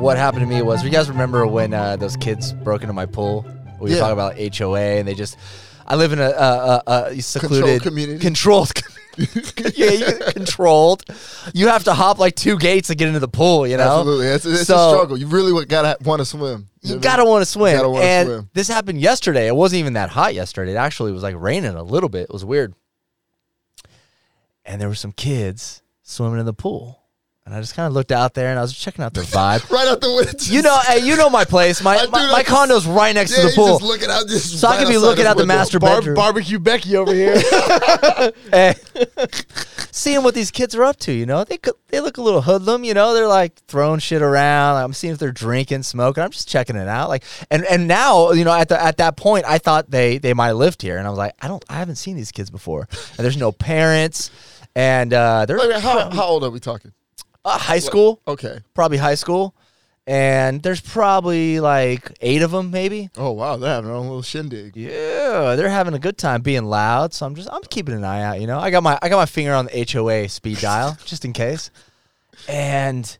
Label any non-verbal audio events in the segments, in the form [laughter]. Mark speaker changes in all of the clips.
Speaker 1: what happened to me was, you guys remember when uh, those kids broke into my pool? We
Speaker 2: Yeah.
Speaker 1: were talking about HOA, and they just. I live in a, a, a, a secluded
Speaker 2: community.
Speaker 1: Controlled. [laughs] com- yeah, you, controlled. You have to hop like two gates to get into the pool. You know,
Speaker 2: Absolutely. It's, it's
Speaker 1: So-
Speaker 2: a struggle. You really wa- gotta want to swim.
Speaker 1: you
Speaker 2: know what I mean?
Speaker 1: gotta want to swim.
Speaker 2: Gotta wanna
Speaker 1: and
Speaker 2: swim.
Speaker 1: this happened yesterday. It wasn't even that hot yesterday. It actually was like raining a little bit. It was weird. And there were some kids swimming in the pool, and I just kind of looked out there and I was checking
Speaker 2: [laughs]
Speaker 1: out their vibe.
Speaker 2: right out the window.
Speaker 1: you
Speaker 2: [laughs]
Speaker 1: know, hey, you know my place. My
Speaker 2: I
Speaker 1: my,
Speaker 2: do
Speaker 1: my
Speaker 2: that.
Speaker 1: condo's right next
Speaker 2: yeah,
Speaker 1: to the
Speaker 2: you
Speaker 1: pool.
Speaker 2: Just looking out, just
Speaker 1: So I
Speaker 2: right
Speaker 1: could be
Speaker 2: outside
Speaker 1: looking
Speaker 2: this
Speaker 1: out the
Speaker 2: window.
Speaker 1: master
Speaker 2: Bar-
Speaker 1: bedroom.
Speaker 3: Barbecue Becky over here.
Speaker 1: [laughs] Eh. seeing what these kids are up to. You know, they could, they look a little hoodlum. You know, they're like throwing shit around. I'm seeing if they're drinking, smoking. I'm just checking it out. Like, and and now you know at the at that point, I thought they they might have lived here, and I was like, I don't, I haven't seen these kids before. And there's no parents, and uh, they're
Speaker 2: Wait, wait, how, how old are we talking?
Speaker 1: uh, high school,
Speaker 2: Okay.
Speaker 1: probably high school. And there's probably like eight of them, maybe.
Speaker 2: Oh wow, they're having their own little shindig.
Speaker 1: Yeah, they're having a good time being loud. So I'm just I'm keeping an eye out. You know, I got my I got my finger on the HOA speed dial just in case. And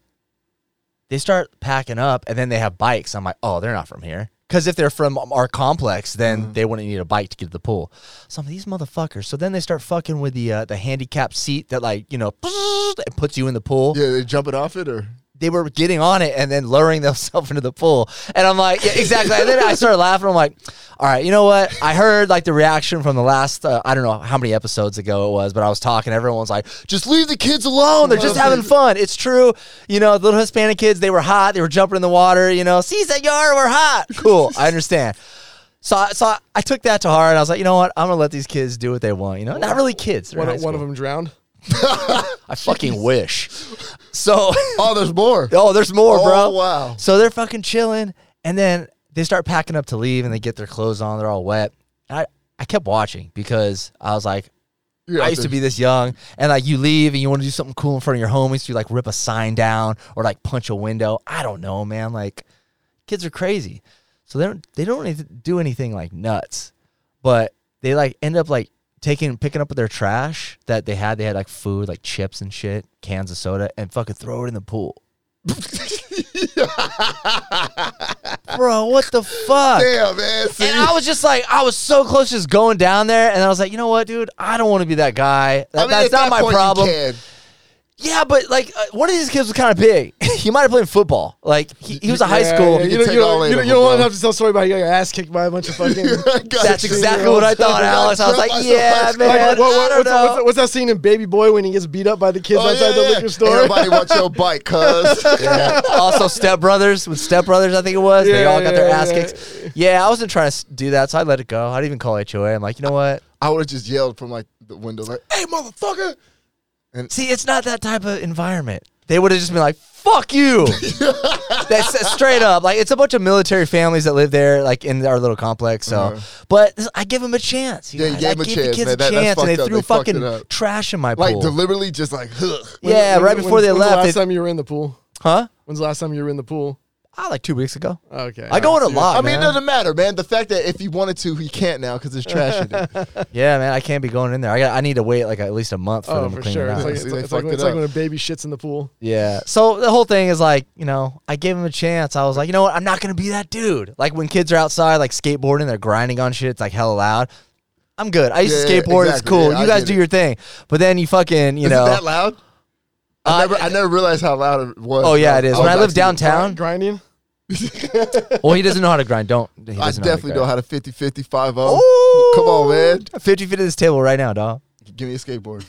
Speaker 1: they start packing up, and then they have bikes. I'm like, oh, they're not from here. Because if they're from our complex, then they wouldn't need a bike to get to the pool. So I'm like, these motherfuckers. So then they start fucking with the uh, the handicapped seat that like you know [laughs] it puts you in the pool
Speaker 2: Yeah, they jumping off it or
Speaker 1: they were getting on it and then lowering themselves [laughs] into the pool. And I'm like, yeah, exactly. and then I started laughing. I'm like, all right, you know what? I heard like the reaction from the last, uh, I don't know how many episodes ago it was, but I was talking. Everyone was like, just leave the kids alone. They're just having fun. It's true. You know, the little Hispanic kids, they were hot. They were jumping in the water. You know, si, senor, we're hot. Cool. I understand. So, I, so I, I took that to heart and I was like, you know what? I'm going to let these kids do what they want. You know, not really kids. They're in
Speaker 3: one,
Speaker 1: high
Speaker 3: one of
Speaker 1: school. [laughs]
Speaker 3: them drowned.
Speaker 1: I fucking wish. So. [laughs]
Speaker 2: oh, there's more.
Speaker 1: Oh, there's more,
Speaker 2: Oh,
Speaker 1: bro.
Speaker 2: wow.
Speaker 1: So they're fucking chilling, and then they start packing up to leave, and they get their clothes on. They're all wet. And I I kept watching because I was like,
Speaker 2: You're
Speaker 1: I
Speaker 2: out
Speaker 1: used to
Speaker 2: there.
Speaker 1: be this young, and like you leave and you want to do something cool in front of your homies, you like rip a sign down or like punch a window. I don't know, man. Like kids are crazy, so they don't they don't really do anything like nuts, but they like end up like taking picking up their trash that they had. They had like food, like chips and shit, cans of soda, and fucking throw it in the
Speaker 2: [laughs]
Speaker 1: pool. Bro, what the fuck?
Speaker 2: Damn, man. See,
Speaker 1: And I was just like, I was so close just going down there, and I was like, you know what, dude? I don't want to be that guy. That,
Speaker 2: I mean,
Speaker 1: that's
Speaker 2: at that
Speaker 1: not my
Speaker 2: point, you
Speaker 1: problem.
Speaker 2: can.
Speaker 1: Yeah, but like uh, one of these kids was kind of big. [laughs] he might have played football. Like he, he was a high
Speaker 3: Yeah,
Speaker 1: school.
Speaker 2: You
Speaker 3: yeah, you,
Speaker 2: can
Speaker 3: don't,
Speaker 2: take
Speaker 3: you,
Speaker 2: all
Speaker 3: don't,
Speaker 2: eight
Speaker 3: you,
Speaker 2: of
Speaker 3: don't, you
Speaker 2: them,
Speaker 3: don't want
Speaker 2: bro.
Speaker 3: to have to tell a story about you got your ass kicked by
Speaker 1: [laughs]
Speaker 3: a bunch of fucking.
Speaker 2: [laughs] I got
Speaker 1: [laughs] That's
Speaker 2: you.
Speaker 1: exactly what I thought, Alex. I was like, yeah, man. I don't
Speaker 3: Like, what, what, what's, that, what's,
Speaker 1: know.
Speaker 3: that, what's that scene in Baby Boy when he gets beat up by the kids
Speaker 2: Oh,
Speaker 3: outside
Speaker 2: yeah,
Speaker 3: the
Speaker 2: yeah.
Speaker 3: liquor store?
Speaker 2: Everybody wants your
Speaker 1: [laughs]
Speaker 2: bike, cuz.
Speaker 1: also, Step Brothers with Step Brothers, I think it was. they
Speaker 3: Yeah,
Speaker 1: all got their
Speaker 3: yeah,
Speaker 1: ass
Speaker 3: yeah.
Speaker 1: kicks. Yeah, I wasn't trying to s- do that, so I let it go. I didn't even call HOA. I'm like, you know what?
Speaker 2: I would have just yelled from like the window, like, "Hey, motherfucker!"
Speaker 1: See, it's not that type of environment. They would have just been like, "Fuck
Speaker 2: [laughs]
Speaker 1: you." That's that's straight up. Like it's a bunch of military families that live there, like in our little complex. So, but this- I give them a chance.
Speaker 2: Uh-huh. Yeah, you
Speaker 1: guys.
Speaker 2: gave
Speaker 1: I
Speaker 2: 'em a
Speaker 1: gave
Speaker 2: chance,
Speaker 1: the kids
Speaker 2: man.
Speaker 1: a
Speaker 2: That- that's
Speaker 1: chance, and they
Speaker 2: fucked up.
Speaker 1: threw
Speaker 2: They fucked it
Speaker 1: fucking
Speaker 2: up.
Speaker 1: trash in my pool.
Speaker 2: Like deliberately, just like, "Ugh."
Speaker 1: yeah, right before they
Speaker 3: when's
Speaker 1: left.
Speaker 3: The
Speaker 1: they-
Speaker 3: last time you were in the pool?
Speaker 1: huh?
Speaker 3: When's the last time you were in the pool?
Speaker 1: Ah, like two weeks ago.
Speaker 3: Okay.
Speaker 1: I go in a lot.
Speaker 2: I mean, it
Speaker 1: man.
Speaker 2: doesn't matter, man. The fact that if he wanted to, he can't now because
Speaker 1: [laughs]
Speaker 2: there's trash in it.
Speaker 1: yeah, man, I can't be going in there. I got. I need to wait like at least a month for
Speaker 3: Oh,
Speaker 1: them to
Speaker 3: for
Speaker 1: clean
Speaker 3: sure.
Speaker 1: it out.
Speaker 3: It's like,
Speaker 2: See,
Speaker 3: it's,
Speaker 2: they
Speaker 3: like- it's like
Speaker 2: fucked
Speaker 3: when,
Speaker 2: it
Speaker 3: it's like
Speaker 2: up.
Speaker 3: when a baby shits in the pool.
Speaker 1: Yeah. So the whole thing is like, you know, I gave him a chance. I was like, you know what? I'm not gonna be that dude. Like when kids are outside, like skateboarding, they're grinding on shit. It's like hella loud. I'm good. I used to
Speaker 2: Yeah, yeah,
Speaker 1: skateboard. It's
Speaker 2: exactly.
Speaker 1: cool.
Speaker 2: Yeah,
Speaker 1: you
Speaker 2: I
Speaker 1: guys
Speaker 2: get
Speaker 1: do
Speaker 2: it.
Speaker 1: your thing. But then you fucking, you
Speaker 2: Is
Speaker 1: know,
Speaker 2: it that loud? I
Speaker 1: Uh,
Speaker 2: never, I never realized how loud it was.
Speaker 1: oh yeah, it is.
Speaker 2: was
Speaker 1: When I lived
Speaker 2: actually- [laughs]
Speaker 1: downtown,
Speaker 3: Grinding?
Speaker 1: well, he doesn't know how to grind. Don't. He
Speaker 2: I
Speaker 1: doesn't
Speaker 2: definitely know
Speaker 1: how.
Speaker 2: how to 50 50 5 0.
Speaker 1: Oh,
Speaker 2: Come on, man.
Speaker 1: Fifty feet of this table right now, dog.
Speaker 2: Give me
Speaker 1: [laughs]
Speaker 2: a skateboard.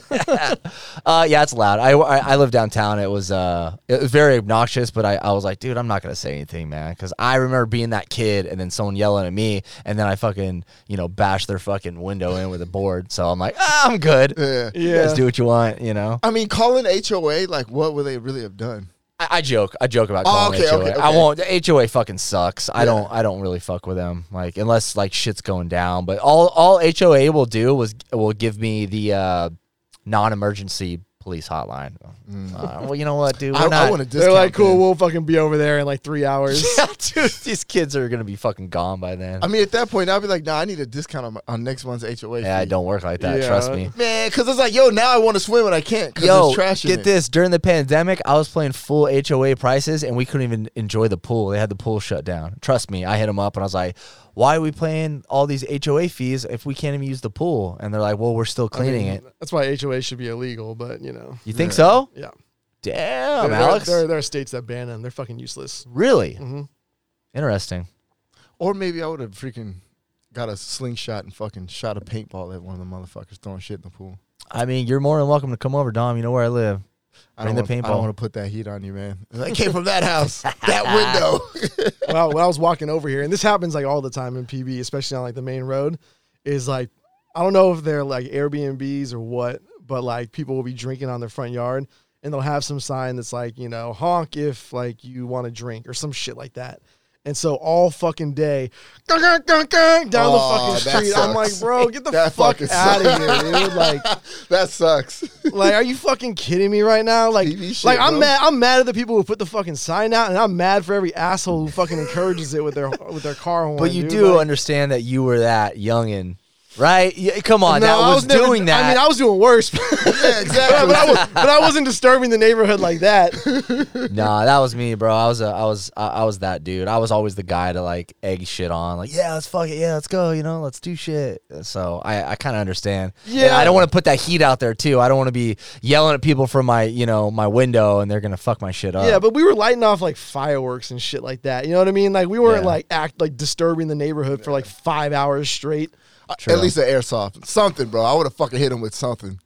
Speaker 1: Uh, yeah, it's loud. I, I, I live downtown. It was uh, it was very obnoxious, but I, I was like, dude, I'm not gonna say anything, man, because I remember being that kid and then someone yelling at me, and then I fucking you know bash their fucking window in with a board. So I'm like, ah, I'm good.
Speaker 2: Uh, Yeah.
Speaker 1: You guys
Speaker 3: Yeah.
Speaker 1: do what you want, you know.
Speaker 2: I mean, calling HOA, like, what would they really have done?
Speaker 1: I, I joke. I joke about
Speaker 2: Oh,
Speaker 1: calling
Speaker 2: okay,
Speaker 1: HOA.
Speaker 2: okay,
Speaker 1: I
Speaker 2: okay.
Speaker 1: won't. the HOA fucking sucks. I don't. I don't really fuck with them. Like unless like shit's going down. But all all HOA will do was will give me the uh, non-emergency police hotline. Uh, well, you know what, dude? We're
Speaker 2: Mm. I,
Speaker 1: not-
Speaker 2: I want
Speaker 1: [laughs]
Speaker 2: to
Speaker 3: They're
Speaker 2: discount.
Speaker 3: like, cool,
Speaker 2: then.
Speaker 3: we'll fucking be over there in like three hours.
Speaker 1: yeah, dude, these kids are gonna be fucking gone by then.
Speaker 2: I mean, at that point, I'd be like, nah, I need a discount on, my, on next month's HOA.
Speaker 1: yeah, I
Speaker 2: fee.
Speaker 1: don't work like that.
Speaker 3: Yeah.
Speaker 1: Trust me.
Speaker 2: Man, because it's like, yo, now I want to swim and I can't because
Speaker 1: Yo,
Speaker 2: there's trash in
Speaker 1: get
Speaker 2: it.
Speaker 1: this. During the pandemic, I was playing full HOA prices, and we couldn't even enjoy the pool. They had the pool shut down. Trust me, I hit them up, and I was like, "Why are we paying all these HOA fees if we can't even use the pool?" And they're like, "Well, we're still
Speaker 3: I
Speaker 1: [laughs]
Speaker 3: mean,
Speaker 1: cleaning it."
Speaker 3: That's why HOA should be illegal, but you know,
Speaker 1: You think so?
Speaker 3: yeah.
Speaker 1: Damn,
Speaker 3: there, there-
Speaker 1: Alex.
Speaker 3: There, there are states that ban them. They're fucking useless.
Speaker 1: really
Speaker 3: Mhm.
Speaker 1: interesting.
Speaker 2: Or maybe I would have freaking got a slingshot and fucking shot a paintball at one of the motherfuckers throwing shit in the pool.
Speaker 1: I mean, you're more than welcome to come over, Dom. You know where I live.
Speaker 2: I
Speaker 1: Bring
Speaker 2: don't
Speaker 1: the
Speaker 2: wanna, I
Speaker 1: paintball.
Speaker 2: don't want to put that heat on you, man. I came from that house, [laughs] that window.
Speaker 3: well, when I was walking over here, and this happens like all the time in PB, especially on like the main road, is like I don't know if they're like Airbnbs or what, but like people will be drinking on their front yard, and they'll have some sign that's like you know honk if like you want to drink or some shit like that. And so all fucking day, gung, gung, gung, gung, down
Speaker 2: Aw,
Speaker 3: the fucking
Speaker 2: that
Speaker 3: street. I'm like,
Speaker 2: sucks.
Speaker 3: bro, get
Speaker 2: [laughs]
Speaker 3: the
Speaker 2: That
Speaker 3: fuck
Speaker 2: fucking
Speaker 3: out of
Speaker 2: sucks.
Speaker 3: here, dude. Like,
Speaker 2: [laughs] that sucks.
Speaker 3: like, are you fucking kidding me right now? Like,
Speaker 2: TV shit,
Speaker 3: like I'm
Speaker 2: bro.
Speaker 3: mad. I'm mad at the people who put the fucking sign out, and I'm mad for every asshole who fucking encourages it with their with their car horn.
Speaker 1: But you
Speaker 3: dude.
Speaker 1: do
Speaker 3: Like,
Speaker 1: understand that you were that youngin', right? Yeah, come on,
Speaker 3: no,
Speaker 1: that
Speaker 3: I
Speaker 1: was,
Speaker 3: never-
Speaker 1: doing that.
Speaker 3: I mean, I was doing worse, [laughs]
Speaker 2: yeah,
Speaker 3: but, I
Speaker 2: exactly.
Speaker 3: was, but I wasn't disturbing the neighborhood like that.
Speaker 1: nah, that was me, bro. I was a, I was, I, I was that dude. I was always the guy to like egg shit on, like, yeah, let's fuck it, yeah, let's go, you know, let's do shit. So I, I kind of understand. Yeah,
Speaker 3: Yeah.
Speaker 1: I don't want to put that heat out there too. I don't want to be yelling at people from my, you know, my window, and they're gonna fuck my shit up.
Speaker 3: yeah, but we were lighting off like fireworks and shit like that. You know what I mean? Like we weren't
Speaker 1: Yeah.
Speaker 3: like act like disturbing the neighborhood for like five hours straight.
Speaker 1: True.
Speaker 2: At least an airsoft, something, bro. I would have fucking hit him with something.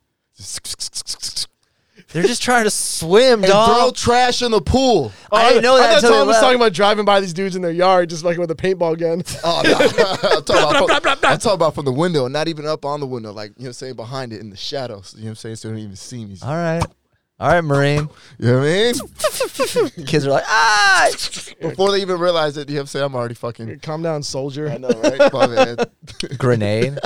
Speaker 1: they're just trying to swim,
Speaker 2: And throw
Speaker 1: dog.
Speaker 2: trash in the pool.
Speaker 1: I didn't know that
Speaker 3: Oh, I thought
Speaker 1: until they
Speaker 3: Tom was
Speaker 1: left.
Speaker 3: talking about driving by these dudes in their yard, just fucking with a paintball gun. [laughs]
Speaker 2: Oh, no. [laughs] I'm, talking about from, I'm talking about from the window, not even up on the window, like, you know what I'm saying, behind it in the shadows. You know what I'm saying? So they don't even see me.
Speaker 3: Uh-huh.
Speaker 1: All right, all right, Marine.
Speaker 2: You know what I mean?
Speaker 1: The kids are like, ah.
Speaker 3: [laughs]
Speaker 2: Before they even realize it, you know what I'm saying? I'm already fucking.
Speaker 3: Calm down, soldier.
Speaker 2: I [laughs] know, right? My bad.
Speaker 1: grenade.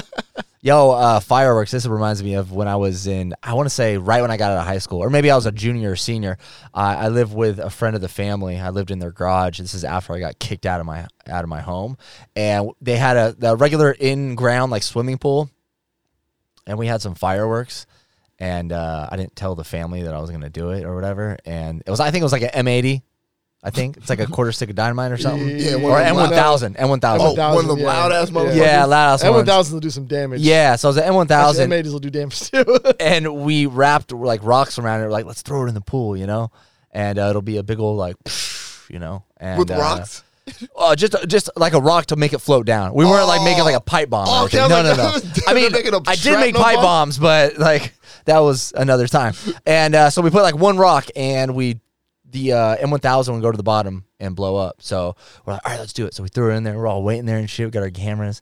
Speaker 1: Yo, uh, fireworks. This reminds me of when I was in, I want to say right when I got out of high school, or maybe I was a junior or senior. Uh, I lived with a friend of the family. I lived in their garage. This is after I got kicked out of my out of my home, and they had a the regular in ground like swimming pool, and we had some fireworks. And uh, I didn't tell the family that I was going to do it or whatever. And it was, I think it was like an M80. I think it's like a quarter stick of dynamite or [laughs] something.
Speaker 2: Mm-hmm. Yeah,
Speaker 1: Or
Speaker 2: one of them loud-
Speaker 1: M1000. M1000.
Speaker 2: Oh, one of
Speaker 3: 1000,
Speaker 2: them
Speaker 3: yeah.
Speaker 2: loud ass
Speaker 3: Yeah.
Speaker 2: motherfuckers.
Speaker 1: yeah, loud ass
Speaker 3: That one
Speaker 1: ones.
Speaker 3: thousand will do some damage.
Speaker 1: Yeah, so it was an
Speaker 3: Actually,
Speaker 1: M1000,
Speaker 3: M80s will do damage too. [laughs]
Speaker 1: [laughs] and we wrapped like rocks around it. We're like, let's throw it in the pool, you know, and uh, it'll be a big old like, [laughs] you know, and
Speaker 2: With
Speaker 1: uh,
Speaker 2: rocks?
Speaker 1: uh, just just like a rock to make it float down. We weren't like making like a pipe bomb.
Speaker 2: Oh,
Speaker 1: or
Speaker 2: okay,
Speaker 1: anything.
Speaker 2: I
Speaker 1: no,
Speaker 2: was
Speaker 1: no,
Speaker 2: like,
Speaker 1: no.
Speaker 2: they're
Speaker 1: I
Speaker 2: [laughs]
Speaker 1: mean,
Speaker 2: making a
Speaker 1: I did make
Speaker 2: shrapnel
Speaker 1: pipe
Speaker 2: bomb?
Speaker 1: bombs, but like that was another time. And uh, so we put like one rock, and we the uh, M1000 would go to the bottom and blow up. So we're like, all right, let's do it. So we threw it in there. We're all waiting there and shit. We got our cameras,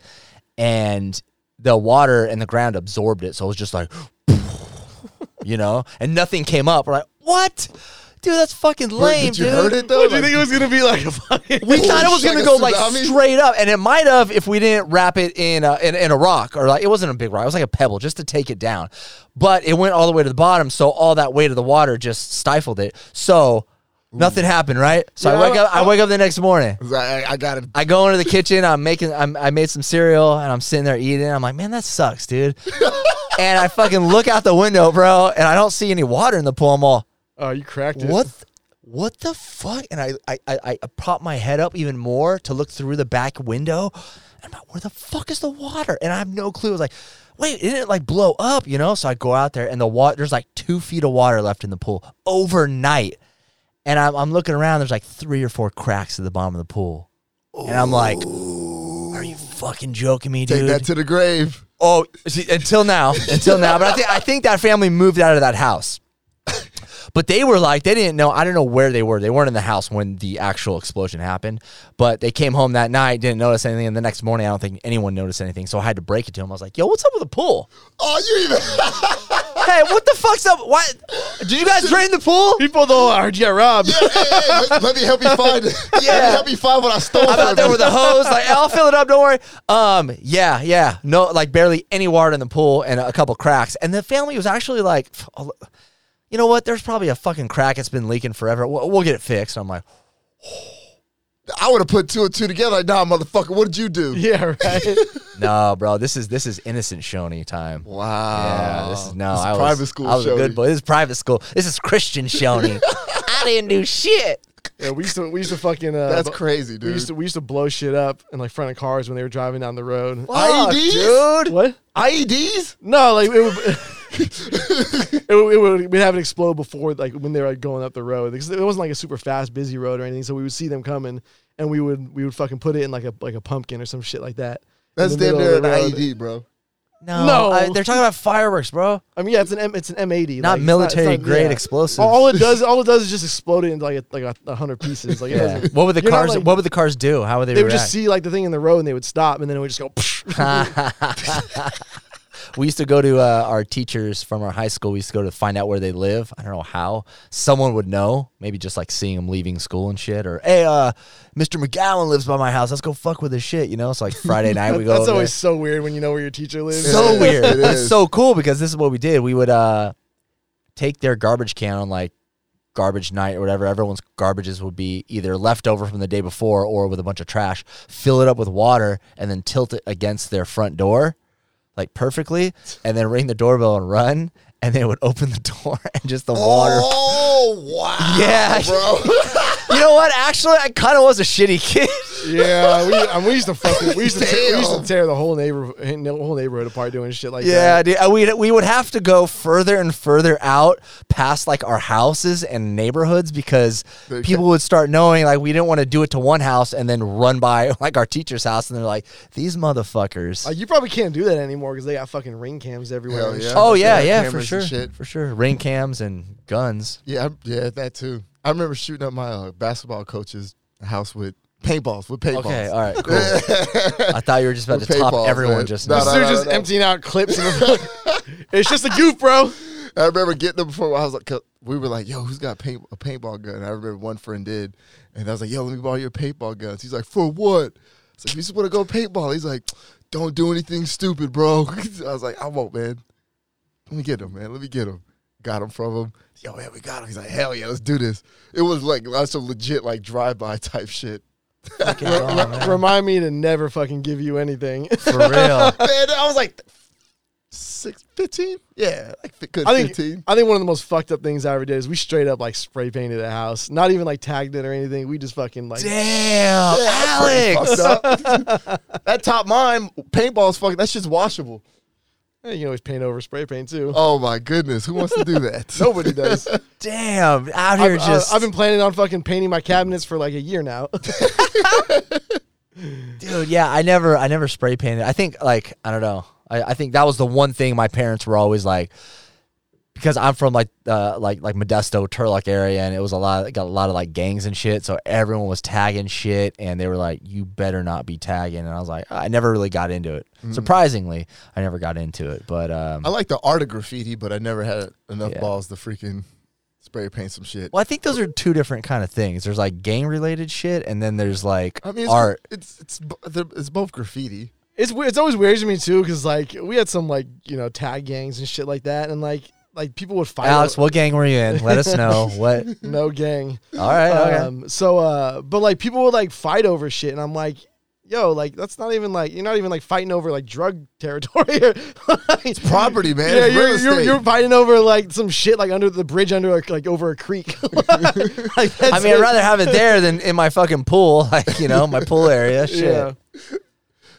Speaker 1: and the water and the ground absorbed it. So it was just like, [laughs] you know, and nothing came up. We're like, what? Dude, that's fucking lame,
Speaker 2: Did you
Speaker 1: dude.
Speaker 2: heard it, though?
Speaker 3: what do you
Speaker 2: Like,
Speaker 3: think it was gonna be like? A fucking
Speaker 1: We thought it was
Speaker 2: Like
Speaker 1: gonna
Speaker 2: a
Speaker 1: go like
Speaker 2: tsunami?
Speaker 1: straight up, and it might have if we didn't wrap it in a, in, in a rock or like it wasn't a big rock. It was like a pebble just to take it down, but it went all the way to the bottom, so all that weight of the water just stifled it. So nothing happened, right? So
Speaker 3: Yeah,
Speaker 1: I wake
Speaker 3: I-
Speaker 1: up. I wake up the next morning.
Speaker 2: I, I- I got it.
Speaker 1: I go into the kitchen. I'm making. I'm, I made some cereal, and I'm sitting there eating. I'm like, man, that sucks, dude. and I fucking look out the window, bro, and I don't see any water in the pool. I'm all,
Speaker 3: Oh, you cracked it.
Speaker 1: what th- what the fuck and I, I i i prop my head up even more to look through the back window and i'm like where the fuck is the water and i have no clue I was like wait it didn't like blow up you know so i go out there and the water there's like two feet of water left in the pool overnight and i'm, I'm looking around there's like three or four cracks at the bottom of the pool and i'm like are you fucking joking me dude
Speaker 2: Take that to the grave.
Speaker 1: Oh, see, until now, until now. But I think I think that family moved out of that house. [coughs] But they were like, they didn't know. I don't know where they were. They weren't in the house when the actual explosion happened. But they came home that night, didn't notice anything. And the next morning, I don't think anyone noticed anything. So I had to break it to them. I was like, yo, what's up with the pool?
Speaker 2: Oh, you
Speaker 3: [laughs]
Speaker 2: even.
Speaker 1: Hey, what the fuck's up? What? Did you guys drain the pool?
Speaker 3: People though are yeah, Rob. [laughs]
Speaker 2: Yeah, hey, hey, let, let me help you find it.
Speaker 1: Yeah.
Speaker 2: Let me help you find what I stole
Speaker 1: I'm out
Speaker 2: from
Speaker 1: there
Speaker 2: you.
Speaker 1: with a hose. Like, I'll fill it up. Don't worry. Um, yeah, yeah. No, like barely any water in the pool and a couple cracks. And the family was actually like, you know what? There's probably a fucking crack that's been leaking forever. We'll, we'll get it fixed. I'm like,
Speaker 2: I would have put two and two together. Like, nah, motherfucker, what did you do?
Speaker 3: Yeah, right.
Speaker 1: no, bro, this is this is innocent Shoney time.
Speaker 2: Wow.
Speaker 1: Yeah, this is no.
Speaker 2: This is
Speaker 1: I was,
Speaker 2: private school.
Speaker 1: I was a
Speaker 2: Shoney.
Speaker 1: good boy. This is private school. This is Christian Shoney. I didn't do shit.
Speaker 3: yeah, we used to we used to fucking uh,
Speaker 2: That's
Speaker 3: bu-
Speaker 2: crazy,
Speaker 3: We
Speaker 2: dude.
Speaker 3: used to we used to blow shit up in like front of cars when they were driving down the road.
Speaker 2: E
Speaker 1: Fuck,
Speaker 2: IEDs?
Speaker 1: dude. E
Speaker 3: What?
Speaker 2: E [laughs] IEDs?
Speaker 3: No, like it would. [laughs] it, would- it would, we'd have it explode before, like when they were like, going up the road, because it wasn't like a super fast, busy road or anything. So we would see them coming, and we would we would fucking put it in like a like a pumpkin or some shit like that. in
Speaker 2: That's
Speaker 3: the
Speaker 2: damn
Speaker 3: middle
Speaker 2: near an
Speaker 3: of
Speaker 2: E
Speaker 3: the road.
Speaker 2: IED, bro.
Speaker 1: No,
Speaker 3: No.
Speaker 1: I- they're talking about fireworks, bro.
Speaker 3: I mean, yeah, it's an M, it's an M eighty,
Speaker 1: Not military grade explosives.
Speaker 3: All it does, all it does is just explode it into like a, like a, a hundred pieces. Like it
Speaker 1: [laughs] Yeah.
Speaker 3: doesn't-
Speaker 1: What would the
Speaker 3: you're not,
Speaker 1: cars?
Speaker 3: like-
Speaker 1: what would the cars do? How would they?
Speaker 3: they would
Speaker 1: react?
Speaker 3: just see like the thing in the road and they would stop, and then it would just go.
Speaker 1: we used to go to uh, our teachers from our high school. We used to go to find out where they live. I don't know how. Someone would know. Maybe just like seeing them leaving school and shit. Or hey, uh, Mr. McGowan lives by my house. Let's go fuck with his shit. You know. So like Friday night we go.
Speaker 3: [laughs] That's
Speaker 1: over
Speaker 3: always so weird when you know where your teacher lives. [laughs]
Speaker 1: there. so
Speaker 2: It
Speaker 1: weird.
Speaker 2: is.
Speaker 1: It's so cool because this is what we did. We would uh, take their garbage can on like garbage night or whatever. Everyone's garbages would be either left over from the day before or with a bunch of trash. Fill it up with water and then tilt it against their front door like perfectly and then ring the doorbell and run and they would open the [laughs] door and just the water
Speaker 2: Oh, wow.
Speaker 1: Yeah.
Speaker 2: Bro.
Speaker 1: [laughs] you know what actually i kind of was a shitty kid [laughs]
Speaker 3: Yeah, Uh, we, I mean, we used to fucking we used to, tear, we used to
Speaker 2: Damn.
Speaker 3: tear the whole neighborhood the whole neighborhood apart doing shit like
Speaker 1: yeah
Speaker 3: that.
Speaker 1: dude, we, we would have to go further and further out past like our houses and neighborhoods because
Speaker 2: The-
Speaker 1: people would start knowing like we didn't want to do it to one house and then run by [laughs] like our teacher's house and they're like these motherfuckers
Speaker 3: Like, Uh, you probably can't do that anymore because they got fucking ring cams everywhere.
Speaker 2: Hell
Speaker 3: and
Speaker 2: yeah.
Speaker 3: shit.
Speaker 1: oh yeah yeah
Speaker 2: Yeah,
Speaker 1: for
Speaker 2: uh, cameras
Speaker 1: sure
Speaker 2: and shit.
Speaker 1: for sure ring cams and guns
Speaker 2: Yeah, I- yeah, that too. I remember shooting up my uh, basketball coach's house with paintballs, with paintballs.
Speaker 1: okay all right
Speaker 2: [laughs]
Speaker 1: cool i thought you were just about to
Speaker 2: With
Speaker 1: top
Speaker 2: paintballs,
Speaker 1: everyone
Speaker 2: man.
Speaker 1: just
Speaker 2: No,
Speaker 1: now.
Speaker 2: no,
Speaker 3: This dude's just emptying out clips. And it's just a goof, bro.
Speaker 2: I remember getting them before. I was like, 'cause we were like, "Yo, who's got paint, a paintball gun?" And I remember one friend did, and I was like, "Yo, let me borrow your paintball guns." He's like, "For what?" It's like, "You just want to go paintball." He's like, "Don't do anything stupid, bro." [laughs] I was like, "I won't, man. Let me get him, man. Let me get him." Got him from him. Yo, man, we got him. He's like, "Hell yeah, let's do this." It was like lots of legit like drive-by type shit. [laughs]
Speaker 1: Fucking gone, man.
Speaker 3: Remind me to never fucking give you anything. [laughs]
Speaker 1: for
Speaker 2: [laughs]
Speaker 1: real
Speaker 2: Man, I was like six, 15? Yeah, like fi- good
Speaker 3: I think
Speaker 2: 15.
Speaker 3: I think one of the most fucked up things I ever did is we straight up like spray painted a house. Not even like tagged it or anything. We just fucking like
Speaker 1: damn
Speaker 2: Pretty
Speaker 1: alex
Speaker 2: fucked [laughs] up. that top mine paintball's fucking. That's just washable.
Speaker 3: eh, you can always paint over spray paint too.
Speaker 2: Oh my goodness, who wants to do [laughs] that?
Speaker 3: Nobody [laughs] does.
Speaker 1: damn out here
Speaker 3: I've, I-
Speaker 1: just
Speaker 3: I've been planning on fucking painting my cabinets for like a year now. [laughs]
Speaker 1: Dude, yeah, I never, I never spray painted. I think, like, I don't know. I, I think that was the one thing my parents were always like, because I'm from like, uh, like, like Modesto, Turlock area, and it was a lot, it got a lot of like gangs and shit. So everyone was tagging shit, and they were like, "You better not be tagging." And I was like, I never really got into it. Surprisingly, I never got into it. But um,
Speaker 2: Mm. I like the art of graffiti, but I never had enough
Speaker 1: Yeah.
Speaker 2: balls to freaking spray paint some shit.
Speaker 1: well, I think those are two different kind of things. There's like gang related shit, and then there's like
Speaker 2: I mean, it's,
Speaker 1: art.
Speaker 2: It's it's bo- they're- it's both graffiti.
Speaker 3: it's we- it's always weird to me too because like we had some like you know tag gangs and shit like that, and like like people would fight.
Speaker 1: Alex,
Speaker 3: over-
Speaker 1: what gang were you in? Let us
Speaker 2: [laughs]
Speaker 1: know. What?
Speaker 3: No [laughs] gang.
Speaker 1: All right, okay.
Speaker 3: Um, so, uh, but like people would like fight over shit, and I'm like, yo, like that's not even like you're not even like fighting over like drug territory. [laughs] it's
Speaker 2: Property, man.
Speaker 3: Yeah,
Speaker 2: it's
Speaker 3: you're,
Speaker 2: real
Speaker 3: you're,
Speaker 2: estate.
Speaker 3: you're fighting over like some shit like under the bridge under a, like over a creek. [laughs]
Speaker 1: I
Speaker 3: Like, that's
Speaker 1: mean,
Speaker 3: it.
Speaker 1: I'd rather have it there than in my fucking pool, [laughs] like you know, my pool
Speaker 2: [laughs]
Speaker 1: area. Shit.
Speaker 3: Yeah.
Speaker 1: Yeah,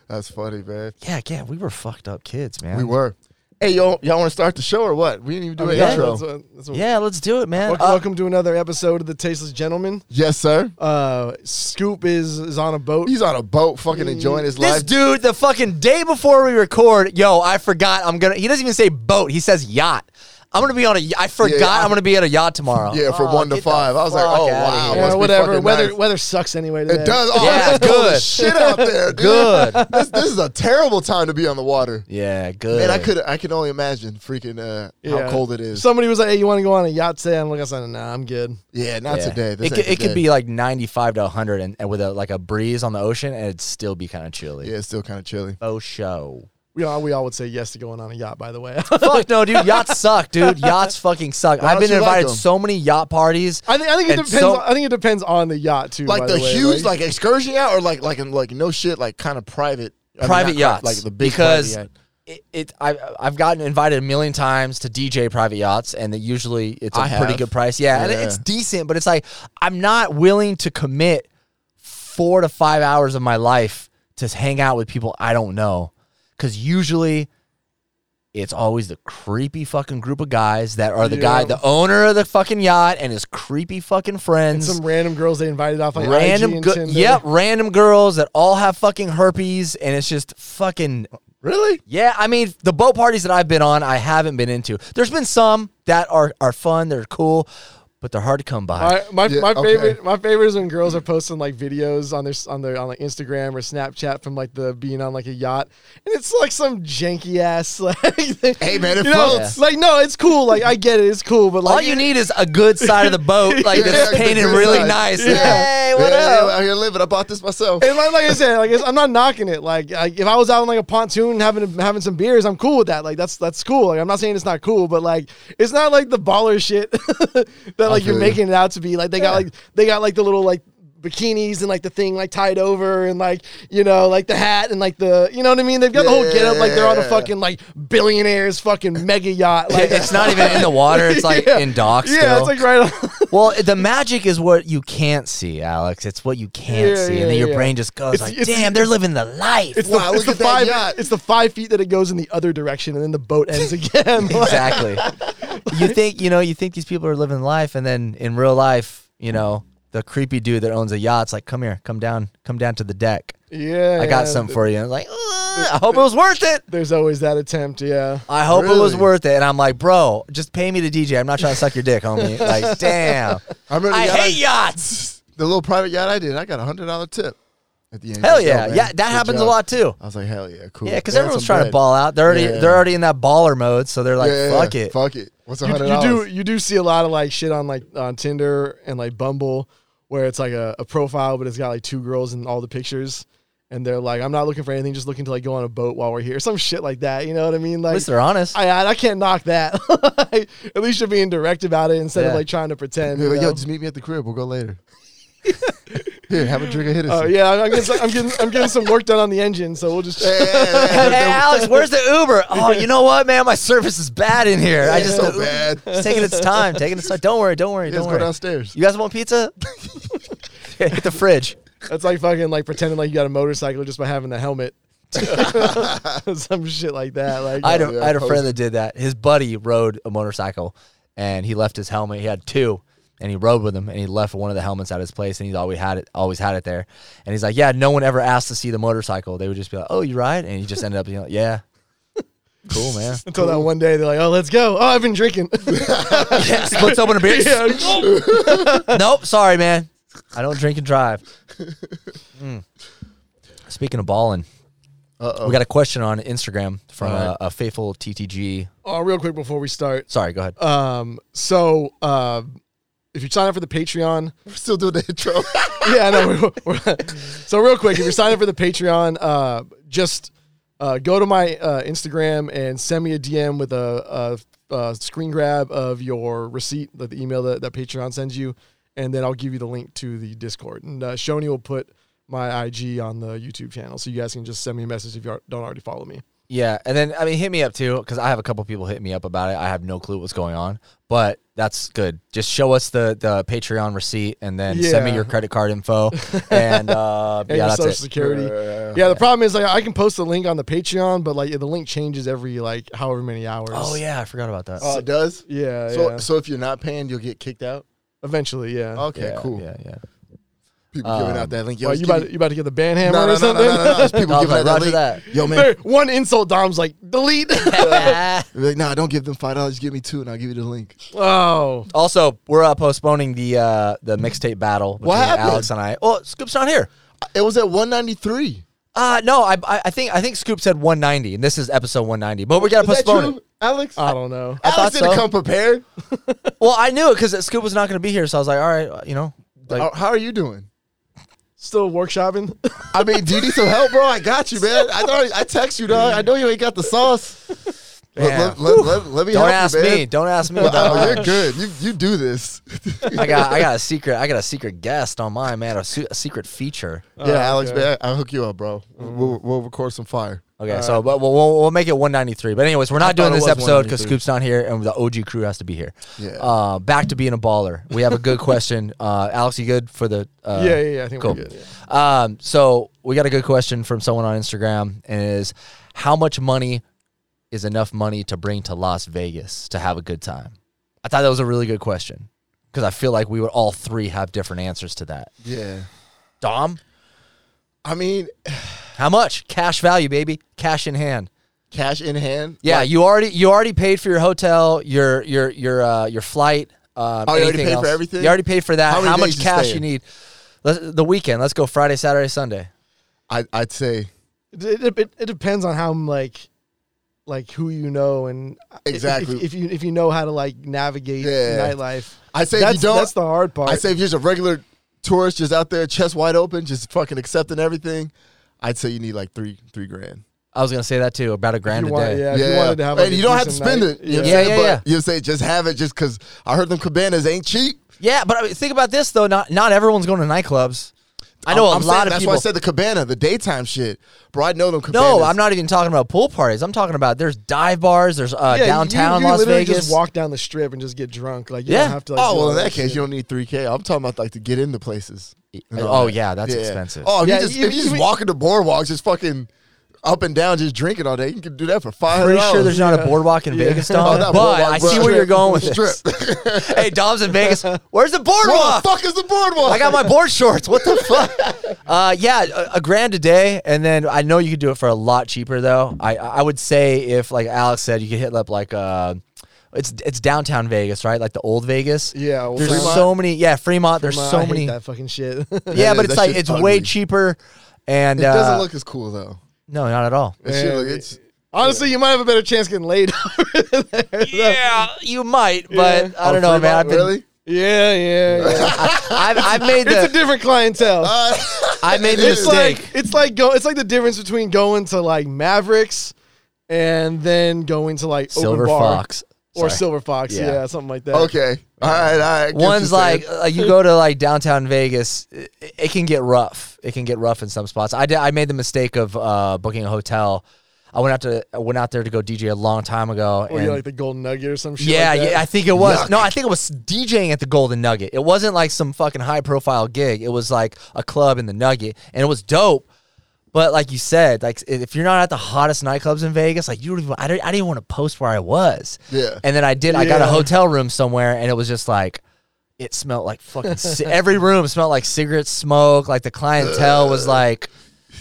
Speaker 2: That's funny, man.
Speaker 1: yeah, we were fucked up kids, man.
Speaker 2: We were. Hey, y'all, y'all want to start the show or what? We didn't even do an
Speaker 1: yeah.
Speaker 2: intro.
Speaker 3: That's what- that's what-
Speaker 1: Yeah, let's do it, man.
Speaker 3: Welcome,
Speaker 1: Uh,
Speaker 3: welcome to another episode of the Tasteless Gentleman.
Speaker 2: Yes, sir.
Speaker 3: Uh, Scoop is is on a boat.
Speaker 2: He's on a boat, fucking enjoying his
Speaker 1: this
Speaker 2: life.
Speaker 1: dude, the fucking day before we record, yo, I forgot. I'm gonna. He doesn't even say boat. He says yacht. I'm gonna be on a. y- I forgot.
Speaker 2: Yeah, I-
Speaker 1: I'm gonna be at a yacht tomorrow.
Speaker 2: Yeah, from
Speaker 1: one
Speaker 2: one to five. I was like, oh, wow.
Speaker 3: Yeah,
Speaker 2: Must be
Speaker 3: whatever.
Speaker 2: fucking
Speaker 3: Weather
Speaker 2: nice.
Speaker 3: weather sucks anyway today.
Speaker 2: It does. Oh,
Speaker 1: Yeah,
Speaker 2: yeah, it's cold
Speaker 1: good.
Speaker 2: as shit out [laughs] there. Dude.
Speaker 1: Good.
Speaker 2: This, this is a terrible time to be on the water.
Speaker 1: Yeah, good.
Speaker 2: Man, I could I can only imagine freaking uh,
Speaker 3: Yeah.
Speaker 2: how cold it is.
Speaker 3: Somebody was like, "Hey, you want to go on a yacht today?" I'm like, "I said, nah, I'm good."
Speaker 2: yeah, not
Speaker 1: Yeah.
Speaker 2: today. This
Speaker 1: It, could,
Speaker 2: ain't
Speaker 1: it could
Speaker 2: today.
Speaker 1: be like 95 to 100 and, and with a, like a breeze on the ocean, and it'd still be kind of chilly.
Speaker 2: Yeah, it's still kind of chilly.
Speaker 1: Oh, show.
Speaker 3: We all we all would say yes to going on a yacht. By the way, [laughs]
Speaker 1: Fuck no, dude. Yachts suck, dude. Yachts fucking suck.
Speaker 2: Why
Speaker 1: I've
Speaker 2: don't
Speaker 1: been
Speaker 2: you like
Speaker 1: invited
Speaker 2: them?
Speaker 1: so many yacht parties.
Speaker 3: I think I think it
Speaker 1: And
Speaker 3: depends.
Speaker 1: so-
Speaker 3: on, I think it depends on the yacht too. by
Speaker 2: like the,
Speaker 3: way.
Speaker 2: huge, like, excursion yacht, or like like in, like no shit, like kind of private, I mean,
Speaker 1: Private
Speaker 2: not pri-
Speaker 1: yachts,
Speaker 2: like the big
Speaker 1: because [laughs]
Speaker 2: private yacht.
Speaker 1: It, it I I've gotten invited a million times to DJ private yachts, and it usually it's a
Speaker 2: I
Speaker 1: pretty
Speaker 2: have.
Speaker 1: good price. Yeah, and
Speaker 2: Yeah.
Speaker 1: it's decent, but it's like I'm not willing to commit four to five hours of my life to hang out with people I don't know, because usually. It's always the creepy fucking group of guys that are the guy,
Speaker 3: Yeah.
Speaker 1: the owner of the fucking yacht, and his creepy fucking friends.
Speaker 3: some random girls they invited off like IG
Speaker 1: random
Speaker 3: and
Speaker 1: gu-
Speaker 3: Tinder.
Speaker 1: yep random girls that all have fucking herpes and it's just fucking
Speaker 3: Uh,
Speaker 2: really,
Speaker 1: yeah i mean the boat parties that i've been on i haven't been into there's been some that are are fun they're cool but they're hard to come by
Speaker 3: I, my
Speaker 2: Yeah,
Speaker 3: my
Speaker 2: okay.
Speaker 3: favorite my favorite is when girls are posting like videos on their s- on their on like Instagram or Snapchat from like the being on like a yacht, and it's like some janky ass [laughs] like.
Speaker 2: Hey, man, it
Speaker 3: you know,
Speaker 2: floats.
Speaker 3: Like no, it's cool. Like I get it, it's cool. But like
Speaker 1: all you need is a good side of the
Speaker 3: [laughs]
Speaker 1: boat like
Speaker 2: Yeah,
Speaker 1: that's
Speaker 2: yeah,
Speaker 1: painted
Speaker 2: good
Speaker 1: really
Speaker 2: side.
Speaker 1: nice
Speaker 2: Yeah.
Speaker 1: hey what
Speaker 2: yeah,
Speaker 1: up
Speaker 2: yeah, out here living. I bought this myself.
Speaker 3: And like, like I said, like it's, I'm not knocking it. Like, like if I was out on like a pontoon having having some beers, I'm cool with that. Like that's that's cool. Like I'm not saying it's not cool, but like it's not like the baller shit [laughs] that like
Speaker 2: feel
Speaker 3: you're
Speaker 2: you.
Speaker 3: making it out to be. Like they got like they got like the little like bikinis and like the thing like tied over and like you know like the hat and like the you know what I mean. They've got the whole
Speaker 2: Yeah,
Speaker 3: get up like they're on a
Speaker 2: yeah.
Speaker 3: fucking like billionaires fucking mega yacht.
Speaker 1: [laughs]
Speaker 3: Like
Speaker 1: it's not even in the water it's like
Speaker 3: [laughs] Yeah.
Speaker 1: in docks
Speaker 3: Yeah, it's like right. On.
Speaker 1: [laughs] well the magic is what you can't see alex it's what you can't
Speaker 3: Yeah,
Speaker 1: see
Speaker 3: yeah,
Speaker 1: and then your
Speaker 3: yeah.
Speaker 1: brain just goes
Speaker 3: It's-
Speaker 1: like
Speaker 3: it's-
Speaker 1: damn they're living the life
Speaker 3: It's
Speaker 2: Wow,
Speaker 3: the, it's
Speaker 2: look
Speaker 3: the
Speaker 2: at that
Speaker 3: five.
Speaker 2: yacht.
Speaker 3: It's the five feet that it goes in the other direction, and then the
Speaker 2: [laughs]
Speaker 3: boat ends again. [laughs] Like-
Speaker 1: exactly. you think you know, you think these people are living life, and then in real life, you know, the creepy dude that owns a yacht's like, "Come here, come down, come down to the deck.
Speaker 3: Yeah,
Speaker 1: I got
Speaker 3: yeah.
Speaker 1: some for you." And I'm like, "Ugh, I hope it was worth it.
Speaker 3: There's always that attempt. Yeah,
Speaker 1: I hope it was
Speaker 2: Really?
Speaker 1: worth it. And I'm like, bro, just pay me to DJ. I'm not trying to suck your dick,
Speaker 2: [laughs]
Speaker 1: homie. Like, damn.
Speaker 2: I remember the
Speaker 1: I
Speaker 2: yacht I-
Speaker 1: hate yachts.
Speaker 2: the little private yacht I did. I got a hundred dollar tip at the end.
Speaker 1: Hell
Speaker 2: Yo,
Speaker 1: yeah,
Speaker 2: man,
Speaker 1: yeah.
Speaker 2: good
Speaker 1: That happens
Speaker 2: job.
Speaker 1: a lot too.
Speaker 2: I was like, hell yeah, cool.
Speaker 1: Yeah, because
Speaker 2: Man,
Speaker 1: everyone's
Speaker 2: some
Speaker 1: trying to
Speaker 2: bread.
Speaker 1: ball out. They're already
Speaker 2: Yeah.
Speaker 1: they're already in that baller mode, so they're like,
Speaker 2: Yeah, yeah,
Speaker 1: fuck it.
Speaker 2: fuck it. What's a
Speaker 3: you,
Speaker 2: hundred
Speaker 3: you do.
Speaker 2: dollars?
Speaker 3: You do see a lot of like shit on like on Tinder and like Bumble, where it's like a, a profile, but it's got like two girls in all the pictures, and they're like, "I'm not looking for anything, just looking to like go on a boat while we're here." Some shit like that. You know what I
Speaker 1: At
Speaker 3: mean? Like,
Speaker 1: least they're honest.
Speaker 3: I I I can't knock that. [laughs] Like, At least you're being direct about it instead
Speaker 1: Yeah.
Speaker 3: of like trying to pretend.
Speaker 2: They're
Speaker 3: you
Speaker 2: like,
Speaker 3: know?
Speaker 2: Yo, just meet me at the crib. We'll go later. [laughs] Here, have a drink of Hennessy.
Speaker 3: Oh
Speaker 2: [laughs]
Speaker 3: yeah, I'm getting, some- I'm getting I'm getting some work done on the engine, so we'll
Speaker 1: [laughs]
Speaker 2: [laughs]
Speaker 3: just
Speaker 1: hey Alex, where's the Uber? Oh, you know what, man? My service is bad in here. I just
Speaker 2: so bad.
Speaker 1: It's taking its
Speaker 2: [laughs]
Speaker 1: time. Taking its time. Don't worry. Don't worry.
Speaker 2: Yeah,
Speaker 1: don't
Speaker 2: let's go
Speaker 1: worry.
Speaker 2: downstairs.
Speaker 1: You guys want pizza?
Speaker 2: [laughs]
Speaker 1: Yeah, Hit the fridge.
Speaker 3: That's like fucking like pretending like you got a motorcycle just by having
Speaker 1: [laughs]
Speaker 3: the helmet. [laughs] Some shit like that. Like
Speaker 1: I had, a,
Speaker 2: yeah,
Speaker 1: I had a friend
Speaker 2: post-
Speaker 1: that did that. His buddy rode a motorcycle, and he left his helmet. He had two, and he rode with him, and he left one of the helmets at his place, and he's always had it, always had it there. And he's like, yeah, no one ever asked to see the motorcycle. They would just be like, oh, you ride? And he just ended up being like, yeah, [laughs] cool,
Speaker 2: [laughs]
Speaker 1: man. [laughs]
Speaker 3: until that one day they're like, oh, let's go. Oh, I've been drinking. [laughs]
Speaker 1: yeah, splits open a beer.
Speaker 3: Yeah. [laughs]
Speaker 1: nope, sorry, man. I don't drink and drive. Mm. Speaking of balling,
Speaker 2: Uh-oh.
Speaker 1: we got a question on Instagram from
Speaker 2: All right.
Speaker 1: uh, a faithful TTG.
Speaker 3: oh, real quick before we start.
Speaker 1: Sorry, go ahead.
Speaker 3: Um, so uh, if you sign up for the Patreon,
Speaker 2: [laughs] We're still doing the [laughs] intro.
Speaker 3: [laughs] yeah, I know. We're- we're- so real quick, if you're signing up for the Patreon, uh, just uh, go to my uh, Instagram and send me a DM with a, a, a screen grab of your receipt, like the email that, that Patreon sends you, and then I'll give you the link to the Discord. And uh, Shoni will put my IG on the YouTube channel, so you guys can just send me a message if you ar- don't already follow me.
Speaker 1: Yeah, and then I mean, hit me up too because I have a couple people hit me up about it. I have no clue what's going on, but that's good. Just show us the the Patreon receipt and then send me
Speaker 3: Yeah.
Speaker 1: your credit card
Speaker 3: [laughs]
Speaker 1: info and uh,
Speaker 3: And
Speaker 1: yeah,
Speaker 3: your
Speaker 1: that's
Speaker 3: social
Speaker 1: it.
Speaker 3: security.
Speaker 2: Yeah.
Speaker 3: yeah, the problem is like I can post the link on the Patreon, but like the link changes every like however many hours.
Speaker 1: Oh yeah, I forgot about that.
Speaker 2: oh, it does.
Speaker 3: Yeah,
Speaker 2: So,
Speaker 3: yeah.
Speaker 2: so if you're not paying, you'll get kicked out.
Speaker 3: Eventually, yeah.
Speaker 2: Okay,
Speaker 1: Yeah,
Speaker 2: cool.
Speaker 1: Yeah, yeah.
Speaker 2: People giving out that link. Yo,
Speaker 3: Well,
Speaker 2: it's
Speaker 3: you about
Speaker 2: giving-
Speaker 3: you about to get the band hammer
Speaker 2: no,
Speaker 3: or
Speaker 2: no, no, no,
Speaker 3: something?
Speaker 2: no, no, no. It's [laughs] people
Speaker 1: I was
Speaker 2: giving
Speaker 1: like,
Speaker 2: out that
Speaker 1: roger
Speaker 2: link.
Speaker 1: that.
Speaker 2: Yo, man.
Speaker 3: There- One insult, Dom's like delete.
Speaker 2: They're Like, nah, don't give them five dollars. Give me two, and I'll give you the link.
Speaker 3: [laughs] oh,
Speaker 1: Also, we're uh, postponing the uh, the mixtape battle between
Speaker 2: happened?
Speaker 1: Alex and I. Oh, Scoop's not here.
Speaker 2: It was at one ninety three.
Speaker 1: Uh no, I, I I think I think Scoop said 190, and this is episode 190. But we gotta
Speaker 2: Is that
Speaker 1: postpone
Speaker 2: true,
Speaker 1: it.
Speaker 2: Alex?
Speaker 3: I don't know.
Speaker 1: I thought
Speaker 2: Alex didn't
Speaker 1: so.
Speaker 2: come prepared.
Speaker 1: Well, I knew it because Scoop was not gonna be here, so I was like, all right, uh, you know, like
Speaker 2: How- How are you doing?
Speaker 3: still workshopping. [laughs]
Speaker 2: I mean, do you need some help, bro? I got you, man. I know, I text you, dog. I know you ain't got the sauce.
Speaker 1: Yeah.
Speaker 2: Let, let, let, let, let me
Speaker 1: Don't
Speaker 2: help
Speaker 1: ask
Speaker 2: you, man.
Speaker 1: me. Don't ask me. about
Speaker 2: Oh,
Speaker 1: mine.
Speaker 2: you're good. You you do this. [laughs]
Speaker 1: I got I got a secret I got a secret guest on mine, man. A, su- a secret feature.
Speaker 2: yeah,
Speaker 3: Oh, okay. Mm-hmm.
Speaker 2: Alex, man, I'll hook you up, bro. We'll, we'll record some fire.
Speaker 1: Okay, so but we'll, we'll we'll make it 193. But anyways, we're not doing
Speaker 2: thought it
Speaker 1: this
Speaker 2: was
Speaker 1: episode because
Speaker 2: 193.
Speaker 1: Scoop's not here and the OG crew has to be here.
Speaker 2: Yeah.
Speaker 1: Uh, back to being a baller. We have a good question. Uh, Alex, you good for the? Uh,
Speaker 3: yeah, yeah, yeah. I think
Speaker 1: cool.
Speaker 3: we're good. Yeah.
Speaker 1: Um, so we got a good question from someone on Instagram, and it is how much money is enough money to bring to Las Vegas to have a good time? I thought that was a really good question because I feel like we would all three have different answers to that.
Speaker 2: Yeah.
Speaker 1: Dom,
Speaker 2: I mean,
Speaker 1: how much cash value, baby? Cash in hand.
Speaker 2: cash in hand.
Speaker 1: Yeah, you already you already paid for your hotel, your your your uh, your flight. Um,
Speaker 2: Oh, you already
Speaker 1: anything
Speaker 2: paid for
Speaker 1: else.
Speaker 2: everything?
Speaker 1: You already paid for that.
Speaker 2: How
Speaker 1: How,
Speaker 2: many
Speaker 1: much
Speaker 2: days you
Speaker 1: cash
Speaker 2: staying?
Speaker 1: you need? Let's, the weekend. Let's go Friday, Saturday, Sunday.
Speaker 2: I, I'd say
Speaker 3: It, it, it- it depends on how like like who you know and i- if-
Speaker 2: Exactly.
Speaker 3: if, you if you know how to like navigate
Speaker 2: Yeah.
Speaker 3: nightlife.
Speaker 2: I say
Speaker 3: that's,
Speaker 2: if you don't.
Speaker 3: that's the hard part.
Speaker 2: I say if you're just a regular tourist, just out there, chest wide open, just fucking accepting everything. I'd say you need like three three grand.
Speaker 1: I was gonna say that too, about a
Speaker 3: if
Speaker 1: grand
Speaker 3: you
Speaker 1: a
Speaker 3: want,
Speaker 1: day.
Speaker 3: yeah, if you wanted to have, like,
Speaker 2: and
Speaker 3: a
Speaker 2: you don't have to
Speaker 3: decent
Speaker 2: spend
Speaker 3: night-
Speaker 2: it. You know what I'm
Speaker 1: Yeah.
Speaker 2: saying?
Speaker 1: Yeah,
Speaker 2: But
Speaker 1: yeah,
Speaker 2: You say just have it, just because I heard them cabanas ain't cheap.
Speaker 1: Yeah, but I mean, think about this though. Not not everyone's going to nightclubs. I know
Speaker 2: I'm-
Speaker 1: a
Speaker 2: I'm saying-
Speaker 1: lot of
Speaker 2: that's
Speaker 1: people.
Speaker 2: why I said the cabana, the daytime shit, bro. I know them cabanas.
Speaker 1: no, I'm not even talking about pool parties. I'm talking about there's dive bars. There's uh,
Speaker 3: Yeah, you-
Speaker 1: downtown
Speaker 3: you, you
Speaker 1: Las
Speaker 3: literally
Speaker 1: Vegas.
Speaker 3: Just walk down the strip and just get drunk. Like you
Speaker 1: Yeah.
Speaker 3: don't have to. Like,
Speaker 2: Oh
Speaker 3: do
Speaker 2: well,
Speaker 3: all
Speaker 2: in that
Speaker 3: shit.
Speaker 2: case, you don't need three k. I'm talking about like to get into places. and all
Speaker 1: oh
Speaker 2: that.
Speaker 1: yeah, that's expensive.
Speaker 2: Oh, if
Speaker 3: Yeah,
Speaker 2: you just
Speaker 3: you-
Speaker 2: if you just
Speaker 3: you-
Speaker 2: walking the boardwalks, just fucking up and down, just drinking all day. You can do that for five hundred.
Speaker 1: Pretty sure there's not a boardwalk in
Speaker 2: [laughs]
Speaker 1: Vegas, Dom.
Speaker 2: not
Speaker 1: but
Speaker 2: boardwalk,
Speaker 1: I
Speaker 2: bro.
Speaker 1: see where you're
Speaker 2: [laughs]
Speaker 1: going with
Speaker 2: Strip.
Speaker 1: this. hey, Dom's in
Speaker 2: [laughs]
Speaker 1: Vegas. Where's the
Speaker 2: Where the
Speaker 1: boardwalk?
Speaker 2: fuck is the
Speaker 1: [laughs]
Speaker 2: boardwalk?
Speaker 1: I got my board shorts. What the fuck? Uh, yeah, a, a grand a day, and then I know you could do it for a lot cheaper though. I I would say if like Alex said, you could hit up like uh, it's it's downtown Vegas, right? Like the old Vegas.
Speaker 3: Yeah, old
Speaker 1: there's
Speaker 3: Fremont.
Speaker 1: so many. Yeah, Fremont. there's
Speaker 3: Come on,
Speaker 1: so
Speaker 3: I hate
Speaker 1: many.
Speaker 3: that fucking shit.
Speaker 1: Yeah,
Speaker 2: That
Speaker 1: but
Speaker 2: is-
Speaker 1: it's
Speaker 2: that
Speaker 1: like
Speaker 2: shit's
Speaker 1: it's way
Speaker 2: ugly.
Speaker 1: cheaper, and
Speaker 2: It
Speaker 1: uh,
Speaker 2: doesn't look as cool though.
Speaker 1: no, not at all.
Speaker 2: It should
Speaker 3: Man,
Speaker 2: look-
Speaker 3: [laughs] it-
Speaker 2: it's-
Speaker 3: [laughs] Honestly, you might have a better chance getting laid. [laughs]
Speaker 1: Yeah, you might, but
Speaker 3: Yeah.
Speaker 1: I don't
Speaker 2: Oh,
Speaker 1: know,
Speaker 2: Fremont,
Speaker 1: man. I've been,
Speaker 2: really?
Speaker 3: yeah, yeah,
Speaker 1: [laughs]
Speaker 3: yeah.
Speaker 1: I've, I've made
Speaker 3: [laughs] it's a
Speaker 1: the
Speaker 3: different clientele. [laughs]
Speaker 1: I made the
Speaker 3: it's
Speaker 1: mistake.
Speaker 3: like it's like go. It's like the difference between going to like Mavericks and then going to like
Speaker 1: Silver
Speaker 3: open bar
Speaker 1: Fox
Speaker 3: or
Speaker 1: Sorry.
Speaker 3: Silver Fox.
Speaker 1: Yeah.
Speaker 3: Yeah. something like that.
Speaker 2: Okay. All right. All right. Get what
Speaker 1: One's
Speaker 2: you're
Speaker 1: like
Speaker 2: saying.
Speaker 1: uh, you go to like downtown Vegas. It, it can get rough. It can get rough in some spots. I did. I made the mistake of uh, booking a hotel. I went out to I went out there to go DJ a long time ago.
Speaker 3: Or
Speaker 1: and
Speaker 3: Oh, you like the Golden Nugget or some shit.
Speaker 1: yeah,
Speaker 3: like that.
Speaker 1: yeah, I think it was. No, I think it was DJing at the Golden Nugget. It wasn't like some fucking high profile gig. It was like a club in the Nugget, and it was dope. But like you said, like if you're not at the hottest nightclubs in Vegas, like you don't even. I didn't, I didn't want to post where I was.
Speaker 2: Yeah.
Speaker 1: And then I did. I got a
Speaker 3: Yeah.
Speaker 1: hotel room somewhere, and it was just like. It smelled like fucking. ci- [laughs] every room smelled like cigarette smoke. Like the clientele was like,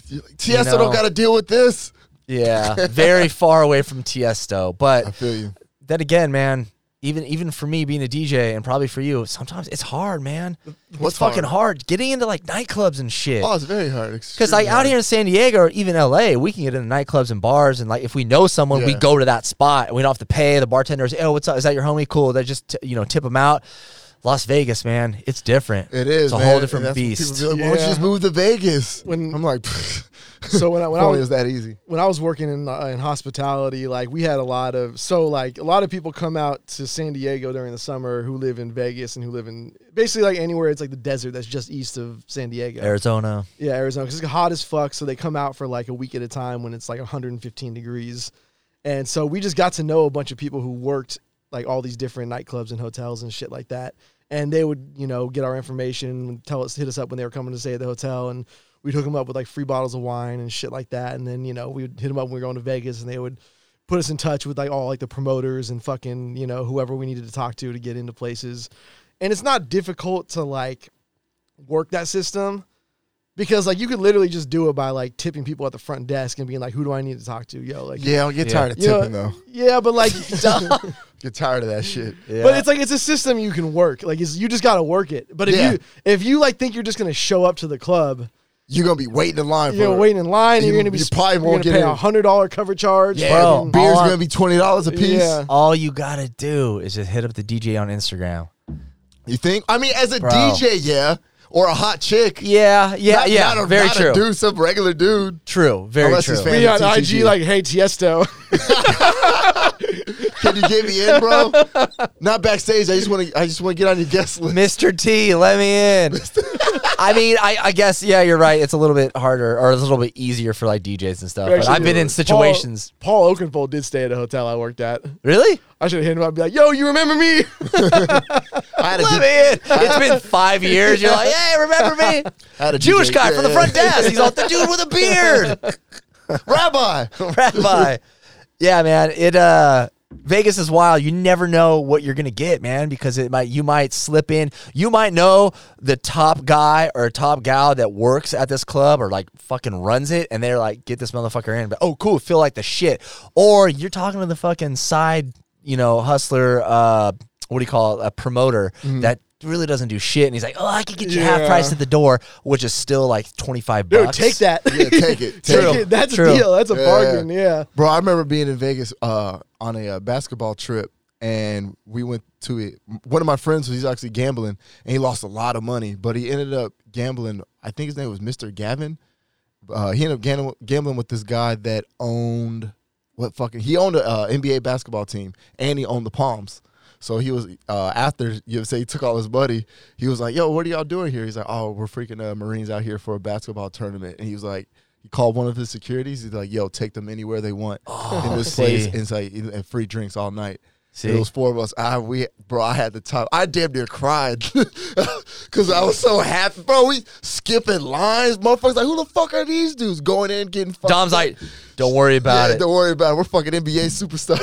Speaker 2: You're like, Tiesto
Speaker 1: know.
Speaker 2: don't got to deal with this.
Speaker 1: yeah, very far away from Tiesto.
Speaker 3: [laughs]
Speaker 1: But
Speaker 2: I feel you.
Speaker 1: then again, man, even even for me being a DJ and probably for you, sometimes it's hard, man.
Speaker 2: What's
Speaker 1: it's fucking hard getting into like nightclubs and shit.
Speaker 2: Oh, it's very hard.
Speaker 1: Because like out here in San Diego or even LA, we can get into nightclubs and bars, and like if we know someone, we
Speaker 2: Yeah.
Speaker 1: go to that spot. and We don't have to pay the bartenders. Oh, what's up? Is that your homie? Cool. They just you know tip them out. Las Vegas, man, it's different.
Speaker 2: It is.
Speaker 1: It's a
Speaker 2: man.
Speaker 1: whole
Speaker 2: And
Speaker 1: different
Speaker 2: that's when people
Speaker 1: beast.
Speaker 2: be like, Why don't you
Speaker 3: Yeah.
Speaker 2: just move to Vegas?
Speaker 3: When-
Speaker 2: I'm like, [laughs]
Speaker 3: So when I when I
Speaker 2: probably
Speaker 3: was
Speaker 2: was that easy.
Speaker 3: when I was working in uh, in hospitality, like we had a lot of so like a lot of people come out to San Diego during the summer who live in Vegas and who live in basically like anywhere it's like the desert that's just east of San Diego.
Speaker 1: Arizona.
Speaker 3: Yeah, Arizona because it's hot as fuck. So they come out for like a week at a time when it's like 115 degrees, and so we just got to know a bunch of people who worked like all these different nightclubs and hotels and shit like that. And they would you know get our information, tell us, hit us up when they were coming to stay at the hotel, and we'd hook them up with like free bottles of wine and shit like that. And then you know we would hit them up when we were going to Vegas, and they would put us in touch with like all like the promoters and fucking you know whoever we needed to talk to to get into places. And it's not difficult to like work that system because like you could literally just do it by like tipping people at the front desk and being like, "Who do I need to talk to?" Yo, like
Speaker 2: Yeah, I'll get
Speaker 1: Yeah.
Speaker 2: tired of
Speaker 3: you know-
Speaker 2: tipping though.
Speaker 3: yeah,
Speaker 2: [laughs]
Speaker 3: but like,
Speaker 2: Get tired of that shit.
Speaker 1: Yeah.
Speaker 3: but it's like it's a system you can work. Like it's, you just gotta work it. But if
Speaker 2: Yeah.
Speaker 3: you if you like think you're just gonna show up to the club,
Speaker 2: You're gonna be waiting in line.
Speaker 3: you're
Speaker 2: for it.
Speaker 3: waiting in line,
Speaker 2: You-
Speaker 3: you're gonna be
Speaker 2: you
Speaker 3: sp-
Speaker 2: probably
Speaker 3: you're
Speaker 2: won't
Speaker 3: gonna
Speaker 2: get
Speaker 3: pay
Speaker 2: in.
Speaker 3: a hundred dollar cover charge.
Speaker 2: Yeah,
Speaker 1: Bro,
Speaker 2: beer's
Speaker 1: all I-
Speaker 2: gonna be twenty dollars a piece.
Speaker 3: Yeah.
Speaker 1: All you gotta do is just hit up the DJ on Instagram.
Speaker 2: You think? I mean, as a
Speaker 1: Bro.
Speaker 2: DJ, yeah. or a hot chick.
Speaker 1: Yeah, yeah,
Speaker 2: Not-
Speaker 1: yeah.
Speaker 2: not a-
Speaker 1: very
Speaker 2: not
Speaker 1: true.
Speaker 2: A dude, some regular dude.
Speaker 1: True. Very
Speaker 2: Unless
Speaker 1: true.
Speaker 2: he's fan-
Speaker 3: Be on
Speaker 2: Yeah,
Speaker 3: IG
Speaker 2: TTG.
Speaker 3: like,
Speaker 2: [laughs]
Speaker 3: hey Tiesto,
Speaker 2: Can you get me in, bro? Not backstage. I just want to. I just want to get on your guest list.
Speaker 1: Mr. T, let me in. I mean, I, I guess yeah, you're right. It's a little bit harder or a little bit easier for like DJs and stuff. But
Speaker 3: Actually,
Speaker 1: I've been in situations.
Speaker 3: Paul, Paul Oakenfold did stay at a hotel I worked at.
Speaker 1: Really?
Speaker 3: I should have hit him up and be like, yo, you remember me? [laughs]
Speaker 2: I had a,
Speaker 1: Let
Speaker 2: D-
Speaker 1: me in. It's been five years. You're like, hey, remember me?
Speaker 2: I had a
Speaker 1: Jewish
Speaker 2: DJ.
Speaker 1: guy
Speaker 2: Yeah,
Speaker 1: from the
Speaker 2: yeah.
Speaker 1: front desk. He's like the dude with a beard.
Speaker 2: rabbi.
Speaker 1: [laughs] Rabbi. Yeah, man. It uh Vegas is wild. You never know what you're gonna get, man, because it might you might slip in. You might know the top guy or top gal that works at this club or like fucking runs it, and they're like, get this motherfucker in. But oh, cool, feel like the shit. Or you're talking to the fucking side, you know, hustler. Uh, what do you call it? A promoter that. Really doesn't do shit, and he's like, "Oh, I could get you half
Speaker 3: Mm-hmm. Yeah.
Speaker 1: price at the door, which is still like twenty five
Speaker 3: Dude,
Speaker 1: bucks."
Speaker 3: take that.
Speaker 2: Yeah,
Speaker 3: [laughs]
Speaker 2: take it. Take
Speaker 1: True.
Speaker 2: it.
Speaker 3: Take it. That's
Speaker 1: True.
Speaker 3: a deal. That's a
Speaker 2: Yeah.
Speaker 3: bargain. Yeah.
Speaker 2: Bro, I remember being in Vegas uh, on a uh, basketball trip, and we went to it. One of my friends was he's actually gambling, and he lost a lot of money, but he ended up gambling. I think his name was Mister Gavin. Uh, he ended up gam- gambling with this guy that owned what fucking he owned a uh, NBA basketball team, and he owned the Palms. So he was uh, after you know, say he took all his money. He was like, "Yo, what are y'all doing here?" He's like, "Oh, we're freaking uh, Marines out here for a basketball tournament." And he was like, he called one of his securities. He's like, "Yo, take them anywhere they want in this place,
Speaker 1: see.
Speaker 2: and it's like and free drinks all night."
Speaker 1: See?
Speaker 2: It was four of us. I we bro, I had the time. I damn near cried [laughs] because I was so happy, bro. We skipping lines, motherfuckers. Like, who the fuck are these dudes going in getting? fucked
Speaker 1: Dom's
Speaker 2: up?
Speaker 1: like, "Don't worry about
Speaker 2: yeah,
Speaker 1: it." Ah.
Speaker 2: Don't worry about it. We're fucking
Speaker 1: [laughs]
Speaker 2: NBA superstars.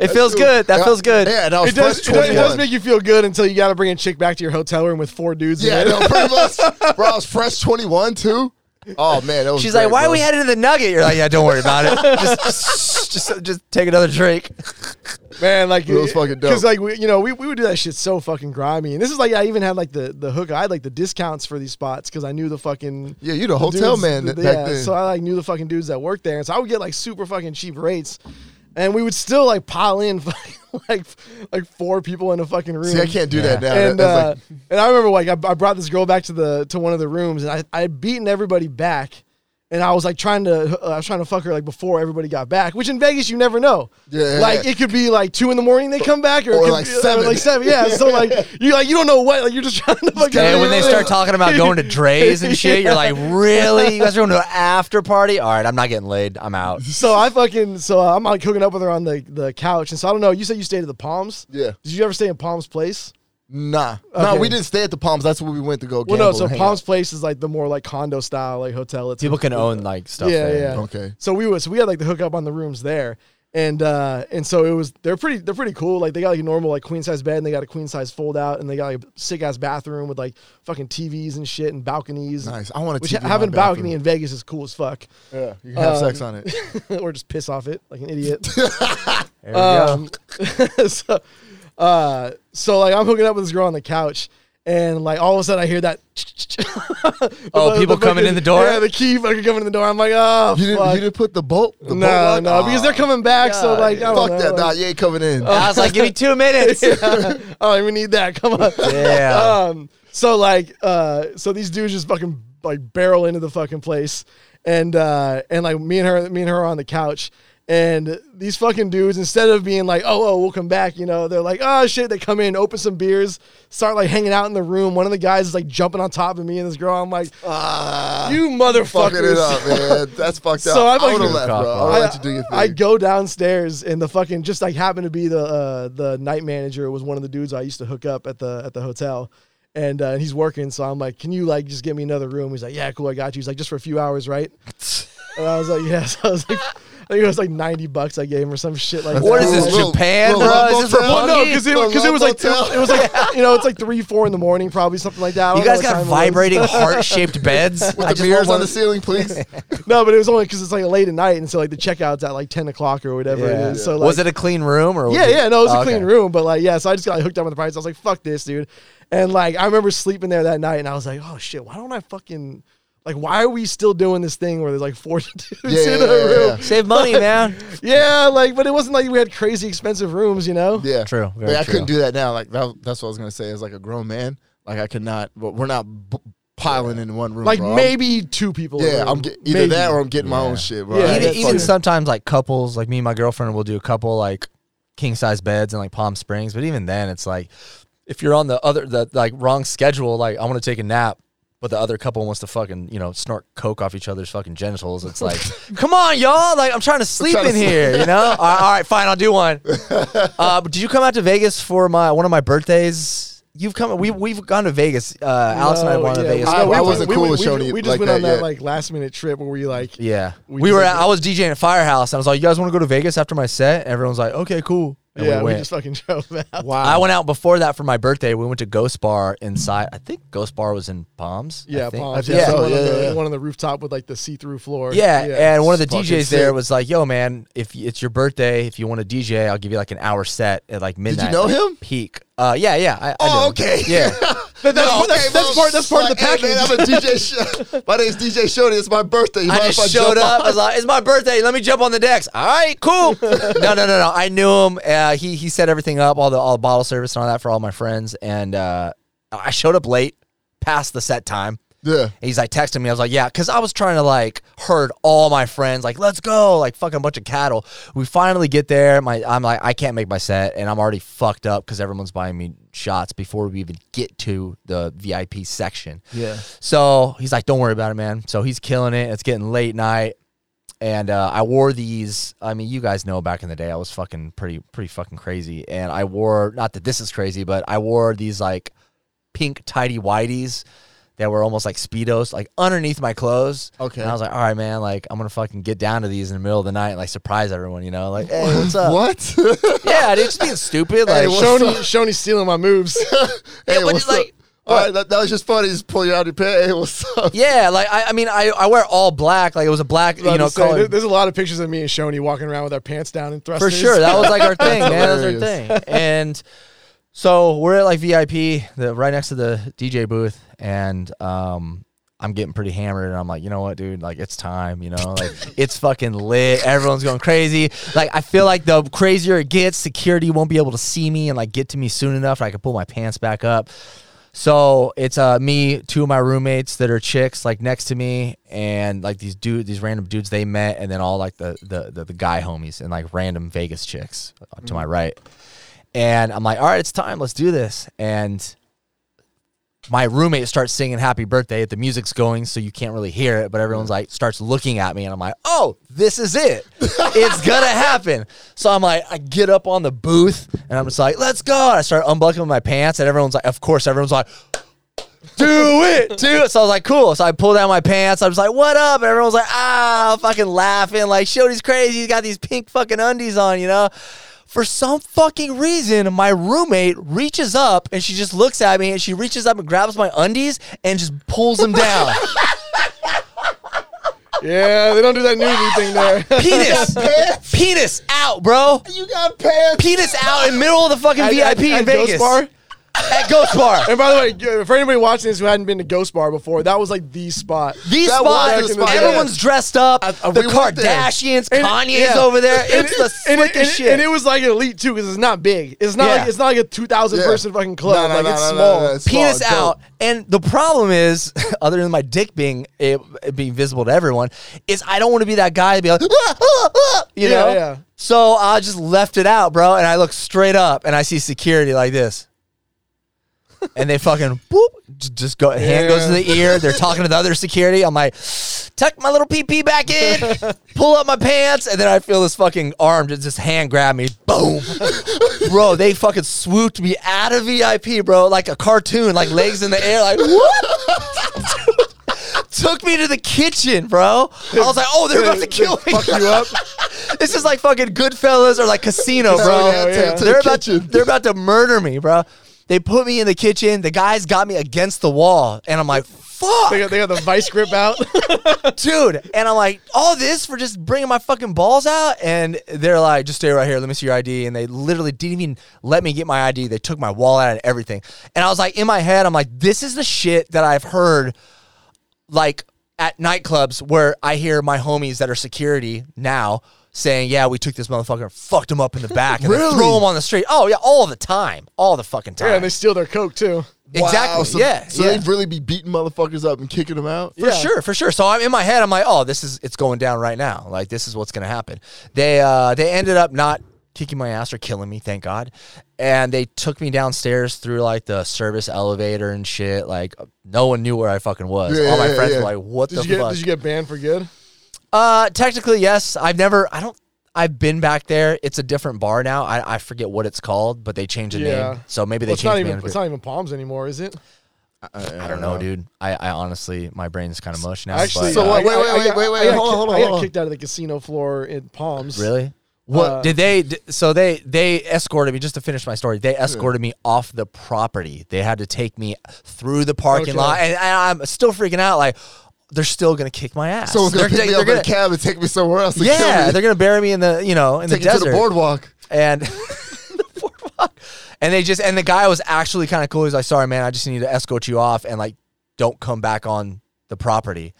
Speaker 1: It feels good. That
Speaker 2: Yeah.
Speaker 1: feels good.
Speaker 2: Yeah, and I was
Speaker 3: It does,
Speaker 2: fresh
Speaker 3: it, does, it
Speaker 2: 21.
Speaker 3: does make you feel good until you got to bring a chick back to your hotel room with four dudes
Speaker 2: [laughs] Yeah,
Speaker 3: in it.
Speaker 2: no, pretty much. Bro, I was fresh 21 too. Oh man, that was
Speaker 1: She's
Speaker 2: great,
Speaker 1: like, "Why
Speaker 2: bro.
Speaker 1: are we headed to the Nugget?" You're like, "Yeah, don't worry about it. just, just, just take another drink."
Speaker 3: Man, like
Speaker 2: It was fucking dope.
Speaker 3: Because like we, you know, we, we would do that shit so fucking grimy. And this is like I even had like the the hook. I had like the discounts for these spots because I knew the fucking
Speaker 2: Yeah, you the hotel man
Speaker 3: the-
Speaker 2: th- back
Speaker 3: yeah,
Speaker 2: then.
Speaker 3: So I like knew the fucking dudes that worked there, and so I would get like super fucking cheap rates, and we would still like pile in [laughs] fucking, like like four people in a fucking room.
Speaker 2: See, I can't do that
Speaker 3: [laughs]
Speaker 2: now.
Speaker 3: And
Speaker 2: That's
Speaker 3: uh,
Speaker 2: like-
Speaker 3: and I remember like I, I brought this girl back to the to one of the rooms, and I I had beaten everybody back. And I was like trying to, uh, I was trying to fuck her like before everybody got back, which in Vegas you never know.
Speaker 2: Yeah.
Speaker 3: Like it could be like two in the morning they come back, or, it
Speaker 2: Or,
Speaker 3: could
Speaker 2: like,
Speaker 3: be, uh,
Speaker 2: seven.
Speaker 3: like seven. Yeah.
Speaker 2: [laughs]
Speaker 3: So like you like you don't know what like you're just trying to fucking.
Speaker 1: And when they start talking about going
Speaker 3: [laughs]
Speaker 1: to Dre's and shit, you're
Speaker 3: Yeah.
Speaker 1: like, "Really? You guys are going to an after party? All right, I'm not getting laid. I'm out."
Speaker 3: [laughs] So I fucking so uh, I'm like hooking up with her on the, the couch, and so I don't know. You said you stayed at the Palms.
Speaker 2: Yeah.
Speaker 3: Did you ever stay in Palms Place?
Speaker 2: nah, nah,
Speaker 3: Okay.
Speaker 2: we didn't stay at the Palms. That's where we went to go.
Speaker 3: Well, no.
Speaker 2: gamble
Speaker 3: So
Speaker 2: and hang
Speaker 3: Palms
Speaker 2: out.
Speaker 3: Place is like the more like condo style like hotel. It's
Speaker 1: People can own like stuff.
Speaker 3: yeah,
Speaker 1: there.
Speaker 3: yeah.
Speaker 2: Okay.
Speaker 3: So we was so we had like the hookup on the rooms there, and uh and so it was they're pretty they're pretty cool. Like they got like a normal like queen size bed, and they got a queen size fold out, and they got like a sick ass bathroom with like fucking TVs and shit and balconies.
Speaker 2: Nice. I want a
Speaker 3: Which
Speaker 2: TV in my
Speaker 3: having a balcony
Speaker 2: bathroom.
Speaker 3: in Vegas is cool as fuck,
Speaker 2: Yeah, you can have
Speaker 3: Um,
Speaker 2: sex on it.
Speaker 3: [laughs] or just piss off it like
Speaker 2: [laughs]
Speaker 3: an idiot.
Speaker 1: There we go.
Speaker 3: Um, [laughs] so, uh, so like I'm hooking up with this girl on the couch, and like all of a sudden I hear that. [laughs]
Speaker 1: Oh, people coming
Speaker 3: fucking-
Speaker 1: in the door?
Speaker 3: Yeah, the key fucking coming in the door. I'm like, oh,
Speaker 2: You didn't,
Speaker 3: fuck.
Speaker 2: you didn't put the bolt. The bolt
Speaker 3: no,
Speaker 2: lock?
Speaker 3: no, because they're coming back. so like, I
Speaker 2: Aw,
Speaker 3: don't
Speaker 2: fuck
Speaker 3: know,
Speaker 2: that.
Speaker 3: like- [laughs]
Speaker 2: Nah, you ain't coming in.
Speaker 1: I was like, "Give me two minutes."
Speaker 3: I don't even need that. Come on.
Speaker 1: Yeah.
Speaker 3: Um. So like, uh, so these dudes just fucking like barrel into the fucking place, and uh, and like me and her, me and her are on the couch. And these fucking dudes, instead of being like, "Oh, oh, we'll come back," you know, they're like, "Oh shit!" They come in, open some beers, start like hanging out in the room. One of the guys is like jumping on top of me and this girl. I'm like,
Speaker 2: Ah, [laughs] fucking
Speaker 3: "You motherfuckers!"
Speaker 2: it up, man. That's fucked up.
Speaker 3: So I'm
Speaker 2: I
Speaker 3: like-
Speaker 2: would have left, bro. I would
Speaker 3: I-
Speaker 2: let you do your thing.
Speaker 3: I go downstairs and the fucking just like happened to be the uh, the night manager was one of the dudes I used to hook up at the at the hotel, and uh, and he's working. So I'm like, can you like just get me another room? He's like, yeah, cool, I got you. He's like, just for a few hours, right?
Speaker 1: [laughs]
Speaker 3: and I was like, yeah. So [laughs] I was like, I think it was like ninety bucks I gave him or some shit like.
Speaker 1: What
Speaker 3: that.
Speaker 1: is this,
Speaker 3: Like,
Speaker 1: Japan, bro? Is this for
Speaker 3: Well, no,
Speaker 1: Monkey?
Speaker 3: because it, 'cause it was like it [laughs] was like you know it's like three four in the morning probably something like that. I
Speaker 1: you
Speaker 3: don't know
Speaker 1: guys
Speaker 3: what
Speaker 1: got
Speaker 3: time it was.
Speaker 1: vibrating heart shaped beds.
Speaker 2: with
Speaker 1: I
Speaker 2: the
Speaker 1: just
Speaker 2: mirrors
Speaker 1: want
Speaker 2: on
Speaker 1: one-
Speaker 2: the ceiling, please.
Speaker 3: No, but it was only because it's like late at night, and so like the checkout's at like ten o'clock or whatever
Speaker 1: Yeah.
Speaker 3: it is. So like,
Speaker 1: was it a clean room or? was
Speaker 3: Yeah, yeah, no, it was
Speaker 1: Oh,
Speaker 3: a clean
Speaker 1: okay.
Speaker 3: room, but like, yeah, so I just got like, hooked up with the price. I was like, fuck this, dude. And like, I remember sleeping there that night, and I was like, oh shit, why don't I fucking like, why are we still doing this thing where there's like four [laughs] dudes
Speaker 2: Yeah,
Speaker 3: in
Speaker 2: yeah,
Speaker 3: a
Speaker 2: yeah,
Speaker 3: room?
Speaker 1: Save money, man.
Speaker 3: Yeah. like, but it wasn't like we had crazy expensive rooms, you know?
Speaker 2: Yeah,
Speaker 1: True, very
Speaker 2: Like, I
Speaker 1: true.
Speaker 2: couldn't do that now. Like that, that's what I was gonna say. As like a grown man, Like I could not. But we're not b- piling in one room.
Speaker 3: Like
Speaker 2: bro. I'm-
Speaker 3: maybe two people.
Speaker 2: yeah,
Speaker 3: are-
Speaker 2: I'm get, either
Speaker 3: maybe.
Speaker 2: that or I'm getting my
Speaker 1: Yeah.
Speaker 2: own shit, bro.
Speaker 3: Yeah,
Speaker 2: I
Speaker 3: that's
Speaker 1: even
Speaker 2: ain't
Speaker 1: even
Speaker 2: fucking-
Speaker 1: sometimes like couples, like me and my girlfriend will do a couple like king size beds in like Palm Springs, but even then it's like if you're on the other the like wrong schedule, like I want to take a nap, but the other couple wants to fucking, you know, snort coke off each other's fucking genitals. It's
Speaker 3: [laughs]
Speaker 1: like, come on, y'all, like I'm trying to sleep
Speaker 2: trying to
Speaker 1: in here, you know? all, right, all right, fine, I'll do
Speaker 3: [laughs]
Speaker 1: one. Uh, but did you come out to Vegas for my one of my birthdays? You've come we we've gone to Vegas. Uh, Alex and I
Speaker 3: No,
Speaker 1: went to
Speaker 3: yeah,
Speaker 1: Vegas.
Speaker 3: no,
Speaker 2: I-
Speaker 3: we
Speaker 2: I
Speaker 3: went-
Speaker 2: wasn't
Speaker 3: we
Speaker 2: cool
Speaker 3: went-
Speaker 2: with
Speaker 3: we-
Speaker 2: Shoni
Speaker 3: We just
Speaker 2: like
Speaker 3: went
Speaker 2: that
Speaker 3: on that
Speaker 2: yet.
Speaker 3: like last minute trip where we like
Speaker 1: Yeah.
Speaker 3: We
Speaker 1: We,
Speaker 3: just
Speaker 1: were
Speaker 3: like-
Speaker 1: at, I was DJing at Firehouse and I was like, You guys want to go to Vegas after my set? Everyone's like, Okay, cool. And
Speaker 3: yeah
Speaker 1: we
Speaker 3: we,
Speaker 1: went.
Speaker 3: just fucking [laughs] drove out.
Speaker 2: wow.
Speaker 1: I went out before that for my birthday. We went to Ghost Bar inside. I think Ghost Bar was in Palms. I
Speaker 3: Yeah,
Speaker 1: think.
Speaker 3: Palms,
Speaker 2: think
Speaker 3: yeah,
Speaker 2: so,
Speaker 3: one on
Speaker 2: yeah,
Speaker 3: the-
Speaker 2: yeah.
Speaker 3: one on the rooftop with like the see-through floor.
Speaker 1: Yeah, and one of the
Speaker 2: Fucking
Speaker 1: DJs there
Speaker 2: sick.
Speaker 1: was like, "Yo, man, if y- it's your birthday, if you want to DJ, I'll give you like an hour set at like midnight."
Speaker 2: know
Speaker 1: like,
Speaker 2: him?
Speaker 1: Peak. Uh, yeah, yeah. I, I
Speaker 2: Oh,
Speaker 1: know him.
Speaker 2: okay.
Speaker 3: [laughs]
Speaker 1: Yeah.
Speaker 3: But that's,
Speaker 2: No,
Speaker 3: part- that's,
Speaker 2: okay,
Speaker 3: that's
Speaker 2: well,
Speaker 3: part. That's part of the
Speaker 2: like, hey,
Speaker 3: package.
Speaker 2: man, I'm a DJ. Sh- [laughs] my name's DJ Shorty. It's my birthday. You mind
Speaker 1: I
Speaker 2: if
Speaker 1: just showed
Speaker 2: jump
Speaker 1: up.
Speaker 2: on?
Speaker 1: I was like, "It's my birthday. Let me jump on the decks." All right,
Speaker 2: [laughs]
Speaker 1: cool. no, no, no, no. I knew him. Uh, he he set everything up, all the all the bottle service and all that for all my friends. And uh, I showed up late, past the set time.
Speaker 2: Yeah.
Speaker 1: And he's like texting me. I was like, "Yeah," because I was trying to like herd all my friends. Like, let's go. Like, fucking bunch of cattle. We finally get there. My I'm like, I can't make my set, and I'm already fucked up because everyone's buying me shots before we even get to the VIP section.
Speaker 2: Yeah.
Speaker 1: So he's like, "Don't worry about it, man." So he's killing it. It's getting late night, and uh, I wore these. I mean, you guys know back in the day, I was fucking pretty, pretty fucking crazy, and I wore not that this is crazy, but I wore these like pink tidy whities that were almost like speedos, like underneath my clothes.
Speaker 2: Okay.
Speaker 1: and I was like, "All right, man, like I'm gonna fucking get down to these in the middle of the night, and, like surprise everyone, you know, like
Speaker 2: [laughs]
Speaker 1: hey, what's up?"
Speaker 2: What?
Speaker 1: Yeah, dude, just being stupid,
Speaker 2: Hey,
Speaker 1: like.
Speaker 2: what's
Speaker 1: show-
Speaker 3: Shoney, Shoney's stealing my moves. [laughs]
Speaker 2: hey,
Speaker 1: but
Speaker 2: [laughs] what's
Speaker 1: it's like-
Speaker 2: up? All right, that, that was just funny. Just pull you out of your pants. Hey, what's
Speaker 3: [laughs]
Speaker 2: up?
Speaker 1: yeah, like I, I mean, I, I wear all black. Like it was a black, you
Speaker 3: About
Speaker 1: know,
Speaker 3: to say, there-
Speaker 1: color.
Speaker 3: there's a lot of pictures of me and Shoney walking around with our pants down and
Speaker 1: For
Speaker 3: thrusters.
Speaker 1: sure. That was like our thing, man. That was our
Speaker 2: hilarious.
Speaker 1: thing. And so we're at like VIP, the right next to the DJ booth, and um I'm getting pretty hammered and I'm like, you know what, dude? Like it's time, you know? Like it's fucking lit. Everyone's going crazy. Like I feel like the crazier it gets, security won't be able to see me and like get to me soon enough. I can pull my pants back up. So it's uh me, two of my roommates that are chicks, like next to me, and like these dude, these random dudes they met, and then all like the the the, the guy homies and like random Vegas chicks uh, to my right. And I'm like, all right, it's time, let's do this. And my roommate starts singing happy birthday. The music's going, so you can't really hear it, but everyone's like starts looking at me and I'm like, oh, this is it. it's gonna happen. So I'm like, I get up on the booth and I'm just like, let's go. And I start unbuckling my pants, and everyone's like, of course, everyone's like, do it, do it. So I was like, cool. So I pulled down my pants. I was like, what up? And everyone's like, ah, fucking laughing. Like, Shody's crazy. He's got these pink fucking undies on, you know? For some fucking reason, my roommate reaches up and she just looks at me and she reaches up and grabs my undies and just pulls them
Speaker 3: [laughs]
Speaker 1: down.
Speaker 3: Yeah, they don't do that nudie
Speaker 1: [laughs]
Speaker 3: thing there. [laughs]
Speaker 1: penis, penis out, bro.
Speaker 2: You got pants.
Speaker 1: Penis out in middle of the fucking
Speaker 3: At-
Speaker 1: VIP
Speaker 3: at-
Speaker 1: in
Speaker 3: at Ghost
Speaker 1: Vegas.
Speaker 3: Bar?
Speaker 1: At Ghost Bar.
Speaker 3: And by the way, for anybody watching this who hadn't been to Ghost Bar before, that was like the spot.
Speaker 1: These
Speaker 2: That
Speaker 1: spots,
Speaker 2: was the spot,
Speaker 1: everyone's dressed up.
Speaker 2: I- I-
Speaker 3: uh,
Speaker 1: the
Speaker 2: we went there.
Speaker 1: Kardashians, Kanye's
Speaker 3: yeah.
Speaker 1: over there.
Speaker 3: And
Speaker 1: It's
Speaker 3: it-
Speaker 1: the
Speaker 3: and it-
Speaker 1: slickest
Speaker 3: and it-
Speaker 1: shit.
Speaker 3: And it was like elite too, because it's not big. It's not
Speaker 1: Yeah.
Speaker 3: like it's not like a two thousand
Speaker 2: Yeah.
Speaker 3: person fucking club.
Speaker 2: No, no,
Speaker 3: like
Speaker 2: no,
Speaker 3: it's
Speaker 2: no, no,
Speaker 3: small.
Speaker 2: no, it's-
Speaker 1: penis
Speaker 2: Small,
Speaker 1: out. And the problem is, [laughs] other than my dick being it, it being visible to everyone, is I don't want to be that guy to be like, "Ah, ah, ah," you
Speaker 3: Yeah,
Speaker 1: know.
Speaker 3: yeah.
Speaker 1: So I just left it out, bro. And I look straight up, and I see security like this. and they fucking boop, j- just go. Hand goes to the ear. They're talking to the other security. I'm like, tuck my little pee pee back in, pull up my pants, and then I feel this fucking arm just, just hand grab me. Boom, bro. They fucking swooped me out of VIP, bro, like a cartoon, like legs in the air, like what? Took me to the kitchen, bro. I was like, oh, they're about to kill me.
Speaker 2: Fuck you up.
Speaker 1: This is like fucking Goodfellas or like
Speaker 2: [laughs]
Speaker 1: Casino,
Speaker 2: Hell
Speaker 1: bro.
Speaker 2: Oh, yeah, take it to
Speaker 1: They're
Speaker 2: the
Speaker 1: about
Speaker 2: kitchen.
Speaker 1: they're about to murder me, bro. They put me in the kitchen. The guys got me against the wall, and I'm like,
Speaker 3: They
Speaker 1: "Fuck,
Speaker 3: got, they got the vice grip
Speaker 1: [laughs]
Speaker 3: out. [laughs]
Speaker 1: dude!" And I'm like, "All this for just bringing my fucking balls out?" And they're like, "Just stay right here. Let me see your ID." And they literally didn't even let me get my ID. They took my wallet and everything. And I was like, in my head, I'm like, "This is the shit that I've heard." like at nightclubs where I hear my homies that are security now saying, "Yeah, we took this motherfucker, and fucked him up in the back, and then
Speaker 2: [laughs] Really?
Speaker 1: throw him on the street." Oh yeah, all the time, all the fucking time.
Speaker 3: Yeah, and they steal their coke too.
Speaker 1: [laughs] exactly.
Speaker 2: so,
Speaker 1: yeah,
Speaker 2: So
Speaker 1: yeah.
Speaker 2: they'd really be beating motherfuckers up and kicking them out.
Speaker 1: For
Speaker 3: Yeah.
Speaker 1: sure, for sure. So I'm in my head. I'm like, oh, this is it's going down right now. Like this is what's gonna happen. They uh, they ended up not kicking my ass or killing me, thank God. And they took me downstairs through like the service elevator and shit. Like no one knew where I fucking was.
Speaker 2: Yeah,
Speaker 1: All my
Speaker 2: yeah,
Speaker 1: friends
Speaker 2: yeah.
Speaker 1: were like, what
Speaker 3: Did
Speaker 1: the
Speaker 3: you get?
Speaker 1: fuck?
Speaker 3: Did you get banned for good?
Speaker 1: uh, technically yes. I've never. I don't. I've been back there. It's a different bar now. I, I forget what it's called, but they changed the
Speaker 3: Yeah.
Speaker 1: name. So maybe
Speaker 3: Well,
Speaker 1: they
Speaker 3: it's not
Speaker 1: changed
Speaker 3: even.
Speaker 1: the
Speaker 3: It's
Speaker 1: name.
Speaker 3: not even Palms anymore, is it?
Speaker 1: I don't know, dude. I, I honestly, my brain's kind of mush now.
Speaker 3: Actually,
Speaker 1: but,
Speaker 2: So
Speaker 1: uh,
Speaker 2: wait,
Speaker 3: I-
Speaker 2: wait,
Speaker 3: I- I
Speaker 2: wait,
Speaker 3: got-
Speaker 2: wait, wait,
Speaker 3: I got
Speaker 2: hold on,
Speaker 3: kick-
Speaker 2: hold on,
Speaker 3: I
Speaker 2: hold
Speaker 3: got
Speaker 2: on.
Speaker 3: kicked out of the casino floor in Palms.
Speaker 1: Really? What
Speaker 3: Uh,
Speaker 1: did they? d- So they they escorted me just to finish my story. They escorted me off the property. They had to take me through the parking
Speaker 3: Okay.
Speaker 1: lot, and, and I'm still freaking out. Like they're still gonna kick my ass.
Speaker 2: Someone's gonna
Speaker 1: They're-
Speaker 2: pick me
Speaker 1: they're
Speaker 2: up in a
Speaker 1: gonna-
Speaker 2: cab and take me somewhere else. And
Speaker 1: yeah,
Speaker 2: kill me.
Speaker 1: they're gonna bury me in the you know in
Speaker 2: take
Speaker 1: the
Speaker 2: me to
Speaker 1: desert
Speaker 2: the boardwalk.
Speaker 1: and [laughs] the boardwalk. And they just and the guy was actually kind of cool. He's like, "Sorry, man, I just need to escort you off and like don't come back on the property."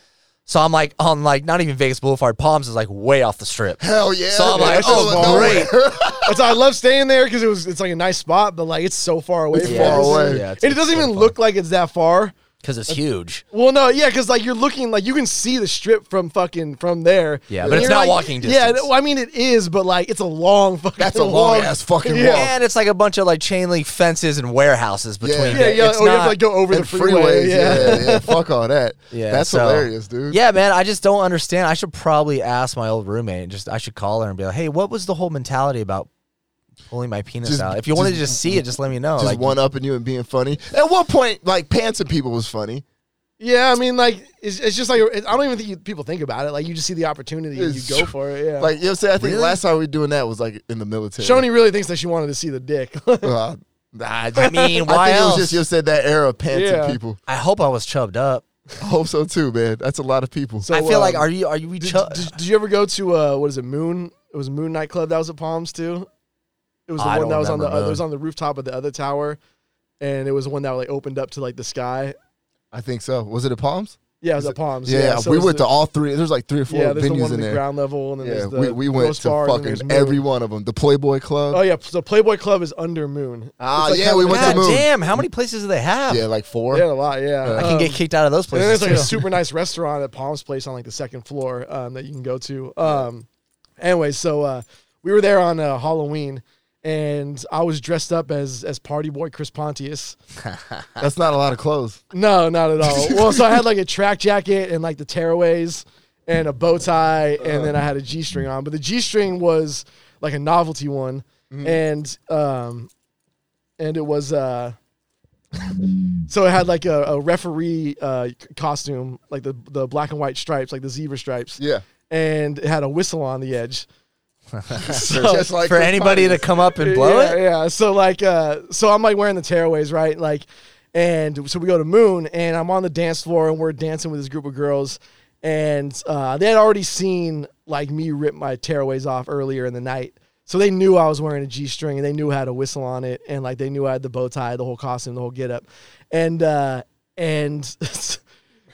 Speaker 1: So I'm like on like not even Vegas Boulevard. Palms is like way off the
Speaker 2: [laughs]
Speaker 1: strip.
Speaker 2: Hell yeah!
Speaker 1: So I'm
Speaker 2: dude,
Speaker 1: like,
Speaker 2: that's
Speaker 1: oh,
Speaker 2: all-
Speaker 1: [laughs]
Speaker 2: no way.
Speaker 1: great.
Speaker 3: That's why I love staying there because it was. It's like a nice spot, but like it's so far away.
Speaker 2: It's
Speaker 3: from
Speaker 2: far
Speaker 3: everything.
Speaker 2: away.
Speaker 1: Yeah, it's-
Speaker 3: And it doesn't
Speaker 1: it's
Speaker 3: even
Speaker 1: far.
Speaker 3: look like it's that far.
Speaker 1: Because it's huge.
Speaker 3: Well, no, yeah, because like you're looking, like you can see the strip from fucking from there.
Speaker 1: Yeah,
Speaker 3: And
Speaker 1: but it's
Speaker 3: you're
Speaker 1: not
Speaker 3: like-
Speaker 1: walking
Speaker 3: Yeah,
Speaker 1: distance.
Speaker 3: well, I mean it is, but like it's a [laughs] long fucking.
Speaker 2: That's a long ass fucking
Speaker 3: Yeah.
Speaker 2: walk.
Speaker 1: And it's like a bunch of like chain link fences and warehouses between.
Speaker 2: Yeah,
Speaker 1: it.
Speaker 3: Yeah, yeah.
Speaker 1: It's
Speaker 3: Oh, you have
Speaker 1: not-
Speaker 3: to like go over the
Speaker 2: And
Speaker 3: freeway.
Speaker 2: freeways,
Speaker 3: yeah.
Speaker 2: yeah, yeah. Fuck all
Speaker 3: [laughs]
Speaker 2: that.
Speaker 1: Yeah,
Speaker 2: that's
Speaker 1: so-
Speaker 2: hilarious, dude.
Speaker 1: Yeah, man. I just don't understand. I should probably ask my old roommate. and Just I should call her and be like, "Hey, what was the whole mentality about pulling my penis
Speaker 2: Just-
Speaker 1: out? If you wanted to
Speaker 2: just-
Speaker 1: just see it, just let me know."
Speaker 2: just
Speaker 1: like,
Speaker 2: one upping you and being funny. At one point, like pantsing people was funny.
Speaker 3: Yeah, I mean, like it's, it's just like it, I don't even think you, people think about it. Like you just see the opportunity and
Speaker 2: It's
Speaker 3: you go for it. Yeah,
Speaker 2: Like you know, what I'm saying? I think
Speaker 1: Really?
Speaker 2: last time we were doing that was like in the military.
Speaker 3: Shoni really thinks that she wanted to see the dick. [laughs]
Speaker 2: Uh, nah, I,
Speaker 1: I
Speaker 2: just,
Speaker 1: mean,
Speaker 2: [laughs] I
Speaker 1: why
Speaker 2: think
Speaker 1: else?
Speaker 2: it was just you said that era of pantsing
Speaker 3: Yeah.
Speaker 2: people.
Speaker 1: I hope I was chubbed up.
Speaker 2: I hope so too, man. That's a lot of people.
Speaker 3: So,
Speaker 1: I feel like
Speaker 3: um,
Speaker 1: are you are you we
Speaker 3: did,
Speaker 1: chub?
Speaker 3: did, did you ever go to uh, what is it Moon? It was Moon nightclub that was at Palms too. It was the
Speaker 1: I don't
Speaker 3: one that was on the
Speaker 1: remember
Speaker 3: other, it was
Speaker 1: Moon.
Speaker 3: on the rooftop of the other tower, and it was the one that like opened up to like the sky.
Speaker 2: I think so. Was it the Palms?
Speaker 3: Yeah, it was
Speaker 2: Is
Speaker 3: at Palms.
Speaker 2: Yeah,
Speaker 3: so
Speaker 2: we
Speaker 3: it was
Speaker 2: went to all three. There's like three or four
Speaker 3: yeah. There's the
Speaker 2: venues
Speaker 3: one on
Speaker 2: in
Speaker 3: the
Speaker 2: there.
Speaker 3: ground level, and then
Speaker 2: Yeah,
Speaker 3: there's the
Speaker 2: we, we went
Speaker 3: roast
Speaker 2: to
Speaker 3: bar, and then there's
Speaker 2: fucking
Speaker 3: Moon.
Speaker 2: every one of them. The Playboy Club.
Speaker 3: Oh yeah, so Playboy Club is under Moon.
Speaker 2: Ah,
Speaker 3: It's like
Speaker 2: yeah,
Speaker 3: kind
Speaker 2: we
Speaker 3: of
Speaker 2: went
Speaker 3: an
Speaker 1: God
Speaker 2: to
Speaker 3: alley.
Speaker 2: Moon.
Speaker 1: damn, how many places do they have?
Speaker 2: Yeah, like four.
Speaker 3: Yeah, a lot. Yeah,
Speaker 2: uh,
Speaker 1: I can
Speaker 3: Um,
Speaker 1: get kicked out of
Speaker 2: [laughs]
Speaker 1: those
Speaker 3: And then
Speaker 1: places.
Speaker 3: there's like a
Speaker 1: too.
Speaker 3: super nice restaurant at Palms Place on like the second floor um, that you can go to. Um, anyway, so uh, we were there on uh, Halloween, and I was dressed up as as party boy Chris Pontius.
Speaker 2: That's not a lot of clothes.
Speaker 3: No, not at all. well, so I had like a track jacket and like the tearaways and a bow tie, and then I had a G string on. But the G string was like a novelty one, and um, and it was uh, so it had like a, a referee uh c- costume, like the the black and white stripes, like the zebra stripes,
Speaker 2: Yeah.
Speaker 3: and it had a whistle on the edge.
Speaker 1: [laughs]
Speaker 2: Just like
Speaker 1: for
Speaker 2: Chris
Speaker 1: anybody to
Speaker 2: Pontius.
Speaker 1: come up and blow
Speaker 3: yeah,
Speaker 1: it.
Speaker 3: Yeah. So like, uh, so I'm like wearing the tearaways, right? Like, and so we go to Moon, and I'm on the dance floor, and we're dancing with this group of girls, and uh, they had already seen like me rip my tearaways off earlier in the night. So they knew I was wearing a G string, and they knew I had a whistle on it, and like they knew I had the bow tie, the whole costume, the whole get up, and uh, and [laughs]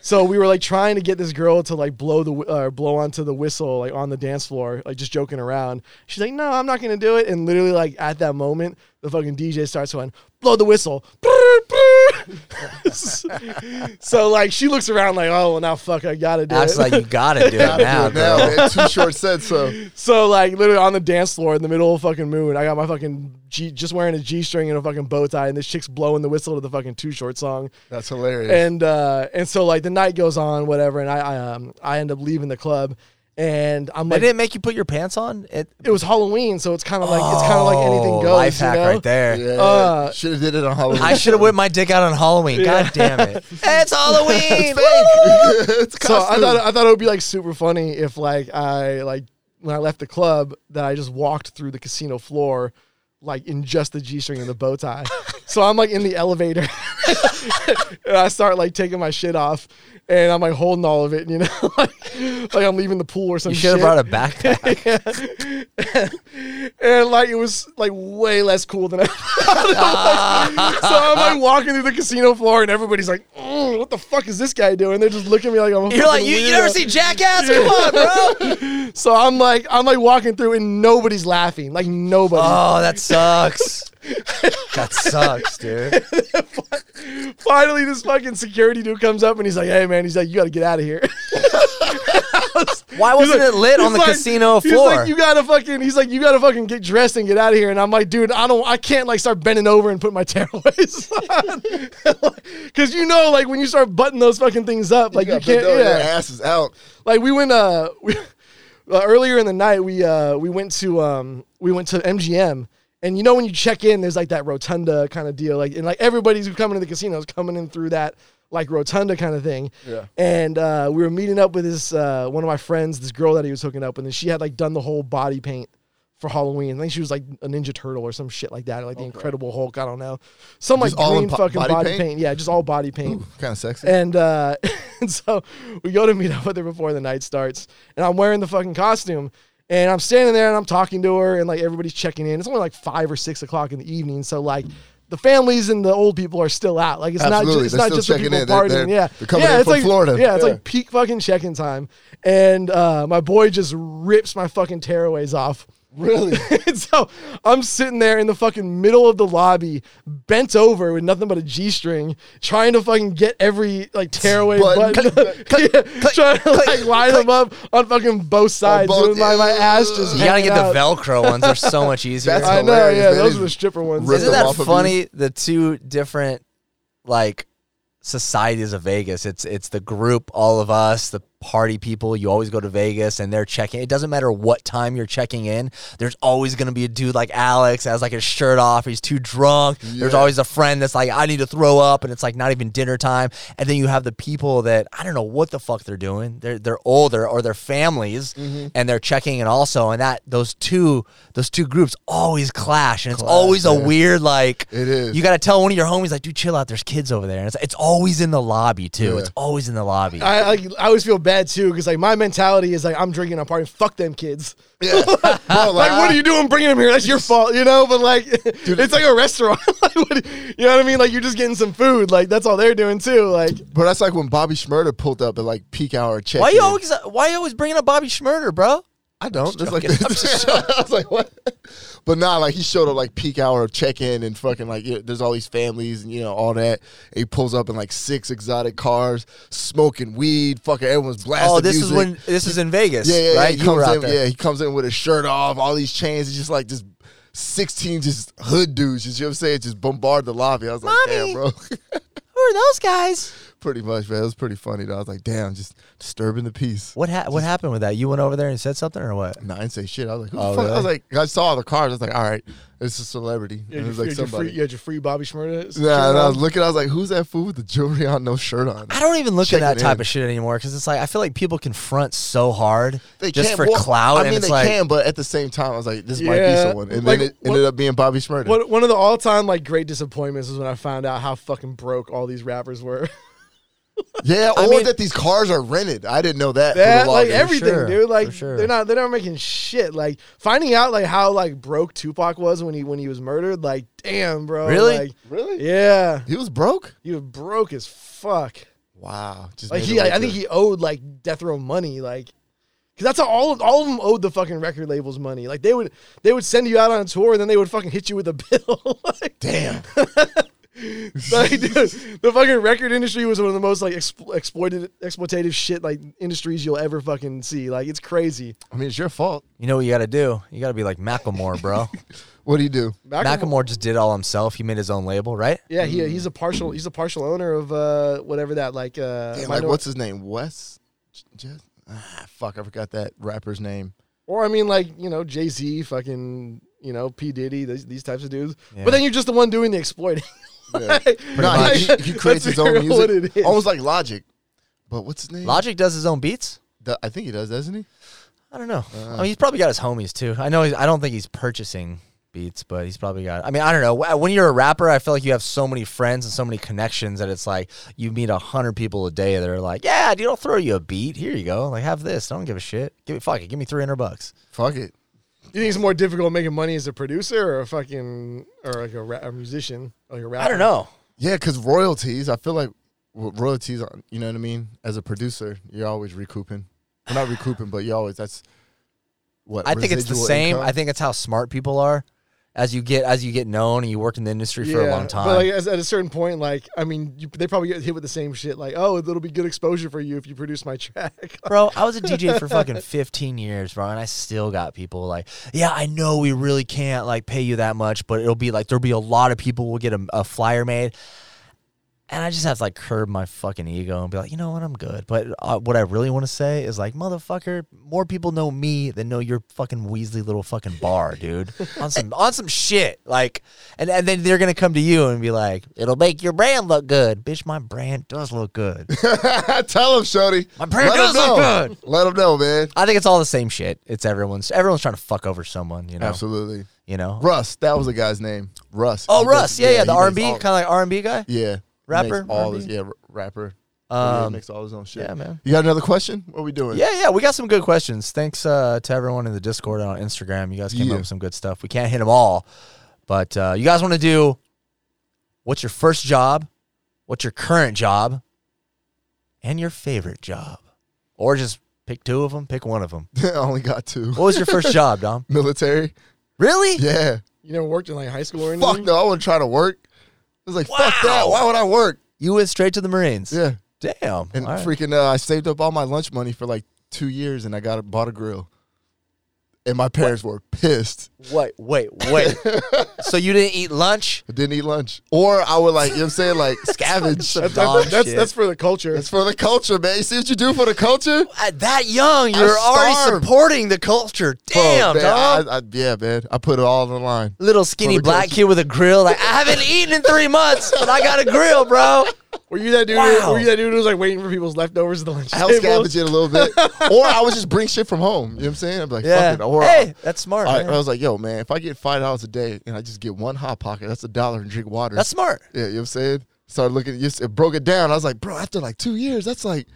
Speaker 3: So we were like trying to get this girl to like blow the wh- uh, blow onto the whistle like on the dance floor, like just joking around. She's like, "No, I'm not gonna do it." And literally, like at that moment, the fucking DJ starts going, "Blow the whistle." [laughs] so like she looks around like, "Oh well, now fuck, I gotta do
Speaker 1: I
Speaker 3: it."
Speaker 1: was like, you gotta do it
Speaker 2: [laughs] Gotta do
Speaker 1: now,
Speaker 2: it now,
Speaker 1: bro.
Speaker 2: man. Too short said so.
Speaker 3: [laughs] so like literally on the dance floor in the middle of fucking moon, I got my fucking G, just wearing a G string and a fucking bow tie, and this chick's blowing the whistle to the fucking Too Short song.
Speaker 2: That's hilarious.
Speaker 3: and uh, and so like the night goes on, whatever, and I I, um, I end up leaving the club, and I'm
Speaker 1: They
Speaker 3: like,
Speaker 1: didn't make you put your pants on. It,
Speaker 3: it was Halloween, so it's kind of like it's kind of like anything
Speaker 1: Oh,
Speaker 3: goes.
Speaker 1: Life
Speaker 3: you
Speaker 1: hack
Speaker 3: know?
Speaker 1: right there.
Speaker 2: yeah,
Speaker 3: uh,
Speaker 2: should have did it on Halloween.
Speaker 1: I should have whipped my dick out on Halloween. God damn it! it's Halloween. Woo!
Speaker 2: it's
Speaker 3: So I
Speaker 2: costume.
Speaker 3: thought I thought it would be like super funny if like I like when I left
Speaker 1: [laughs]
Speaker 3: the club that I just walked through the casino floor. Like in just the g string and the bow tie, So I'm like in the elevator, [laughs] and I start like taking my shit off, and I'm like holding all of it, you know, [laughs] like, like I'm leaving the pool or some
Speaker 1: You should have
Speaker 3: shit.
Speaker 1: brought a backpack.
Speaker 3: and like it was like way less cool than
Speaker 1: [laughs]
Speaker 3: I [laughs] thought. so I'm like walking through the casino floor, and everybody's like, "Mm, "What the fuck is this guy doing?" They're just looking at me like I'm. a
Speaker 1: You're like
Speaker 3: fucking
Speaker 1: you, you
Speaker 3: weirdo.
Speaker 1: never see Jackass? Come on, bro.
Speaker 3: So I'm like I'm like walking through, and nobody's laughing. Like nobody.
Speaker 1: Oh, that sucks. that sucks, dude.
Speaker 3: Finally, this fucking security dude comes up and he's like, "Hey, man," he's like, "You got to get out of here." [laughs]
Speaker 1: Why wasn't it lit
Speaker 3: He's
Speaker 1: on the
Speaker 3: like-
Speaker 1: casino
Speaker 3: he's
Speaker 1: floor?
Speaker 3: like, "You gotta fucking," he's like, "You gotta fucking get dressed and get out of here." And I'm like, "Dude, I don't, I can't like start bending over and put my [laughs] tearaways on, [laughs] because you know, like when you start butting those fucking things up, like you,
Speaker 2: got
Speaker 3: can't.
Speaker 2: bent over, Your
Speaker 3: Yeah,
Speaker 2: ass is out.
Speaker 3: like we went uh [laughs] we uh, earlier in the night we uh we went to um we went to MGM and you know when you check in there's like that rotunda kind of deal like and like everybody's who coming to the casinos coming in through that like rotunda kind of thing
Speaker 2: Yeah.
Speaker 3: and uh, we were meeting up with this uh, one of my friends this girl that he was hooking up with and she had like done the whole body paint for Halloween I think she was like a Ninja Turtle or some shit like that like the Incredible Hulk I don't know some
Speaker 2: Just
Speaker 3: like
Speaker 2: all in
Speaker 3: green
Speaker 2: po-
Speaker 3: fucking
Speaker 2: body
Speaker 3: body,
Speaker 2: paint?
Speaker 3: paint? yeah just all body paint
Speaker 2: Kind of sexy.
Speaker 3: and uh, [laughs] and so we go to meet up with her before the night starts, and I'm wearing the fucking costume. And I'm standing there and I'm talking to her, and like everybody's checking in. It's only like five or six o'clock in the evening, so like the families and the old people are still out. Like it's
Speaker 2: Absolutely.
Speaker 3: not just,
Speaker 2: They're
Speaker 3: it's not
Speaker 2: still
Speaker 3: just the
Speaker 2: checking
Speaker 3: people
Speaker 2: in. They're-
Speaker 3: partying.
Speaker 2: they're-
Speaker 3: yeah,
Speaker 2: they're coming
Speaker 3: yeah,
Speaker 2: in
Speaker 3: it's
Speaker 2: from
Speaker 3: like,
Speaker 2: Florida.
Speaker 3: Yeah, it's
Speaker 2: Yeah.
Speaker 3: like peak fucking check-in time, and uh, my boy just rips my fucking tearaways off.
Speaker 2: really?
Speaker 3: [laughs] And so I'm sitting there in the fucking middle of the lobby, bent over with nothing but a G string, trying to fucking get every like tearaway
Speaker 2: Button.
Speaker 3: button, [laughs] Yeah, trying to like line them up on fucking both sides.
Speaker 2: both-
Speaker 3: Doing my, my ass just
Speaker 1: You gotta
Speaker 3: hanging
Speaker 1: get
Speaker 3: out.
Speaker 1: the Velcro ones. They're so much easier.
Speaker 2: That's
Speaker 3: I know,
Speaker 2: Hilarious,
Speaker 3: yeah,
Speaker 2: man.
Speaker 3: those
Speaker 2: It's
Speaker 3: are the stripper ones.
Speaker 2: ripped
Speaker 1: Isn't
Speaker 2: them
Speaker 1: that
Speaker 2: off of
Speaker 1: funny? The two different like societies of Vegas. It's it's the group, all of us, the party people. You always go to Vegas and they're checking. It doesn't matter what time you're checking in. There's always gonna be a dude like Alex has like his shirt off. He's too drunk. There's
Speaker 2: Yeah.
Speaker 1: always a friend that's like, I need to throw up, and it's like not even dinner time. And then you have the people that I don't know what the fuck they're doing. They're they're older or their families,
Speaker 2: Mm-hmm.
Speaker 1: and they're checking in also. And that those two those two groups always clash, and it's always a weird like
Speaker 2: It is.
Speaker 1: You got to tell one of your homies like, dude, chill out. There's kids over there, and it's it's always in the lobby too.
Speaker 2: Yeah.
Speaker 1: It's always in the lobby.
Speaker 3: I, like, I always feel bad too because like my mentality is like I'm drinking, I'm partying. Fuck them kids.
Speaker 1: [laughs]
Speaker 2: Yeah. Bro, like,
Speaker 3: Like, what are you doing bringing them here? That's your fault, you know? But, like, [laughs] it's like a restaurant. [laughs] like, what, you know what I mean? Like, you're just getting some food. Like, that's all they're doing, too. Like,
Speaker 2: Bro, that's like when Bobby Schmurder pulled up at like peak hour check.
Speaker 1: why you always why you always bringing up Bobby Schmurder, bro?
Speaker 2: I don't. Just like [laughs] I was like, what? But nah, like he showed up like peak hour of check in and fucking like you know, there's all these families and you know all that. And he pulls up in like six exotic cars, smoking weed. Fucking everyone's blasting.
Speaker 1: Oh, this
Speaker 2: music.
Speaker 1: is when this is in Vegas,
Speaker 2: Yeah, yeah, yeah.
Speaker 1: right?
Speaker 2: He
Speaker 1: you were
Speaker 2: comes
Speaker 1: out
Speaker 2: in,
Speaker 1: there.
Speaker 2: yeah, he comes in with his shirt off, all these chains. He's just like just sixteen just hood dudes. You know what I'm saying? Just bombard the lobby. I was like, damn,
Speaker 1: Mommy.
Speaker 2: bro. [laughs]
Speaker 1: Who are those guys?
Speaker 2: pretty much, man. It was pretty funny though. I was like, damn, just disturbing the peace.
Speaker 1: What ha- what happened with that? You went over there and said something or what?
Speaker 2: No, I didn't say shit. I was like, who
Speaker 1: Oh,
Speaker 2: the fuck? I was
Speaker 1: really?
Speaker 2: like, I saw the cars. I was like, all right, it's a celebrity.
Speaker 3: you
Speaker 2: And
Speaker 3: had,
Speaker 2: it
Speaker 3: your,
Speaker 2: was like
Speaker 3: you had your free, you
Speaker 2: somebody.
Speaker 3: had your free Bobby Schmurda.
Speaker 2: Yeah, and I was looking. I was like, who's that fool with the jewelry on, no shirt on?
Speaker 1: I don't even look at
Speaker 2: Checking
Speaker 1: that type
Speaker 2: in.
Speaker 1: of shit anymore because it's like I feel like people confront so hard
Speaker 2: They
Speaker 1: just
Speaker 2: can't
Speaker 1: for
Speaker 2: walk-
Speaker 1: clout,
Speaker 2: I
Speaker 1: and
Speaker 2: mean,
Speaker 1: it's
Speaker 2: they
Speaker 1: like
Speaker 2: can, but at the same time, I was like, this might be
Speaker 3: Yeah.
Speaker 2: someone, and
Speaker 3: Like,
Speaker 2: then it
Speaker 3: what-
Speaker 2: ended up being Bobby Schmurda.
Speaker 3: One, one of the all time, like, great disappointments was when I found out how fucking broke all these rappers [laughs] were.
Speaker 2: Yeah, or
Speaker 1: I mean-
Speaker 2: that these cars are rented. I didn't know that. for the
Speaker 3: that, like,
Speaker 2: longest.
Speaker 3: everything,
Speaker 1: sure,
Speaker 3: dude. Like,
Speaker 1: for sure.
Speaker 3: they're not, they're not making shit. Like, finding out, like, how, like, broke Tupac was when he, when he was murdered, like, damn, bro.
Speaker 1: Really?
Speaker 3: Like,
Speaker 2: really?
Speaker 3: yeah.
Speaker 2: He was broke.
Speaker 3: You were broke as fuck.
Speaker 2: Wow. Just
Speaker 3: Like
Speaker 2: made
Speaker 3: he,
Speaker 2: it
Speaker 3: I, I
Speaker 2: like
Speaker 3: think
Speaker 2: that.
Speaker 3: he owed like death row money, like because that's how all of, all of them owed the fucking record labels money. Like they would they would send you out on a tour and then they would fucking hit you with a [laughs] bill. like,
Speaker 2: Damn.
Speaker 3: [laughs] like, dude, the fucking record industry was one of the most like expl- exploited exploitative shit like industries you'll ever fucking see. Like it's crazy.
Speaker 2: I mean, it's your fault.
Speaker 1: you know what you got to do? You got to be like Macklemore,
Speaker 2: [laughs]
Speaker 1: bro.
Speaker 2: What do you do?
Speaker 1: Macklemore. just did all himself. He made his own label, right?
Speaker 3: Yeah, he, he's a partial he's a partial owner of uh whatever that like uh
Speaker 2: Damn, like,
Speaker 3: minor-
Speaker 2: what's his name? Wes? J- Jess? Ah, fuck, I forgot that rapper's name.
Speaker 3: Or I mean, like you know, Jay Z, fucking you know, P Diddy, these, these types of dudes.
Speaker 1: Yeah.
Speaker 3: But then you're just the one doing the exploiting. [laughs]
Speaker 2: Yeah.
Speaker 3: Like,
Speaker 2: Nah, he,
Speaker 3: [laughs] like,
Speaker 2: he creates
Speaker 3: let's
Speaker 2: his
Speaker 3: be
Speaker 2: own
Speaker 3: real what
Speaker 2: music,
Speaker 3: it is.
Speaker 2: almost like Logic. But what's his name?
Speaker 1: Logic does his own beats.
Speaker 2: Do- I think he does, doesn't he?
Speaker 1: Uh. I don't know. I mean, he's probably got his homies too. I know. He's, I don't think he's purchasing beats, but he's probably got. I mean, I don't know. Wh- When you're a rapper, I feel like you have so many friends and so many connections that it's like you meet a hundred people a day that are like, "Yeah, dude, I'll throw you a beat. Here you go. Like, have this. I don't give a shit. Give me fuck it. Give me three hundred bucks.
Speaker 2: Fuck it.
Speaker 3: You think it's more difficult making money as a producer or a fucking or like a, ra- a musician, like a rapper?
Speaker 1: I don't know.
Speaker 2: Yeah, because royalties. I feel like ro- royalties. are- You know what I mean? As a producer, you're always recouping. Well, not recouping, but you always. That's what
Speaker 1: I think it's the
Speaker 2: residual
Speaker 1: same.
Speaker 2: income?
Speaker 1: I think it's how smart people are. As you get as you get known and you work in the industry for a long time.
Speaker 3: But like, as, at a certain point, like I mean, you, they probably get hit with the same shit. Like, oh, it'll be good exposure for you if you produce my track. [laughs]
Speaker 1: bro. I was a DJ for fucking 15 years, bro, and I still got people like, yeah, I know we really can't like pay you that much, but it'll be like there'll be a lot of people will get a, a flyer made, and I just have to like curb my fucking ego and be like, you know what, I'm good. But uh, what I really want to say is like, motherfucker, more people know me than know your fucking Weasley little fucking bar, dude. on some on some shit, like, and and then they're gonna come to you and be like, it'll make your brand look good, bitch. My brand does look good.
Speaker 2: [laughs] Tell him, Shody.
Speaker 1: My brand does
Speaker 2: know.
Speaker 1: look good.
Speaker 2: Let him know, man.
Speaker 1: I think it's all the same shit. It's everyone's everyone's trying to fuck over someone, you know.
Speaker 2: Absolutely.
Speaker 1: You know.
Speaker 2: Russ, that was the guy's name. Russ.
Speaker 1: Oh,
Speaker 2: He
Speaker 1: Russ.
Speaker 2: makes-
Speaker 1: Yeah, yeah. The
Speaker 2: he makes
Speaker 1: R and B,
Speaker 2: all-
Speaker 1: kind of like R and B guy.
Speaker 2: Yeah. He
Speaker 1: Rapper,
Speaker 2: makes all
Speaker 1: R&B?
Speaker 2: his yeah r- rapper. he
Speaker 1: Um,
Speaker 2: makes all his own shit.
Speaker 1: yeah, man.
Speaker 2: You got another question? What we doing?
Speaker 1: Yeah, yeah. We got some good questions. Thanks uh, to everyone in the Discord and on Instagram. You guys came
Speaker 2: Yeah.
Speaker 1: up with some good stuff. We can't hit them all, but uh, you guys want to do what's your first job, what's your current job, and your favorite job, or just pick two of them, pick one of them.
Speaker 2: [laughs] I only got two.
Speaker 1: What was your
Speaker 2: [laughs]
Speaker 1: first job, Dom?
Speaker 2: Military.
Speaker 1: Really?
Speaker 2: Yeah.
Speaker 3: You never worked in like high school or anything.
Speaker 2: Fuck no, I wouldn't try to work. I was like, fuck that.
Speaker 1: Wow.
Speaker 2: Why would I work?
Speaker 1: You went straight to the Marines.
Speaker 2: Yeah.
Speaker 1: Damn.
Speaker 2: And
Speaker 1: All right.
Speaker 2: freaking, uh, I saved up all my lunch money for like two years, and I got a, bought a grill. And my parents were pissed.
Speaker 1: Wait, wait,
Speaker 2: [laughs]
Speaker 1: wait. so you didn't eat lunch?
Speaker 2: I didn't eat lunch, or I would like you know what I'm saying like
Speaker 1: [laughs] That's-
Speaker 2: scavenge.
Speaker 3: That's
Speaker 1: Dog
Speaker 3: that's, that's,
Speaker 1: shit.
Speaker 3: that's for the culture.
Speaker 2: It's for the culture, man. You see what you do for the culture?
Speaker 1: At that young, you're already
Speaker 2: starved.
Speaker 1: supporting the culture.
Speaker 2: Bro,
Speaker 1: Damn,
Speaker 2: man,
Speaker 1: dog.
Speaker 2: I, I, yeah, man. I put it all on the line.
Speaker 1: Little skinny
Speaker 2: For the
Speaker 1: black
Speaker 2: culture.
Speaker 1: kid with a grill. Like, I haven't eaten in three months, but I got a grill,
Speaker 2: [laughs]
Speaker 1: bro.
Speaker 3: were you that dude?
Speaker 1: Wow.
Speaker 3: Were you that dude who was like waiting for people's leftovers at the lunch
Speaker 2: I was
Speaker 3: table?
Speaker 2: scavenging a
Speaker 1: [laughs]
Speaker 2: little bit, or I would just bring shit from home. You know what I'm saying? I'm like,
Speaker 1: Yeah.
Speaker 2: fuck it. Or
Speaker 1: hey, that's smart.
Speaker 2: I, uh, I,
Speaker 1: man.
Speaker 2: was like, yo, man, if I get five dollars a day and I just get one hot pocket, that's a dollar and drink water.
Speaker 1: that's smart.
Speaker 2: yeah. You know what I'm saying? Started looking, you s- it broke it down. I was like, bro, after like two years, that's like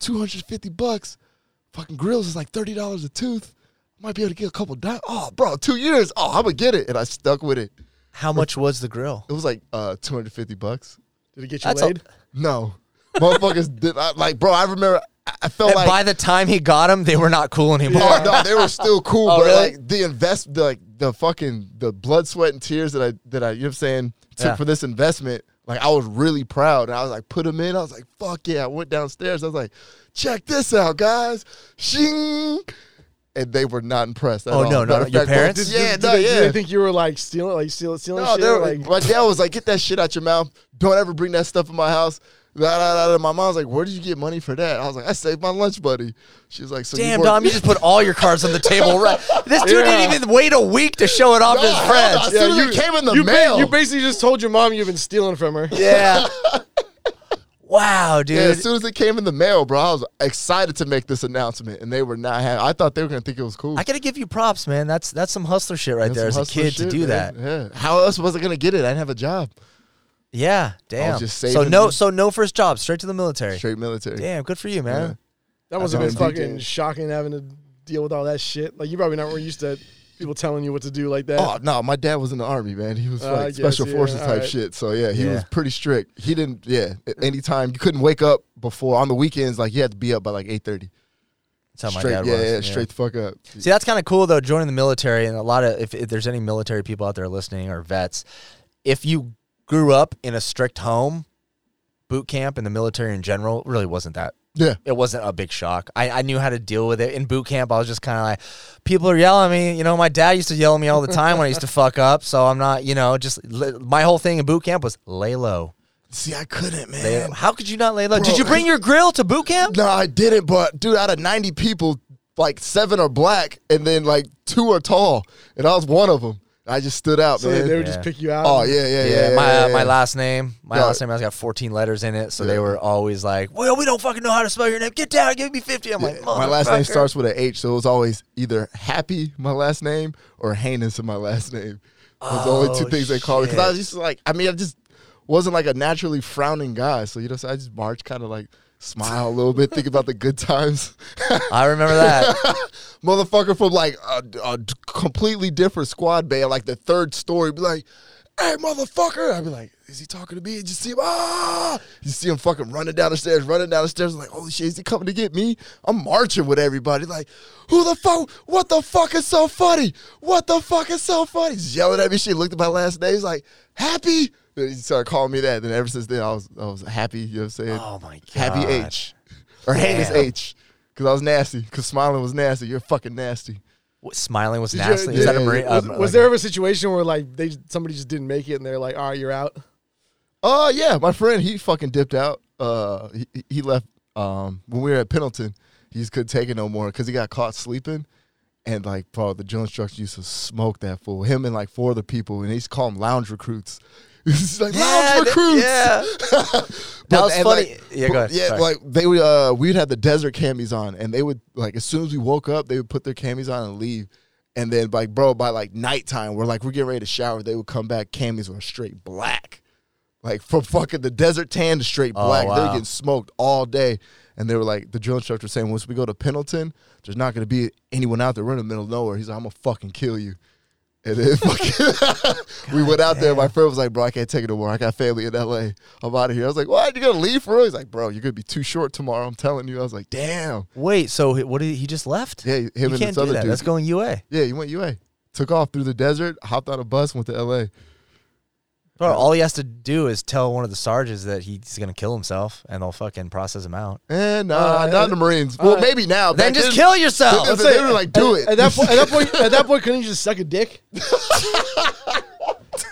Speaker 2: 250 bucks. Fucking grills is like thirty dollars a tooth. Might be able to get a couple. Di- oh, bro, two years. Oh, I'm gonna get it, and I stuck with it.
Speaker 1: How much was the grill?
Speaker 2: It was like uh, 250 bucks.
Speaker 3: Did it get you
Speaker 1: That's a-
Speaker 3: laid?
Speaker 2: No, [laughs] motherfuckers did I, like, bro. I remember. I, I felt
Speaker 1: And
Speaker 2: [laughs] like
Speaker 1: by the time he got him, they were not cool anymore.
Speaker 2: [laughs] Oh no, they were still
Speaker 1: [laughs]
Speaker 2: cool,
Speaker 1: Oh,
Speaker 2: but
Speaker 1: really?
Speaker 2: like the invest, the, like the fucking the blood, sweat, and tears that I that I you know what I'm saying took
Speaker 1: Yeah.
Speaker 2: for this investment. Like I was really proud, and I was like, put them in. I was like, fuck yeah! I went downstairs. I was like, check this out, guys. Shing. And they were not impressed. At
Speaker 1: Oh,
Speaker 2: all.
Speaker 1: no, no,
Speaker 2: Matter
Speaker 1: no. Your
Speaker 2: of fact, they were
Speaker 1: parents?
Speaker 2: just-
Speaker 1: Did-
Speaker 2: Yeah,
Speaker 3: Did
Speaker 2: no,
Speaker 3: they, Did
Speaker 2: yeah.
Speaker 3: they think you were like stealing, like stealing, stealing
Speaker 2: No,
Speaker 3: shit?
Speaker 2: they were,
Speaker 3: like,
Speaker 2: my dad was like, "Get that shit out your mouth. Don't ever bring that stuff in my house." Da, da, da, da. My mom's like, "Where did you get money for that?" I was like, "I saved my lunch money." She was like, "So
Speaker 1: Damn,
Speaker 2: you
Speaker 1: Dom, you just put all your cards on the
Speaker 2: [laughs]
Speaker 1: table. Right? This dude
Speaker 3: Yeah.
Speaker 1: didn't even wait a week to show it off to his friends.
Speaker 2: As soon as it came in the
Speaker 3: you ba-
Speaker 2: mail,
Speaker 3: you basically just told your mom you've been stealing from her.
Speaker 2: [laughs]
Speaker 1: Yeah. wow, dude.
Speaker 2: Yeah, as soon as it came in the mail, bro, I was excited to make this announcement, and they were not happy. I thought they were gonna think it was cool.
Speaker 1: I gotta give you props, man. That's that's some hustler shit right
Speaker 2: That's
Speaker 1: there. As
Speaker 2: some
Speaker 1: a
Speaker 2: hustler
Speaker 1: kid to
Speaker 2: shit,
Speaker 1: do
Speaker 2: man.
Speaker 1: that,
Speaker 2: Yeah. How else was I gonna get it? I didn't have a job.
Speaker 1: yeah. Damn.
Speaker 2: just
Speaker 1: so
Speaker 2: saving
Speaker 1: no,
Speaker 2: it.
Speaker 1: so no first job, straight to the military.
Speaker 2: Straight military.
Speaker 1: Damn, good for you, man.
Speaker 3: That must have been
Speaker 2: That's all I'm
Speaker 3: fucking
Speaker 2: thinking.
Speaker 3: shocking having to deal with all that shit. Like you probably not were used to people telling you what to do like that.
Speaker 2: Oh no, my dad was in the army, man. He was
Speaker 3: Uh, I
Speaker 2: like
Speaker 3: guess,
Speaker 2: special
Speaker 3: yeah,
Speaker 2: forces type
Speaker 3: alright.
Speaker 2: shit. So yeah, he
Speaker 1: Yeah.
Speaker 2: was pretty strict. He didn't. Yeah, at any time you couldn't wake up before on the weekends. Like you had to be up by like eight thirty.
Speaker 1: That's how my
Speaker 2: Straight,
Speaker 1: dad
Speaker 2: yeah,
Speaker 1: was.
Speaker 2: yeah, straight the fuck up.
Speaker 1: See, that's kind of cool though. Joining the military, and a lot of if, if there's any military people out there listening or vets, if you grew up in a strict home, boot camp and the military in general really wasn't that
Speaker 2: Yeah,
Speaker 1: it wasn't a big shock. I, I knew how to deal with it. In boot camp, I was just kind of like, people are yelling at me. You know, my dad used to yell at me all the time when I used to fuck up. So I'm not, you know, just li- my whole thing in boot camp was lay low.
Speaker 2: see, I couldn't, man.
Speaker 1: Lay low. How could you not lay low? Did
Speaker 2: Bro,
Speaker 1: you bring your grill to boot camp?
Speaker 2: No, I didn't. But dude, out of ninety people, like seven are black, and then like two are tall, and I was one of them. I just stood out,
Speaker 3: so
Speaker 2: man.
Speaker 3: they would
Speaker 1: Yeah.
Speaker 3: just pick you out.
Speaker 2: oh yeah, yeah, yeah.
Speaker 1: Yeah, my
Speaker 2: yeah,
Speaker 1: uh, my
Speaker 2: yeah.
Speaker 1: last name, my
Speaker 2: No.
Speaker 1: last name has got 14 letters in it, so they
Speaker 2: Yeah.
Speaker 1: were always like, "Well, we don't fucking know how to spell your name. Get down, give me 50." I'm like,
Speaker 2: My last name
Speaker 1: "Motherfucker."
Speaker 2: starts with an H, so it was always either happy, my last name, or heinous in my last name. That's the only two
Speaker 1: Oh,
Speaker 2: things they called me because I
Speaker 1: shit.
Speaker 2: was just like, I mean, I just wasn't like a naturally frowning guy, so you know, so I just marched kind of like smile a little bit, think about the good times. [laughs]
Speaker 1: I remember that.
Speaker 2: Motherfucker from like a, a d- completely different squad bay, like the third story, be like, "Hey, motherfucker!" I'd be like, "Is he talking to me?" Did you see him? Ah! You see him fucking running down the stairs, running down the stairs. Like, holy shit, is he coming to get me? I'm marching with everybody. Like, who the fuck? What the fuck is so funny? What the fuck is so funny? He's yelling at me. She looked at my last name. He's like, "Happy." Then he started calling me that. Then ever since then, I was I was happy. You know what I'm saying?
Speaker 1: Oh my god.
Speaker 2: Happy H or heinous
Speaker 1: Damn.
Speaker 2: H because I was nasty. Because smiling was nasty. You're fucking nasty.
Speaker 1: What, smiling was
Speaker 2: Did you-
Speaker 1: nasty. Is that a
Speaker 2: yeah,
Speaker 1: marine?
Speaker 2: yeah.
Speaker 3: Was,
Speaker 1: um,
Speaker 3: was
Speaker 1: like-
Speaker 3: there ever a situation where like they somebody just didn't make it and they're like, all right, you're out?
Speaker 2: Oh yeah, my friend he fucking dipped out. Uh, he, he left um when we were at Pendleton. He just couldn't take it no more because he got caught sleeping. And like, bro, the drill instructor used to smoke that fool. Him and like four other people, and they used to call him lounge recruits. [laughs] He's like
Speaker 1: Yeah,
Speaker 2: lounge
Speaker 1: th-
Speaker 2: recruits.
Speaker 1: Yeah.
Speaker 2: But-
Speaker 1: That was
Speaker 2: and,
Speaker 1: funny.
Speaker 2: like,
Speaker 1: yeah, go ahead.
Speaker 2: Yeah,
Speaker 1: Sorry.
Speaker 2: like they would uh we'd have the desert camis on and they would like as soon as we woke up, they would put their camis on and leave. And then like bro, by like nighttime, we're like we're getting ready to shower, they would come back, camis were straight black. Like from fucking the desert tan to straight
Speaker 1: Oh,
Speaker 2: black. They were
Speaker 1: wow.
Speaker 2: getting smoked all day. And they were like, the drill instructor was saying, once we go to Pendleton, there's not gonna be anyone out there. We're in the middle of nowhere. He's like, I'm gonna fucking kill you. And then [laughs] fucking, we went out there. My friend was like, "Bro, I can't take it no more. I got family in L.A. I'm out of here." I was like, "What? You gonna leave for real?" He's like, "Bro, you're gonna be too short tomorrow. I'm telling you." I was like, "Damn."
Speaker 1: Wait, so he- what did he, he just left?
Speaker 2: Yeah, him
Speaker 1: he
Speaker 2: and
Speaker 1: can't
Speaker 2: this
Speaker 1: do
Speaker 2: other
Speaker 1: that.
Speaker 2: dude.
Speaker 1: That's going UA.
Speaker 2: yeah, he went UA, took off through the desert, hopped on a bus, went to L.A.
Speaker 1: Bro, all he has to do is tell one of the sergeants that he's gonna kill himself, and they'll fucking process him out.
Speaker 2: And nah,
Speaker 3: Uh,
Speaker 2: not the Marines. Well,
Speaker 3: uh,
Speaker 2: maybe now.
Speaker 1: Then
Speaker 2: Back
Speaker 1: just
Speaker 2: then-
Speaker 1: kill
Speaker 2: back
Speaker 1: yourself.
Speaker 2: then, they were like, "Do Oh, it."
Speaker 3: At
Speaker 2: [laughs]
Speaker 3: that point, at that point, at that point, couldn't you just suck a [laughs] dick?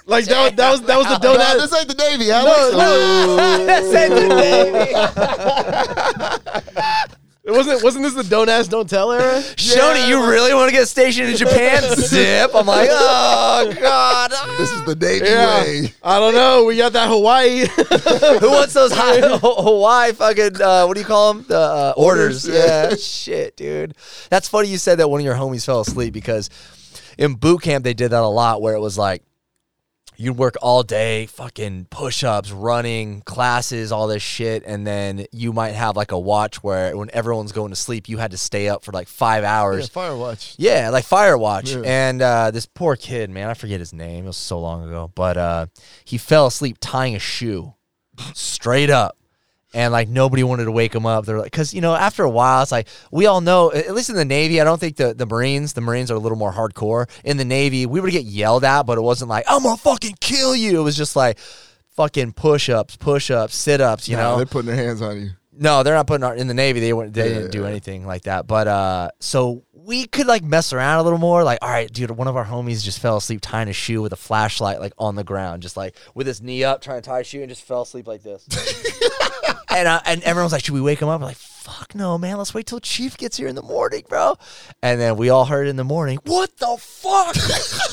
Speaker 3: like that, was- that was that was [laughs] the
Speaker 2: Nah,
Speaker 3: don't ask-
Speaker 2: this ain't the Navy. I like-
Speaker 3: No,
Speaker 1: [laughs]
Speaker 2: [laughs]
Speaker 1: That's it, baby.
Speaker 3: It wasn't wasn't this the don't ask, don't tell [laughs] era?
Speaker 1: Shoney, you really want to get stationed in
Speaker 2: [laughs]
Speaker 1: Japan? Zip. I'm like, oh god.
Speaker 2: This is the Navy way.
Speaker 3: I don't know. We got that Hawaii. [laughs]
Speaker 1: Who wants [laughs] those high, Hawaii fucking uh, what do you call them? The uh, orders. Yeah, shit, dude. That's funny. You said that one of your homies fell asleep because in boot camp they did that a lot, where it was like you'd work all day, fucking push-ups, running, classes, all this shit, and then you might have like a watch where when everyone's going to sleep, you had to stay up for like five
Speaker 2: Yeah,
Speaker 1: hours.
Speaker 2: Firewatch.
Speaker 1: Yeah, like Firewatch.
Speaker 2: Yeah.
Speaker 1: And uh, this poor kid, man, I forget his name. It was so long ago, but uh, he fell asleep tying a shoe, straight up. And like nobody wanted to wake him up. They're like, because you know, after a while, it's like we all know. At least in the Navy, I don't think the, the Marines. The Marines are a little more hardcore. In the Navy, we would get yelled at, but it wasn't like I'm gonna fucking kill you. It was just like fucking push ups, push ups, sit ups. You
Speaker 2: Nah,
Speaker 1: know,
Speaker 2: they're putting their hands on you.
Speaker 1: no, they're not putting our in the Navy. They weren't. They didn't do
Speaker 2: Yeah.
Speaker 1: anything like that. But uh, so we could like mess around a little more. Like, all right, dude, one of our homies just fell asleep tying a shoe with a flashlight, like on the ground, just like with his knee up, trying to tie a shoe, and just fell asleep like this. and uh, and everyone's like, should we wake him up? We're like, fuck no, man. Let's wait till Chief gets here in the morning, bro. And then we all heard in the morning, what the fuck?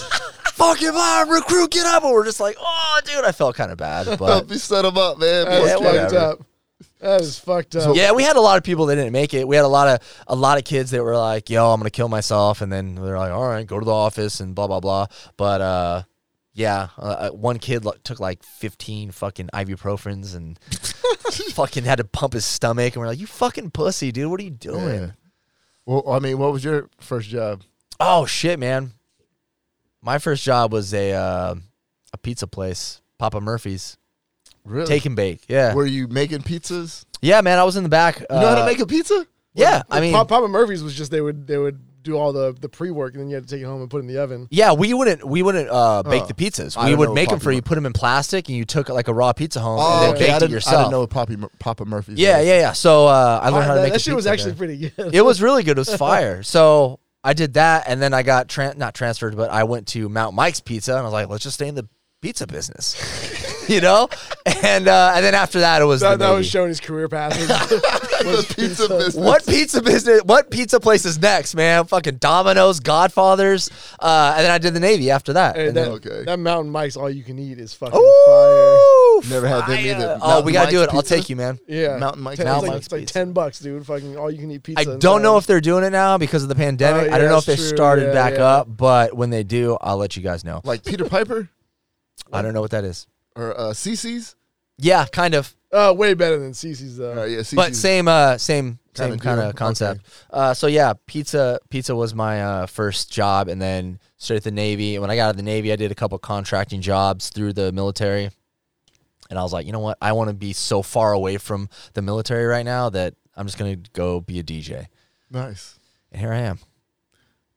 Speaker 1: Fucking live recruit, get up! And we're just like, oh, dude, I felt kind of bad, but
Speaker 2: Help me set them up, man.
Speaker 3: That was
Speaker 1: Yeah,
Speaker 3: fucked
Speaker 1: whatever.
Speaker 3: up. That is fucked
Speaker 2: Oh.
Speaker 3: up.
Speaker 1: Yeah, we had a lot of people that didn't make it. We had a lot of a lot of kids that were like, "Yo, I'm gonna kill myself," and then they're like, "All right, go to the office and blah blah blah." But uh, yeah, uh, uh, one kid lo- took like 15 fucking ibuprofens
Speaker 2: [laughs]
Speaker 1: and fucking had to pump his stomach, and we're like, "You fucking pussy, dude! What are you doing?"
Speaker 2: Yeah. Well, I mean, what was your first job?
Speaker 1: Oh shit, man! My first job was a uh, a pizza place, Papa Murphy's,
Speaker 2: Really?
Speaker 1: take and bake. Yeah,
Speaker 2: Were you making pizzas?
Speaker 1: yeah, man. I was in the back.
Speaker 2: You know how
Speaker 1: uh,
Speaker 2: to make a pizza?
Speaker 1: yeah, I mean,
Speaker 3: Pa- Papa Murphy's was just they would they would do all the the pre work and then you had to take it home and put it in the oven.
Speaker 1: Yeah, we wouldn't we wouldn't uh, bake the pizzas.
Speaker 2: I
Speaker 1: We
Speaker 2: don't
Speaker 1: would
Speaker 2: know
Speaker 1: make them
Speaker 2: Poppy
Speaker 1: for you.
Speaker 2: Mur-
Speaker 1: Put them in plastic, and you took like a raw pizza home and then baked
Speaker 2: Oh, I
Speaker 1: it
Speaker 2: didn't,
Speaker 1: yourself.
Speaker 2: I didn't know what Poppy, Mur- Papa Murphy's.
Speaker 1: Yeah, yeah, yeah. So uh, I learned how to
Speaker 3: that,
Speaker 1: make
Speaker 3: that
Speaker 1: a
Speaker 3: shit was
Speaker 1: pizza
Speaker 3: actually
Speaker 1: there.
Speaker 3: pretty good.
Speaker 1: It was really good. It was fire. So I did that, and then I got tran not transferred, but I went to Mount Mike's Pizza, and I was like, let's just stay in the pizza business. [laughs] you know? And uh, and then after that, it was
Speaker 3: That,
Speaker 1: the
Speaker 3: that was
Speaker 1: Navy.
Speaker 3: showing his career [laughs] path.
Speaker 2: the pizza business.
Speaker 1: What pizza business? What pizza place is next, man? Fucking Domino's, Godfather's, uh, and then I did the Navy after that.
Speaker 3: Hey,
Speaker 1: And
Speaker 3: that,
Speaker 1: then-
Speaker 2: Okay.
Speaker 3: that Mountain Mike's all you can eat is fucking fire.
Speaker 1: Ooh,
Speaker 2: Never had them
Speaker 1: fire.
Speaker 2: either.
Speaker 1: Oh, we
Speaker 2: Mountain
Speaker 1: gotta do it.
Speaker 2: Mike's
Speaker 1: I'll
Speaker 2: Pizza?
Speaker 1: take you, man.
Speaker 3: Yeah,
Speaker 2: Mountain Mike's
Speaker 3: Ten-
Speaker 1: Mountain
Speaker 3: it's like,
Speaker 1: Mike's
Speaker 3: it's like
Speaker 1: pizza.
Speaker 3: ten bucks, dude. Fucking all you can eat pizza.
Speaker 1: I
Speaker 3: in
Speaker 1: don't know
Speaker 3: town.
Speaker 1: if they're doing it now because of the pandemic.
Speaker 3: Oh,
Speaker 1: I
Speaker 3: yeah,
Speaker 1: don't know if it
Speaker 3: that's true.
Speaker 1: started
Speaker 3: Yeah,
Speaker 1: back
Speaker 3: yeah.
Speaker 1: up, but when they do, I'll let you guys know.
Speaker 2: Like Peter Piper
Speaker 1: I don't know what that is.
Speaker 2: or uh, CC's?
Speaker 1: Yeah, kind of,
Speaker 3: Uh, way better than Cece's though.
Speaker 2: All right, yeah, CC's.
Speaker 1: but same, uh, same,
Speaker 2: Kinda
Speaker 1: same kind
Speaker 2: deal.
Speaker 1: of concept. Uh, so yeah, pizza, pizza was my uh, first job, and then straight to the Navy. And when I got out of the Navy, I did a couple contracting jobs through the military, and I was like, you know what? I want to be so far away from the military right now that I'm just gonna go be a DJ.
Speaker 2: Nice.
Speaker 1: And here I am.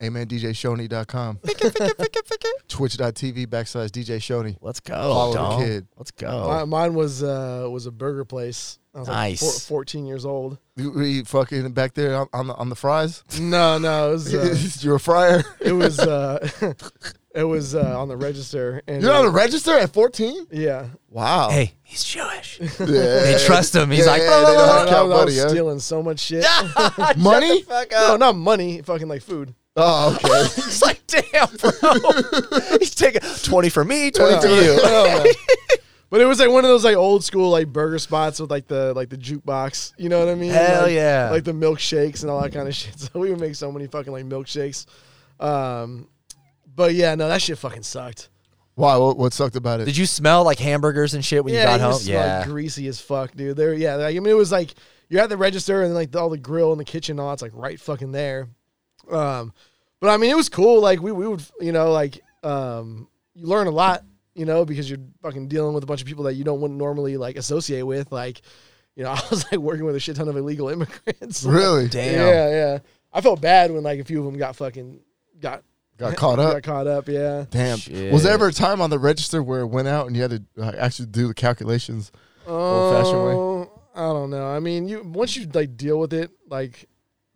Speaker 2: AmenDJShoney.com. [laughs] Twitch.tv backslash DJ Shoney.
Speaker 1: Let's go,
Speaker 2: Follow the
Speaker 1: dog.
Speaker 2: kid.
Speaker 1: Let's go.
Speaker 3: Mi- mine was uh was a burger place. I was
Speaker 1: Nice.
Speaker 3: like four, 14 years old.
Speaker 2: You were you fucking back there on, on the on the fries?
Speaker 3: No, no, it was [laughs] uh,
Speaker 2: [laughs] You're a fryer.
Speaker 3: it was uh, [laughs] it was uh, on the register. And
Speaker 2: You're
Speaker 3: uh,
Speaker 2: on the register at 14?
Speaker 3: yeah.
Speaker 2: Wow.
Speaker 1: Hey, he's Jewish. [laughs]
Speaker 2: [laughs] Yeah.
Speaker 1: They trust him. He's
Speaker 2: Yeah,
Speaker 1: like,
Speaker 2: yeah, [laughs]
Speaker 1: "Blah,
Speaker 2: they
Speaker 1: blah,
Speaker 2: know
Speaker 1: blah, blah."
Speaker 2: how to
Speaker 3: Man, I,
Speaker 2: count
Speaker 3: was- I was
Speaker 2: money, huh?
Speaker 3: stealing so much shit.
Speaker 2: Money?
Speaker 3: No, not money. Fucking like food.
Speaker 2: [laughs] Oh, okay.
Speaker 1: It's like, damn, bro. [laughs] he's taking 20 for me, 20 for
Speaker 3: Yeah.
Speaker 1: you.
Speaker 3: Yeah. [laughs] But it was like one of those like old school like burger spots with like the like the jukebox. You know what I mean?
Speaker 1: Hell
Speaker 3: Like-
Speaker 1: yeah.
Speaker 3: Like the milkshakes and all that kind of shit. [laughs] So we would make so many fucking like milkshakes. Um, but yeah, no, that shit fucking sucked.
Speaker 2: [laughs] Why? What, what sucked about it?
Speaker 1: Did you smell like hamburgers and shit when you got
Speaker 3: it
Speaker 1: home?
Speaker 3: just smelled greasy as fuck, dude. There, yeah. Like, I mean, it was like you're at the register and like all the grill and the kitchen, and all that's like right fucking there. Um, but I mean, it was cool. Like we we would, you know, like um, you learn a lot, you know, because you're fucking dealing with a bunch of people that you don't wouldn't normally like associate with. Like, you know, [laughs] I was like working with a shit ton of illegal [laughs] immigrants.
Speaker 2: really?
Speaker 1: Damn.
Speaker 3: Yeah, yeah. I felt bad when like a few of them got fucking got
Speaker 2: Got caught up?
Speaker 3: got caught up. Yeah.
Speaker 2: [laughs] Damn.
Speaker 1: Shit.
Speaker 2: Was there ever a time on the register where it went out and you had to like, actually do the calculations? Old-fashioned way?
Speaker 3: Oh, I don't know. I mean, you once you like deal with it like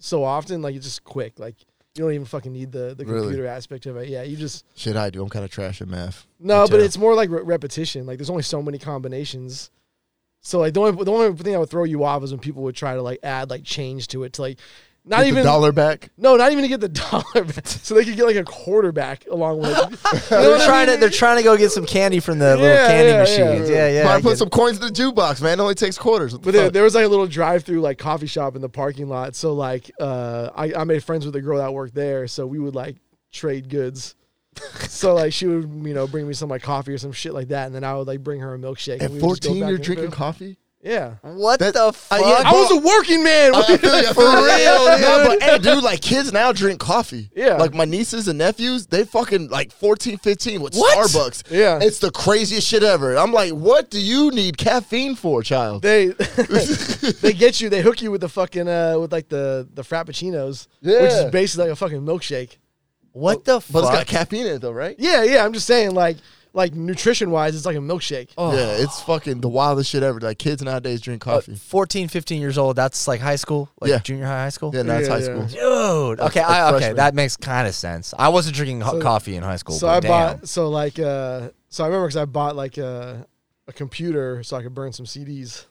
Speaker 3: so often, like it's just quick. Like you don't even fucking need the, the
Speaker 2: Really?
Speaker 3: computer aspect of it. Yeah, you just
Speaker 2: Shit, I do. I'm kind of trash at math.
Speaker 3: no,
Speaker 1: Me
Speaker 3: but
Speaker 1: too.
Speaker 3: it's more like re- repetition. Like there's only so many combinations. So like the only the only thing that would throw you off is when people would try to like add like change to it to like not
Speaker 2: Get the
Speaker 3: even
Speaker 2: dollar back.
Speaker 3: no, not even to get the [laughs] dollar, back. so they could get like a quarterback along with.
Speaker 2: [laughs]
Speaker 3: it. You know
Speaker 1: They're
Speaker 3: what I
Speaker 1: trying to
Speaker 3: mean?
Speaker 1: they're trying to go get some candy from the
Speaker 3: Yeah,
Speaker 1: little candy
Speaker 3: yeah, yeah.
Speaker 1: machines. Yeah, yeah.
Speaker 2: Why
Speaker 1: I
Speaker 2: put
Speaker 1: get
Speaker 2: some coins in the jukebox, man? It only takes quarters. What the
Speaker 3: But there,
Speaker 2: fuck?
Speaker 3: there was like a little drive-through like coffee shop in the parking lot. So like uh, I, I made friends with a girl that worked there. So we would like trade goods. so like she would you know bring me some like coffee or some shit like that, and then I would like bring her a milkshake. and
Speaker 2: at
Speaker 3: we would just go
Speaker 2: 14,
Speaker 3: back
Speaker 2: you're
Speaker 3: and
Speaker 2: drinking
Speaker 3: forth. [laughs]
Speaker 2: coffee?
Speaker 3: yeah. Uh,
Speaker 1: it. What
Speaker 2: That-
Speaker 1: the
Speaker 2: I-
Speaker 1: fuck?
Speaker 2: yeah,
Speaker 3: I was a working man.
Speaker 2: I feel you, I feel you.
Speaker 3: [laughs]
Speaker 1: real,
Speaker 2: No,
Speaker 1: dude.
Speaker 2: but hey, dude, like [laughs] kids now drink coffee.
Speaker 3: Yeah.
Speaker 2: Like my nieces and nephews, they fucking like 14, 15 with
Speaker 1: What?
Speaker 2: Starbucks.
Speaker 3: Yeah.
Speaker 2: It's the craziest shit ever. I'm like, what do you need caffeine for, child?
Speaker 3: [laughs]
Speaker 2: [laughs]
Speaker 3: they [laughs] they get you. They hook you with the fucking uh, with like the the frappuccinos, which
Speaker 2: Yeah.
Speaker 3: is basically like a fucking milkshake.
Speaker 1: what the
Speaker 2: But
Speaker 1: fuck?
Speaker 2: it's got caffeine in it though, right?
Speaker 3: Yeah, yeah. I'm just saying like like nutrition wise, it's like a milkshake.
Speaker 1: Oh.
Speaker 2: Yeah, it's fucking the wildest shit ever. Like kids nowadays drink
Speaker 3: Uh,
Speaker 2: coffee.
Speaker 1: 14, 15 years old. That's like high school, like
Speaker 2: Yeah.
Speaker 1: junior high, high school.
Speaker 2: yeah, now it's
Speaker 3: Yeah,
Speaker 2: high
Speaker 3: yeah.
Speaker 2: school.
Speaker 1: Dude, okay,
Speaker 2: a
Speaker 1: I, okay,
Speaker 2: freshman.
Speaker 1: that makes kind of sense. I wasn't drinking ho-
Speaker 3: So-
Speaker 1: coffee in high school.
Speaker 3: So
Speaker 1: but
Speaker 3: I
Speaker 1: damn.
Speaker 3: bought so like uh so I remember because I bought like a a computer so I could burn some CDs,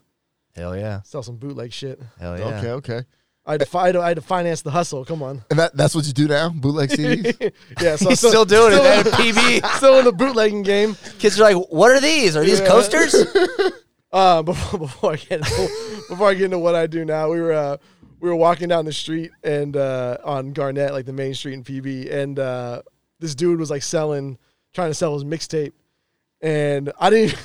Speaker 1: hell yeah,
Speaker 3: sell some bootleg shit.
Speaker 1: hell yeah.
Speaker 2: Okay, okay.
Speaker 3: I had, to, fi- I had to- I had to finance the hustle. Come on, [laughs]
Speaker 2: And that, that's what you do now? [laughs] Bootleg CDs?
Speaker 3: yeah. So
Speaker 1: He's
Speaker 3: so-
Speaker 1: still doing
Speaker 3: still,
Speaker 1: it. PB
Speaker 3: Still in the bootlegging game.
Speaker 1: kids are like, what are these? Are these
Speaker 3: Yeah.
Speaker 1: coasters?
Speaker 3: [laughs] Uh, [laughs] before before I get into, before I get into what I do now, we were uh, we were walking down the street and uh, on Garnett, like the main street in PB, and uh, this dude was like selling, trying to sell his mixtape, and I didn't.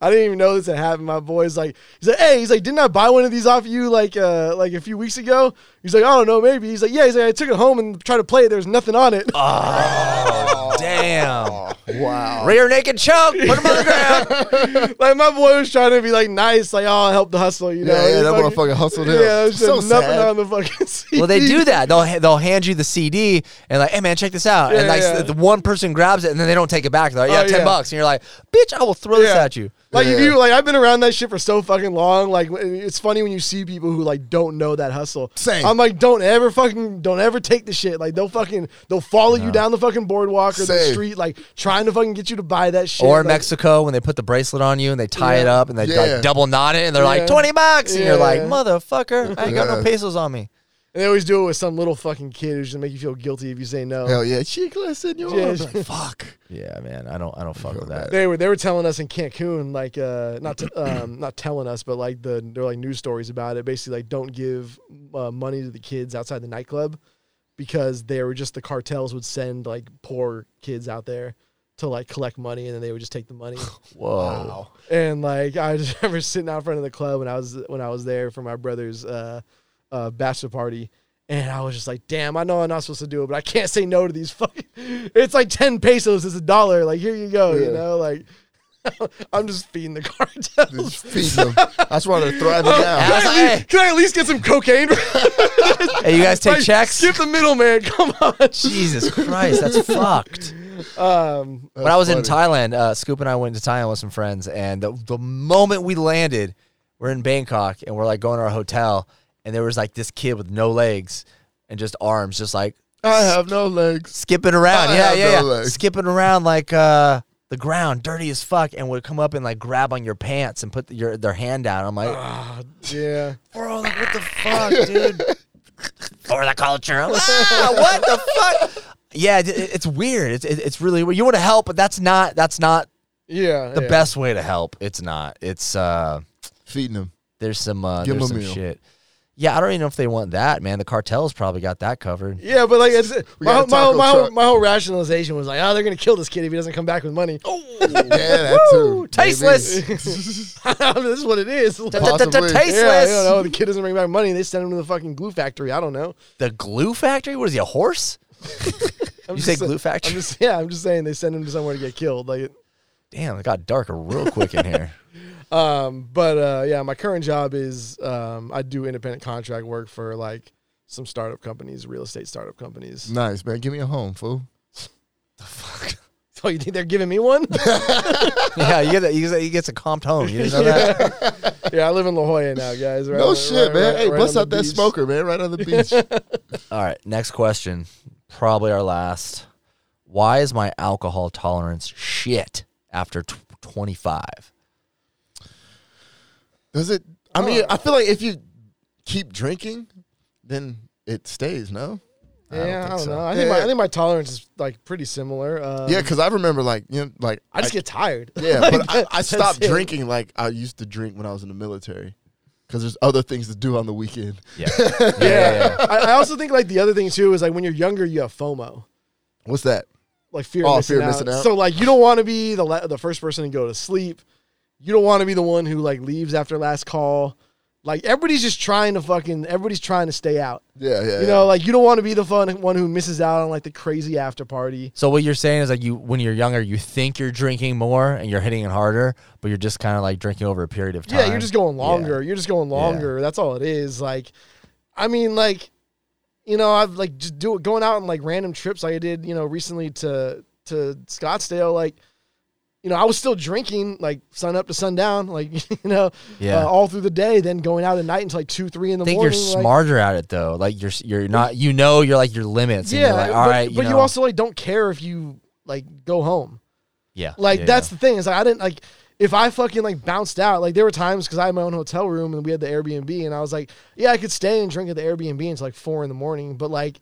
Speaker 3: I didn't even [laughs] know this had happened. My boy's like, he's like, hey, he's like, didn't I buy one of these off you like, uh, like a few weeks ago? He's like, I don't know, maybe. He's like, yeah, he's like, I took it home and tried to play it. There was nothing on it. [laughs]
Speaker 1: Oh, damn.
Speaker 2: wow.
Speaker 1: Rear naked chunk. Put him on the ground.
Speaker 3: [laughs] like my boy was trying to be like nice, like, oh, help the hustle, you know?
Speaker 2: Yeah, yeah,
Speaker 3: He
Speaker 2: that
Speaker 3: fucking-
Speaker 2: motherfucker hustled him.
Speaker 3: Yeah, there's
Speaker 2: so
Speaker 3: nothing
Speaker 2: sad.
Speaker 3: on the fucking. [laughs] CD.
Speaker 1: Well, they do that. They'll ha- they'll hand you the CD and like, hey man, check this out. and
Speaker 3: Yeah,
Speaker 1: like
Speaker 3: yeah.
Speaker 1: the one person grabs it and then they don't take it back. They're like, yeah,
Speaker 3: Oh,
Speaker 1: ten
Speaker 3: yeah.
Speaker 1: bucks. And you're like, bitch, I will throw this
Speaker 3: Yeah.
Speaker 1: at you. you.
Speaker 3: Like if
Speaker 2: Yeah.
Speaker 3: you like, I've been around that shit for so fucking long. Like w- it's funny when you see people who like don't know that hustle.
Speaker 2: Same.
Speaker 3: I'm like, don't ever fucking, don't ever take the shit. Like they'll fucking, they'll follow you down the fucking boardwalk or the
Speaker 2: Same.
Speaker 3: street, like trying to fucking get you to buy that shit.
Speaker 1: Or
Speaker 3: like,
Speaker 1: Mexico when they put the bracelet on you and they tie it
Speaker 3: Yeah.
Speaker 1: up and they
Speaker 2: Yeah.
Speaker 1: like double knot it and they're
Speaker 3: Yeah.
Speaker 1: like twenty bucks and you're
Speaker 3: Yeah.
Speaker 1: like motherfucker, I ain't got no
Speaker 2: Yeah.
Speaker 1: pesos on me.
Speaker 3: And they always do it with some little fucking kid who's gonna make you feel guilty if you say no.
Speaker 2: Hell yeah, chicla senor.
Speaker 3: Yeah.
Speaker 2: I'm like, fuck.
Speaker 1: Yeah, man, I don't I don't fuck with
Speaker 3: [laughs]
Speaker 1: that.
Speaker 3: They were they were telling us in Cancun like uh not t- um not telling us but like the they're like news stories about it basically like don't give uh, money to the kids outside the nightclub because they were just the cartels would send like poor kids out there to like collect money and then they would just take the money
Speaker 1: Whoa.
Speaker 3: and like I [laughs] just remember sitting out front of the club when I was when I was there for my brother's uh, uh, bachelor party, and I was just like, "Damn, I know I'm not supposed to do it, but I can't say no to these fucking. [laughs] It's like ten pesos is a dollar. Like here you go, you
Speaker 2: Yeah.
Speaker 3: know, like." [laughs] I'm just feeding the [laughs]
Speaker 2: Just
Speaker 3: cartels.
Speaker 2: feed them. That's why they're thriving
Speaker 3: Can,
Speaker 2: now.
Speaker 1: That's
Speaker 3: I at
Speaker 1: like-
Speaker 3: least, can I at least get some cocaine? [laughs]
Speaker 1: Hey, you guys take
Speaker 3: Like,
Speaker 1: checks?
Speaker 3: Skip the middleman. [laughs] Come on.
Speaker 1: Jesus Christ, that's fucked.
Speaker 3: Um,
Speaker 1: when I was in
Speaker 2: That's funny.
Speaker 1: Thailand, uh, Scoop and I went to Thailand with some friends, and the, the moment we landed, we're in Bangkok and we're like going to our hotel, and there was like this kid with no legs and just arms, just like
Speaker 2: I have no legs.
Speaker 1: skipping around.
Speaker 2: I
Speaker 1: yeah,
Speaker 2: have
Speaker 1: yeah,
Speaker 2: no
Speaker 1: yeah.
Speaker 2: legs.
Speaker 1: skipping around like uh, the ground, dirty as fuck, and would come up and like grab on your pants and put your their hand down. I'm
Speaker 2: [laughs]
Speaker 1: like,
Speaker 3: ah, yeah.
Speaker 1: bro, like what the fuck, dude? For the culture, I'm like, ah, what the fuck? Yeah, it, it's weird. It's it, it's really weird. You want to help, but that's not that's not
Speaker 3: Yeah.
Speaker 1: the
Speaker 3: yeah.
Speaker 1: best way to help. It's not. It's uh
Speaker 2: Feeding them.
Speaker 1: there's some uh
Speaker 2: Give 'em
Speaker 1: there's
Speaker 2: a
Speaker 1: some
Speaker 2: meal.
Speaker 1: shit. Yeah, I don't even know if they want that, man. The cartel's probably got that covered.
Speaker 3: Yeah, but like it's, my,
Speaker 2: got
Speaker 3: whole-
Speaker 2: a
Speaker 3: my, whole-
Speaker 2: taco
Speaker 3: my, whole,
Speaker 2: truck.
Speaker 3: my whole rationalization was like, oh, they're gonna kill this kid if he doesn't come back with
Speaker 2: [laughs]
Speaker 3: money. Oh,
Speaker 2: Yeah, that too. baby.
Speaker 1: tasteless.
Speaker 3: [laughs] this is what it is. Like,
Speaker 2: Possibly.
Speaker 3: yeah, you
Speaker 1: Tasteless.
Speaker 3: know, the kid doesn't bring back money. They send him to the fucking glue factory. I don't know. [laughs]
Speaker 1: The glue factory? What is he, a horse? You
Speaker 3: I'm just
Speaker 1: say
Speaker 3: sa-
Speaker 1: glue
Speaker 3: I'm
Speaker 1: factory?
Speaker 3: just yeah. I'm just saying they send him to somewhere to get killed. Like,
Speaker 1: Damn, it got dark real quick in
Speaker 3: [laughs]
Speaker 1: here. [laughs]
Speaker 3: um, but uh, yeah, my current job is um, I do independent contract work for like some startup companies, real estate startup companies. [laughs]
Speaker 2: Nice, man. Give me a home, fool.
Speaker 3: So Oh, you think they're giving
Speaker 2: [laughs]
Speaker 3: me one?
Speaker 1: yeah, you get that, you get you gets a comped home. You didn't know that?
Speaker 3: [laughs] yeah. I live in La Jolla now, guys. Right
Speaker 2: no
Speaker 3: on-
Speaker 2: shit,
Speaker 3: right-
Speaker 2: man.
Speaker 3: right-
Speaker 2: hey,
Speaker 3: right
Speaker 2: bust
Speaker 3: on
Speaker 2: out
Speaker 3: the
Speaker 2: that
Speaker 3: beach.
Speaker 2: smoker, man, right on the beach.
Speaker 3: [laughs]
Speaker 1: All right, next question. Probably our last. Why is my alcohol tolerance shit after tw 25?
Speaker 3: [laughs]
Speaker 2: Does it?
Speaker 3: Oh.
Speaker 2: I mean, I feel like if you keep drinking, then it stays. No.
Speaker 1: I don't
Speaker 3: Yeah, I
Speaker 1: think
Speaker 3: don't,
Speaker 1: so.
Speaker 3: know. I think, my,
Speaker 2: Yeah.
Speaker 3: I think my tolerance is like pretty similar. Um,
Speaker 2: yeah, because I remember like you know, like
Speaker 3: I just get tired. [laughs]
Speaker 2: yeah,
Speaker 3: Like,
Speaker 2: but I, I
Speaker 3: that's
Speaker 2: stopped
Speaker 3: it.
Speaker 2: drinking like I used to drink when I was in the military, because there's other things to do on the weekend.
Speaker 1: Yeah. yeah, yeah, yeah.
Speaker 3: I, I also think like the other thing too is like when you're younger, you have FOMO,
Speaker 2: What's that?
Speaker 3: like fear,
Speaker 2: Oh,
Speaker 3: of, missing
Speaker 2: fear of
Speaker 3: out.
Speaker 2: missing out.
Speaker 3: So like you don't want to be the la- the first person to go to sleep. You don't want to be the one who like leaves after last call. Like everybody's just trying to fucking everybody's trying to stay out.
Speaker 2: Yeah, yeah.
Speaker 3: You know, like you don't want to be the fun one who misses out on like the crazy after party.
Speaker 1: So what you're saying is like you when you're younger, you think you're drinking more and you're hitting it harder, but you're just kind of like drinking over a period of time.
Speaker 3: Yeah, you're just going longer. You're just going longer. That's all it is. Like, I mean, like, you know, I've like just do going out on like random trips like I did, you know, recently to to Scottsdale. Like, you know, I was still drinking like sun up to sundown, like [laughs] you know,
Speaker 1: Yeah.
Speaker 3: uh, all through the day. Then going out at night until like two, three in the
Speaker 1: I think
Speaker 3: morning.
Speaker 1: you're
Speaker 3: like-
Speaker 1: smarter at it though. Like you're you're not you know you're like your limits. and
Speaker 3: yeah,
Speaker 1: you're like,
Speaker 3: but,
Speaker 1: all right,
Speaker 3: but
Speaker 1: you,
Speaker 3: you
Speaker 1: know."
Speaker 3: also like don't care if you like go home.
Speaker 1: yeah
Speaker 3: Like
Speaker 1: yeah,
Speaker 3: that's
Speaker 1: yeah.
Speaker 3: the thing is like I didn't like if I fucking like bounced out. Like there were times because I had my own hotel room and we had the Airbnb and I was like, yeah, I could stay and drink at the Airbnb until like four in the morning, but like.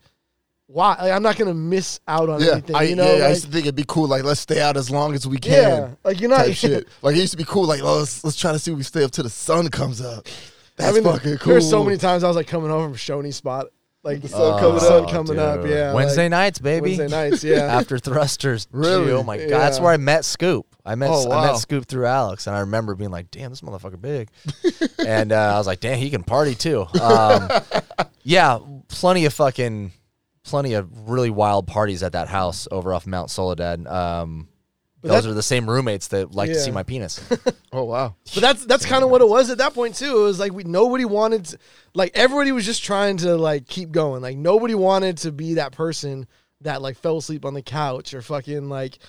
Speaker 3: Why? Like, I'm not gonna miss out on
Speaker 2: yeah,
Speaker 3: anything.
Speaker 2: I,
Speaker 3: you know,
Speaker 2: yeah, I
Speaker 3: like,
Speaker 2: used to think it'd be cool. Like, let's stay out as long as we can.
Speaker 3: yeah. Like you're not. [laughs]
Speaker 2: type shit. Like it used to be cool. Like oh, let's let's try to see if we stay up till the sun comes up.
Speaker 3: I
Speaker 2: That's
Speaker 3: mean,
Speaker 2: fucking cool.
Speaker 3: there's so many times I was like coming home from Shoney's spot, like the
Speaker 2: sun
Speaker 1: Oh,
Speaker 2: coming
Speaker 3: sun
Speaker 2: up.
Speaker 3: coming up,
Speaker 1: dude.
Speaker 3: Yeah,
Speaker 1: Wednesday
Speaker 3: like,
Speaker 1: nights, baby.
Speaker 3: Wednesday
Speaker 2: [laughs]
Speaker 3: nights. [laughs] Yeah,
Speaker 1: after thrusters.
Speaker 2: Really?
Speaker 1: Gee, oh my god,
Speaker 3: Yeah.
Speaker 1: that's where I met Scoop. I met
Speaker 2: Oh,
Speaker 1: I
Speaker 2: wow.
Speaker 1: met Scoop through Alex, and I remember being like, "Damn, this motherfucker big," [laughs] and uh, I was like, "Damn, he can party too."
Speaker 3: [laughs]
Speaker 1: Um, yeah, plenty of fucking, plenty of really wild parties at that house over off Mount Soledad. Um,
Speaker 3: But
Speaker 1: those
Speaker 3: that-
Speaker 1: are the same roommates that like to see
Speaker 3: Yeah.
Speaker 1: my
Speaker 3: [laughs]
Speaker 1: penis.
Speaker 2: Oh wow.
Speaker 3: But that's that's kind of what it was at that point too. It was like we nobody wanted, to, like everybody was just trying to like keep going. Like nobody wanted to be that person that like fell asleep on the couch or fucking like. like,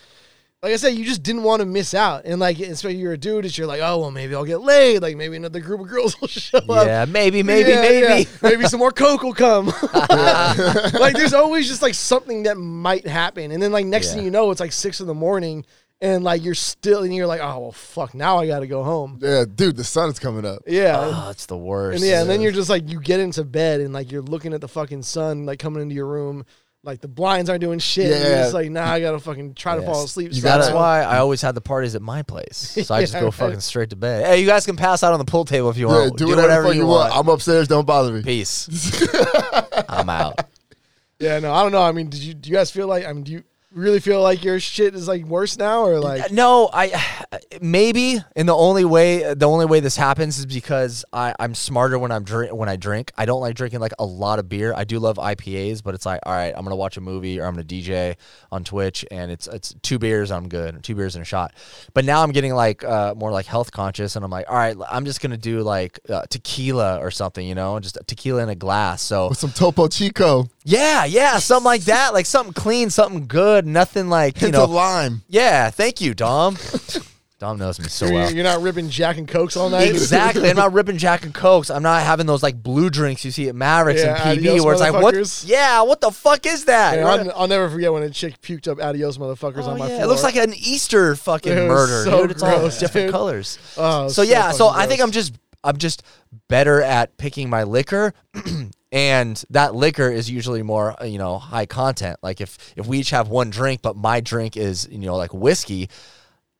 Speaker 3: like I said, you just didn't want to miss out. And like, especially you're a dude, it's you're like, oh well, maybe I'll get laid. Like maybe another group of girls [laughs] will show up.
Speaker 1: yeah, maybe, maybe,
Speaker 3: Yeah,
Speaker 1: [laughs]
Speaker 3: yeah.
Speaker 1: maybe.
Speaker 3: maybe some more coke
Speaker 1: [laughs]
Speaker 3: will come. [laughs] like there's always just like something that might happen, and then like next
Speaker 1: Yeah.
Speaker 3: thing you know, it's like six in the morning, and like you're still, and you're like, oh well, fuck, now I got to go home.
Speaker 2: Yeah, dude, the sun's coming up.
Speaker 3: Yeah.
Speaker 1: Oh, it's the worst.
Speaker 3: and yeah, and then you're just like you get into bed and like you're looking at the fucking sun like coming into your room, like the blinds aren't doing shit. And you're
Speaker 2: Yeah.
Speaker 3: just like, nah, I gotta fucking try to
Speaker 1: Yes.
Speaker 3: fall asleep.
Speaker 1: You
Speaker 3: somehow.
Speaker 1: That's why I always had the parties at my place.
Speaker 3: [laughs]
Speaker 1: So I just
Speaker 3: Yeah,
Speaker 1: go
Speaker 3: right.
Speaker 1: fucking straight to bed. Hey, you guys can pass out on the pool table if you
Speaker 2: Yeah,
Speaker 1: want.
Speaker 2: do, whatever, fuck you want. I'm upstairs. Don't bother me.
Speaker 1: Peace.
Speaker 3: [laughs]
Speaker 1: I'm out.
Speaker 3: Yeah, no, I don't know. I mean, did you do you guys feel like I mean do you really feel like your shit is like worse now or like
Speaker 1: no, I maybe and the only way the only way this happens is because I I'm smarter when I'm drink when I drink. I don't like drinking like a lot of beer. I do love IPAs, but it's like all right, I'm gonna watch a movie or I'm gonna DJ on Twitch, and it's it's two beers, I'm good, two beers and a shot. But now I'm getting like uh, more like health conscious, and I'm like, all right, I'm just gonna do like uh, tequila or something, you know, just tequila in a glass. So
Speaker 2: With some Topo Chico,
Speaker 1: yeah, yeah, something like that, like something clean, something good, nothing like you
Speaker 2: hint
Speaker 1: know
Speaker 2: of lime.
Speaker 1: yeah, thank you, Dom. [laughs] Dom knows me so
Speaker 3: you're,
Speaker 1: well.
Speaker 3: you're not ripping Jack and Cokes
Speaker 1: [laughs]
Speaker 3: all night?
Speaker 1: Exactly. I'm not ripping Jack and Cokes. I'm not having those like blue drinks you see at Mavericks
Speaker 3: Yeah,
Speaker 1: and PB
Speaker 3: adios,
Speaker 1: where it's like, what?
Speaker 3: motherfuckers.
Speaker 1: Yeah, what the fuck is that?
Speaker 3: Yeah,
Speaker 1: You're like,
Speaker 3: I'll, I'll never forget when a chick puked up adios motherfuckers
Speaker 1: "Oh,
Speaker 3: on my
Speaker 1: yeah,
Speaker 3: floor.
Speaker 1: It looks like an Easter fucking
Speaker 3: It was
Speaker 1: murder,
Speaker 3: so
Speaker 1: dude. It's all
Speaker 3: gross,
Speaker 1: different
Speaker 3: dude.
Speaker 1: colors.
Speaker 3: Oh, it
Speaker 1: so
Speaker 3: was
Speaker 1: yeah, so
Speaker 3: fucking
Speaker 1: I think
Speaker 3: gross.
Speaker 1: I'm just I'm just better at picking my liquor. [clears throat] And that liquor is usually more, uh, you know, high content. Like if if we each have one drink, but my drink is, you know, like whiskey.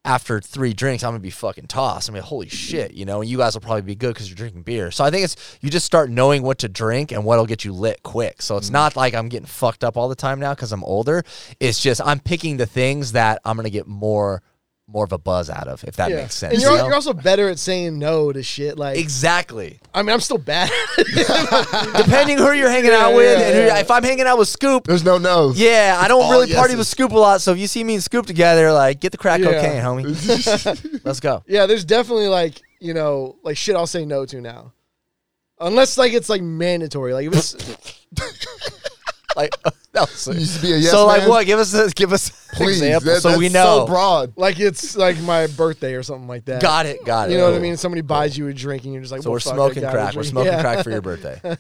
Speaker 1: After three drinks, I'm gonna be fucking tossed. I mean, holy shit, you know. And you guys will probably be good because you're drinking beer. So I think it's you just start knowing what to drink and what'll get you lit quick. So
Speaker 3: Mm.
Speaker 1: it's not like I'm getting fucked up all the time now because I'm older. It's just I'm picking the things that I'm gonna get more more of a buzz out of, if that
Speaker 3: Yeah.
Speaker 1: makes sense.
Speaker 3: And you're,
Speaker 1: you know?
Speaker 3: you're also better at saying no to shit. Like
Speaker 1: Exactly.
Speaker 3: I mean, I'm still bad. [laughs]
Speaker 1: Depending who you're hanging
Speaker 3: Yeah,
Speaker 1: out with,
Speaker 3: yeah,
Speaker 1: and who,
Speaker 3: yeah.
Speaker 1: if I'm hanging out with Scoop,
Speaker 2: There's no nose.
Speaker 1: yeah, I don't
Speaker 2: all
Speaker 1: really party
Speaker 2: yeses.
Speaker 1: with Scoop a lot. So if you see me and Scoop together, like get the crack
Speaker 3: Yeah.
Speaker 1: cocaine, homie.
Speaker 3: [laughs]
Speaker 1: Let's go.
Speaker 3: Yeah, there's definitely like you know like shit I'll say no to now, unless like it's like mandatory. Like if
Speaker 1: [laughs]
Speaker 3: it's
Speaker 1: Like [laughs] that was-
Speaker 2: You used to be a yes
Speaker 1: so like
Speaker 2: man?
Speaker 1: what? Give us a, give us an
Speaker 2: Please,
Speaker 1: example
Speaker 2: that-
Speaker 1: so we
Speaker 2: that's
Speaker 1: know.
Speaker 2: So broad.
Speaker 3: like it's like my birthday or something like that.
Speaker 1: got it. Got it.
Speaker 3: You know what I
Speaker 1: Cool.
Speaker 3: mean? Somebody buys you a drink and you're just like,
Speaker 1: So
Speaker 3: well,
Speaker 1: we're
Speaker 3: fuck, I
Speaker 1: smoking
Speaker 3: got a
Speaker 1: crack. We're
Speaker 3: drink.
Speaker 1: smoking
Speaker 3: Yeah.
Speaker 1: crack
Speaker 3: [laughs]
Speaker 1: for your birthday.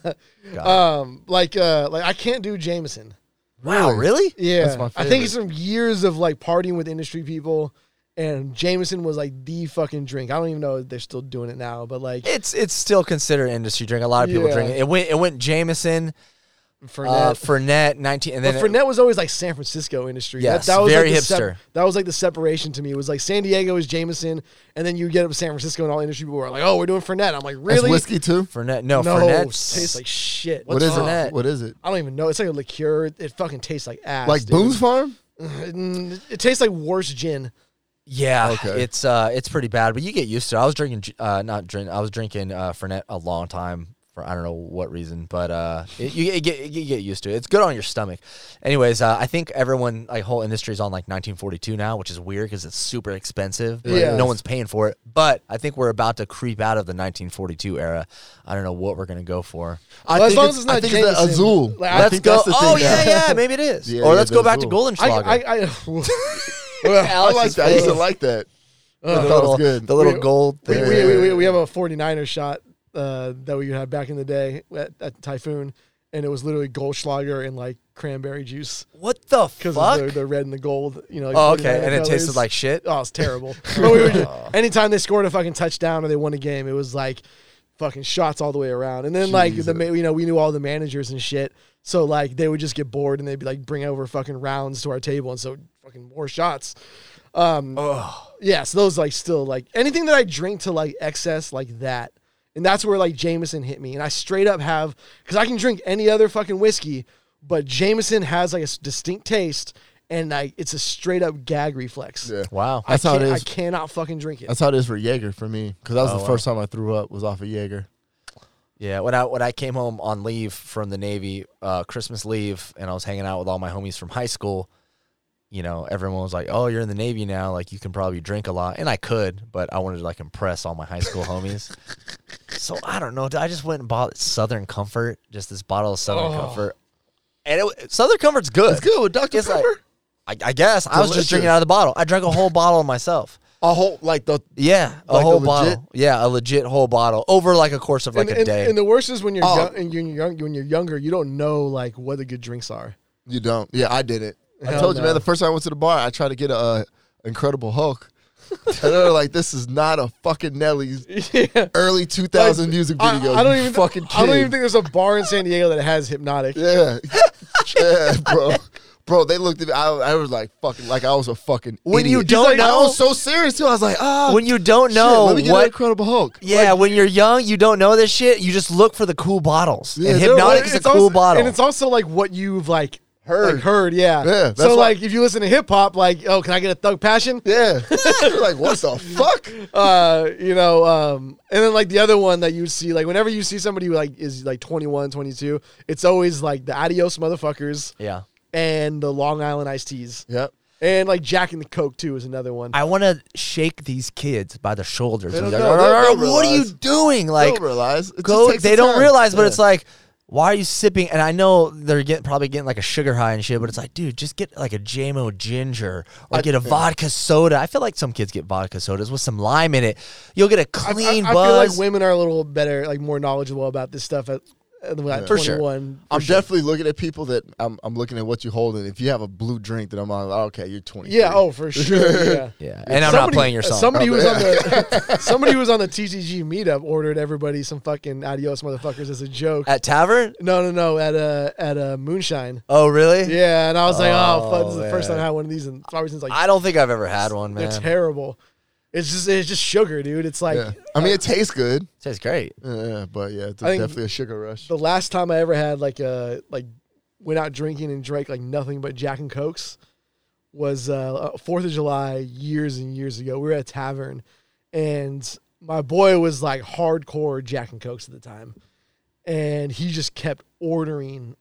Speaker 3: Um, like uh, like I can't do Jameson.
Speaker 1: Wow, really?
Speaker 3: Yeah,
Speaker 2: That's my
Speaker 3: I think it's from years of like partying with industry people, and Jameson was like the fucking drink. I don't even know if they're still doing it now, but like
Speaker 1: It's it's still considered industry drink. A lot of people
Speaker 3: Yeah.
Speaker 1: drink it. It went it went Jameson,
Speaker 3: Fernet.
Speaker 1: uh, Fernet, nineteen, and
Speaker 3: But
Speaker 1: then it-
Speaker 3: Fernet was always like San Francisco industry.
Speaker 1: Yes, very
Speaker 3: like the sep-
Speaker 1: hipster.
Speaker 3: that was like the separation to me. It was like San Diego is Jameson, and then you get up to San Francisco, and all industry people are like, "Oh, we're doing Fernet." I'm like,
Speaker 2: That's
Speaker 3: "Really?
Speaker 2: whiskey too.
Speaker 1: Fernet. No,
Speaker 3: no,
Speaker 1: Fernet
Speaker 3: it tastes like shit.
Speaker 2: What is
Speaker 1: Fernet?
Speaker 2: it? What is it?
Speaker 3: I don't even know. It's like a liqueur. It fucking tastes like ass.
Speaker 2: Like
Speaker 3: dude.
Speaker 2: Boone's Farm?
Speaker 3: Mm, [laughs] It, tastes like worse gin.
Speaker 1: Yeah,
Speaker 2: Okay.
Speaker 1: it's uh, it's pretty bad, but you get used to. it. I was drinking, j- uh, not drink. I was drinking uh, Fernet a long time for I don't know what reason, but uh, it, you, get- get you get used to it. It's good on your stomach. Anyways, uh, I think everyone like whole industry is on like 1942 now, which is weird because it's super expensive. but
Speaker 3: Yeah.
Speaker 1: no one's paying for it. But I think we're about to creep out of the 1942 era. I don't know what we're gonna go for.
Speaker 2: I
Speaker 3: Well, as
Speaker 2: think
Speaker 3: long
Speaker 2: it's-
Speaker 3: as it's not
Speaker 2: I think it's the
Speaker 3: Jameson.
Speaker 2: Azul.
Speaker 3: Like,
Speaker 2: I
Speaker 1: let's
Speaker 2: think
Speaker 1: go.
Speaker 2: that's the thing
Speaker 1: oh yeah,
Speaker 2: now. [laughs]
Speaker 1: yeah, maybe it is.
Speaker 2: Yeah,
Speaker 1: or
Speaker 2: yeah,
Speaker 1: let's go
Speaker 2: that's
Speaker 1: back to
Speaker 2: cool.
Speaker 3: I,
Speaker 1: Goldenschlager.
Speaker 3: I, [laughs] I,
Speaker 2: I
Speaker 3: Alex
Speaker 2: like
Speaker 3: is
Speaker 2: that. I used to
Speaker 3: full.
Speaker 2: like oh, that.
Speaker 1: the
Speaker 2: I thought it
Speaker 1: little,
Speaker 2: was good.
Speaker 1: the little
Speaker 3: We-
Speaker 1: gold
Speaker 3: we,
Speaker 1: thing.
Speaker 3: we, we, we, we have a 49er shot uh, that we had back in the day at, at Typhoon, and it was literally Goldschlager and like cranberry juice
Speaker 1: what
Speaker 2: [laughs]
Speaker 1: the
Speaker 3: because
Speaker 1: fuck?
Speaker 3: the, the red and the gold. You know. Like
Speaker 1: Oh, okay.
Speaker 3: 49er
Speaker 1: And it tasted
Speaker 3: colors.
Speaker 1: like shit.
Speaker 3: Oh, it's terrible. But we were
Speaker 2: [laughs]
Speaker 3: just- anytime they scored a fucking touchdown or they won a game, it was like fucking shots all the way around. And then like the
Speaker 2: Jesus.
Speaker 3: ma- you know we knew all the managers and shit, so like they would just get bored and they'd be like bring over fucking rounds to our table, and so fucking more shots. Um,
Speaker 1: Oh,
Speaker 3: Yeah, so those like still like anything that I drink to like excess like that. And that's where like Jameson hit me. And I straight up have because I can drink any other fucking whiskey, but Jameson has like a s- distinct taste and like it's a straight up gag reflex.
Speaker 2: Yeah.
Speaker 1: wow.
Speaker 3: I
Speaker 2: That's how it
Speaker 3: can't- I
Speaker 2: is.
Speaker 3: cannot fucking drink it.
Speaker 2: That's how it is for Jaeger for me. Because that was
Speaker 1: Oh,
Speaker 2: the
Speaker 1: wow.
Speaker 2: first time I threw up was off of Jaeger.
Speaker 1: Yeah, when I when I came home on leave from the Navy, uh, Christmas leave, and I was hanging out with all my homies from high school. You know, everyone was like, "Oh, you're in the Navy now. Like, you can probably drink a lot." And I could, but I wanted to like impress all my high school [laughs] homies. So I don't know. I just went and bought Southern Comfort, just this bottle of Southern
Speaker 3: Oh.
Speaker 1: Comfort, and it, Southern Comfort's good.
Speaker 2: good with Dr.
Speaker 1: It's like- I, I guess I was just drinking
Speaker 2: Delicious.
Speaker 1: out of the bottle. I drank a whole bottle myself.
Speaker 2: A whole like the
Speaker 1: [laughs] Yeah, a
Speaker 2: Like a
Speaker 1: whole
Speaker 2: legit-
Speaker 1: bottle. Yeah, a legit whole bottle over like a course of like
Speaker 3: and,
Speaker 1: a
Speaker 3: and-
Speaker 1: day.
Speaker 3: and the worst is when you're
Speaker 2: Oh.
Speaker 3: young, and you're young, when you're younger, you don't know like what the good drinks are. [laughs]
Speaker 2: you don't. Yeah, I did it. I
Speaker 3: Hell
Speaker 2: told you,
Speaker 3: no.
Speaker 2: man. The first time I went to the bar, I tried to get a uh, Incredible Hulk. [laughs] and they were like, "This is not a fucking Nelly's
Speaker 3: yeah.
Speaker 2: early 2000 music video."
Speaker 3: I, I don't
Speaker 2: you
Speaker 3: even
Speaker 2: fucking.
Speaker 3: I don't
Speaker 2: kid."
Speaker 3: even think there's a bar in San Diego that has hypnotic.
Speaker 2: Yeah, [laughs] yeah, bro, bro. They looked at me. I, I was like fucking, like I was a fucking.
Speaker 1: When you
Speaker 2: idiot.
Speaker 1: don't
Speaker 2: He's like,
Speaker 1: know-
Speaker 2: I was so serious too. I was like, ah,
Speaker 1: when you don't
Speaker 2: [laughs] shit,
Speaker 1: know
Speaker 2: let me get an
Speaker 1: what
Speaker 2: Incredible Hulk.
Speaker 1: Yeah, when you're young, you don't know this shit. You just look for the cool bottles.
Speaker 2: Yeah,
Speaker 1: and
Speaker 2: they're
Speaker 1: hypnotic
Speaker 2: like-
Speaker 1: is a
Speaker 3: It's
Speaker 1: cool
Speaker 3: also-
Speaker 1: bottle.
Speaker 3: and it's also like what you've like
Speaker 2: Heard.
Speaker 3: like, heard. Yeah,
Speaker 2: Yeah, that's
Speaker 3: so
Speaker 2: why-
Speaker 3: like if you listen to hip hop, like oh, can I get a Thug Passion?
Speaker 2: Yeah, [laughs] You're like what the fuck?
Speaker 3: uh, you know, um, and then like the other one that you would see, like whenever you see somebody who like is like 21, 22, it's always like the adios motherfuckers
Speaker 1: yeah.
Speaker 3: and the Long Island iced teas.
Speaker 2: Yep.
Speaker 3: And like Jack and the Coke too is another one.
Speaker 1: I want to shake these kids by the shoulders.
Speaker 2: They
Speaker 1: and be
Speaker 2: don't
Speaker 1: like,
Speaker 2: know. They
Speaker 1: "Arr,
Speaker 2: don't
Speaker 1: what are you
Speaker 2: realize.
Speaker 1: doing?
Speaker 2: Like,
Speaker 1: Like,
Speaker 2: don't realize. It
Speaker 1: go.
Speaker 2: just takes
Speaker 1: They
Speaker 2: some
Speaker 1: don't
Speaker 2: time.
Speaker 1: realize, but
Speaker 2: Yeah.
Speaker 1: it's like, why are you sipping? And I know they're getting probably getting like a sugar high and shit, but it's like, dude, just get like a JMO ginger or get a vodka soda. I feel like some kids get vodka sodas with some lime in it. You'll get a
Speaker 3: I, I-
Speaker 1: clean
Speaker 3: I feel
Speaker 1: buzz.
Speaker 3: like women are a little better, like more knowledgeable about this stuff at, at
Speaker 1: For sure.
Speaker 3: 21.
Speaker 2: I'm definitely looking at people that I'm, I'm looking at what you holding. If you have a blue drink, then I'm like, oh, okay, you're 20.
Speaker 3: Yeah, oh, for sure. Yeah.
Speaker 1: yeah, [laughs] and I'm not
Speaker 3: Somebody-
Speaker 1: playing your
Speaker 3: uh,
Speaker 1: song.
Speaker 3: Somebody who was
Speaker 1: [laughs]
Speaker 3: on the [laughs] somebody who was on the TTG meetup ordered everybody some fucking adios motherfuckers as a joke.
Speaker 1: at tavern.
Speaker 3: no, no, no, at a at a moonshine.
Speaker 1: Oh, really?
Speaker 3: Yeah, and I was like, oh, fuck, this is
Speaker 1: Oh,
Speaker 3: the first time
Speaker 1: man.
Speaker 3: I had one of these, and probably since like
Speaker 1: I don't think I've ever had one,
Speaker 3: they're
Speaker 1: man.
Speaker 3: terrible. It's just it's just sugar, dude. It's like
Speaker 2: Yeah. I mean, it tastes good.
Speaker 1: Tastes great.
Speaker 2: Yeah, but yeah, it's
Speaker 3: I think-
Speaker 2: definitely a sugar
Speaker 3: [laughs]
Speaker 2: rush.
Speaker 3: the last time I ever had like a like went out drinking and drank like nothing but Jack and Cokes was uh Fourth of July years and years ago. We were at a tavern, and my boy was like hardcore Jack and Cokes at the time, and he just kept ordering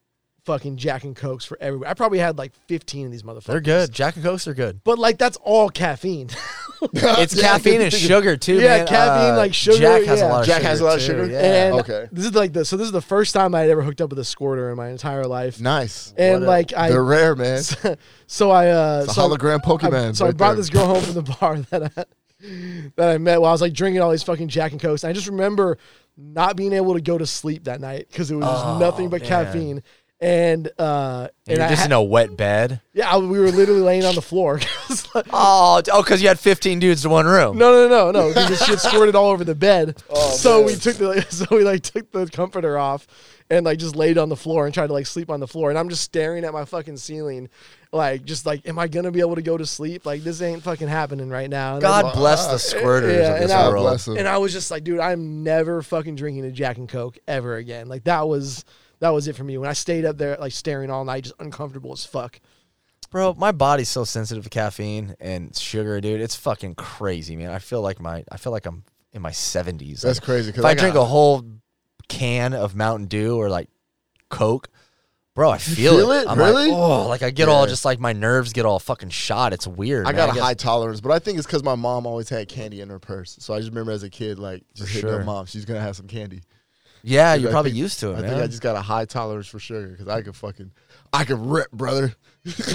Speaker 3: fucking Jack and Cokes for everybody. I probably had like fifteen of these motherfuckers.
Speaker 1: They're good. Jack and Cokes are good.
Speaker 3: but like that's all caffeine.
Speaker 2: Uh,
Speaker 1: It's caffeine and sugar too.
Speaker 3: Yeah,
Speaker 1: man. Uh,
Speaker 3: caffeine, like sugar,
Speaker 1: Jack has a
Speaker 3: yeah.
Speaker 1: lot of
Speaker 2: Jack
Speaker 1: sugar.
Speaker 2: has a lot of
Speaker 1: too,
Speaker 2: sugar?
Speaker 1: Yeah.
Speaker 3: [laughs] And
Speaker 2: Okay.
Speaker 3: this is like the so this is the first time I had ever hooked up with a squirter in my entire life.
Speaker 2: Nice.
Speaker 3: And
Speaker 2: What
Speaker 3: like
Speaker 2: a-
Speaker 3: I-
Speaker 2: they're rare, man. It's
Speaker 3: [laughs] So I uh
Speaker 2: a
Speaker 3: so I-
Speaker 2: hologram
Speaker 3: I-
Speaker 2: Pokemon.
Speaker 3: so I
Speaker 2: right
Speaker 3: brought
Speaker 2: there.
Speaker 3: this girl home from the [laughs] bar that I that I met while I was like drinking all these fucking Jack and Coast. I just remember not being able to go to sleep that night because it was just
Speaker 1: Oh,
Speaker 3: nothing but
Speaker 1: man.
Speaker 3: caffeine. And uh
Speaker 1: And
Speaker 3: and
Speaker 1: you're
Speaker 3: I
Speaker 1: just
Speaker 3: had-
Speaker 1: in a wet bed.
Speaker 3: yeah, I- we were literally laying on the floor. [laughs] 'Cause, like,
Speaker 1: Oh, d- oh, because you had 15 dudes to one room.
Speaker 3: no, no, no, no, because she had squirted all over the bed. so we took the [laughs] so we like took the comforter off and like just laid on the floor and tried to like sleep on the floor. And I'm just staring at my fucking ceiling, like just like, am I gonna be able to go to sleep? Like this ain't fucking happening right now. And
Speaker 1: God
Speaker 3: I'm-
Speaker 1: bless the squirters
Speaker 3: yeah,
Speaker 1: of
Speaker 3: and
Speaker 1: this
Speaker 3: I-
Speaker 2: God
Speaker 1: world.
Speaker 2: bless 'em.
Speaker 3: and I was just like, dude, I'm never fucking drinking a Jack and Coke ever again. Like that was that was it for me. When I stayed up there like staring all night, just uncomfortable as fuck.
Speaker 1: Bro, my body's so sensitive to caffeine and sugar, dude. It's fucking crazy, man. I feel like my I feel like I'm in my 70s.
Speaker 2: That's
Speaker 1: Like,
Speaker 2: crazy. 'cause
Speaker 1: If I,
Speaker 2: got-
Speaker 1: drink a whole can of Mountain Dew or like Coke, bro, I feel,
Speaker 2: feel it?
Speaker 1: I'm like,
Speaker 2: Really?
Speaker 1: oh, like I get all
Speaker 2: Yeah.
Speaker 1: just like my nerves get all fucking shot. It's weird.
Speaker 2: I
Speaker 1: man.
Speaker 2: got a
Speaker 1: guess-
Speaker 2: high tolerance, but I think it's because my mom always had candy in her purse. So I just remember as a kid, like just hitting
Speaker 1: sure.
Speaker 2: up mom, she's gonna have some candy.
Speaker 1: Yeah,
Speaker 2: I
Speaker 1: you're probably
Speaker 2: think-
Speaker 1: used to it,
Speaker 2: I
Speaker 1: man.
Speaker 2: think I just got a high tolerance for sugar because I could fucking, I could rip, brother.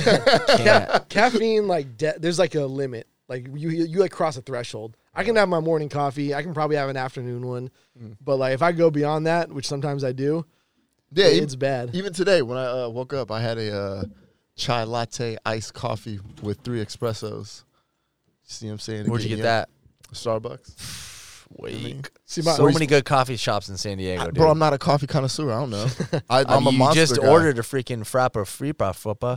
Speaker 1: can't.
Speaker 3: caffeine like de- there's like a limit like you you like cross a threshold i can have my morning coffee i can probably have an afternoon one
Speaker 2: Mm.
Speaker 3: but like if i go beyond that which sometimes i do
Speaker 2: Yeah, even,
Speaker 3: it's bad
Speaker 2: even today when I uh, woke up, I had a uh, chai latte iced coffee with three espressos. See what I'm saying?
Speaker 1: Where'd you
Speaker 2: Again,
Speaker 1: get
Speaker 2: yeah.
Speaker 1: that?
Speaker 2: Starbucks.
Speaker 1: Weak.
Speaker 3: see my
Speaker 1: so
Speaker 2: Where's-
Speaker 1: many good coffee shops in San Diego, dude.
Speaker 2: Bro, I'm not a coffee connoisseur. I don't know. I,
Speaker 1: Uh,
Speaker 2: I'm a
Speaker 1: you
Speaker 2: monster.
Speaker 1: just
Speaker 2: guy.
Speaker 1: ordered a freaking frappa frippa frippa,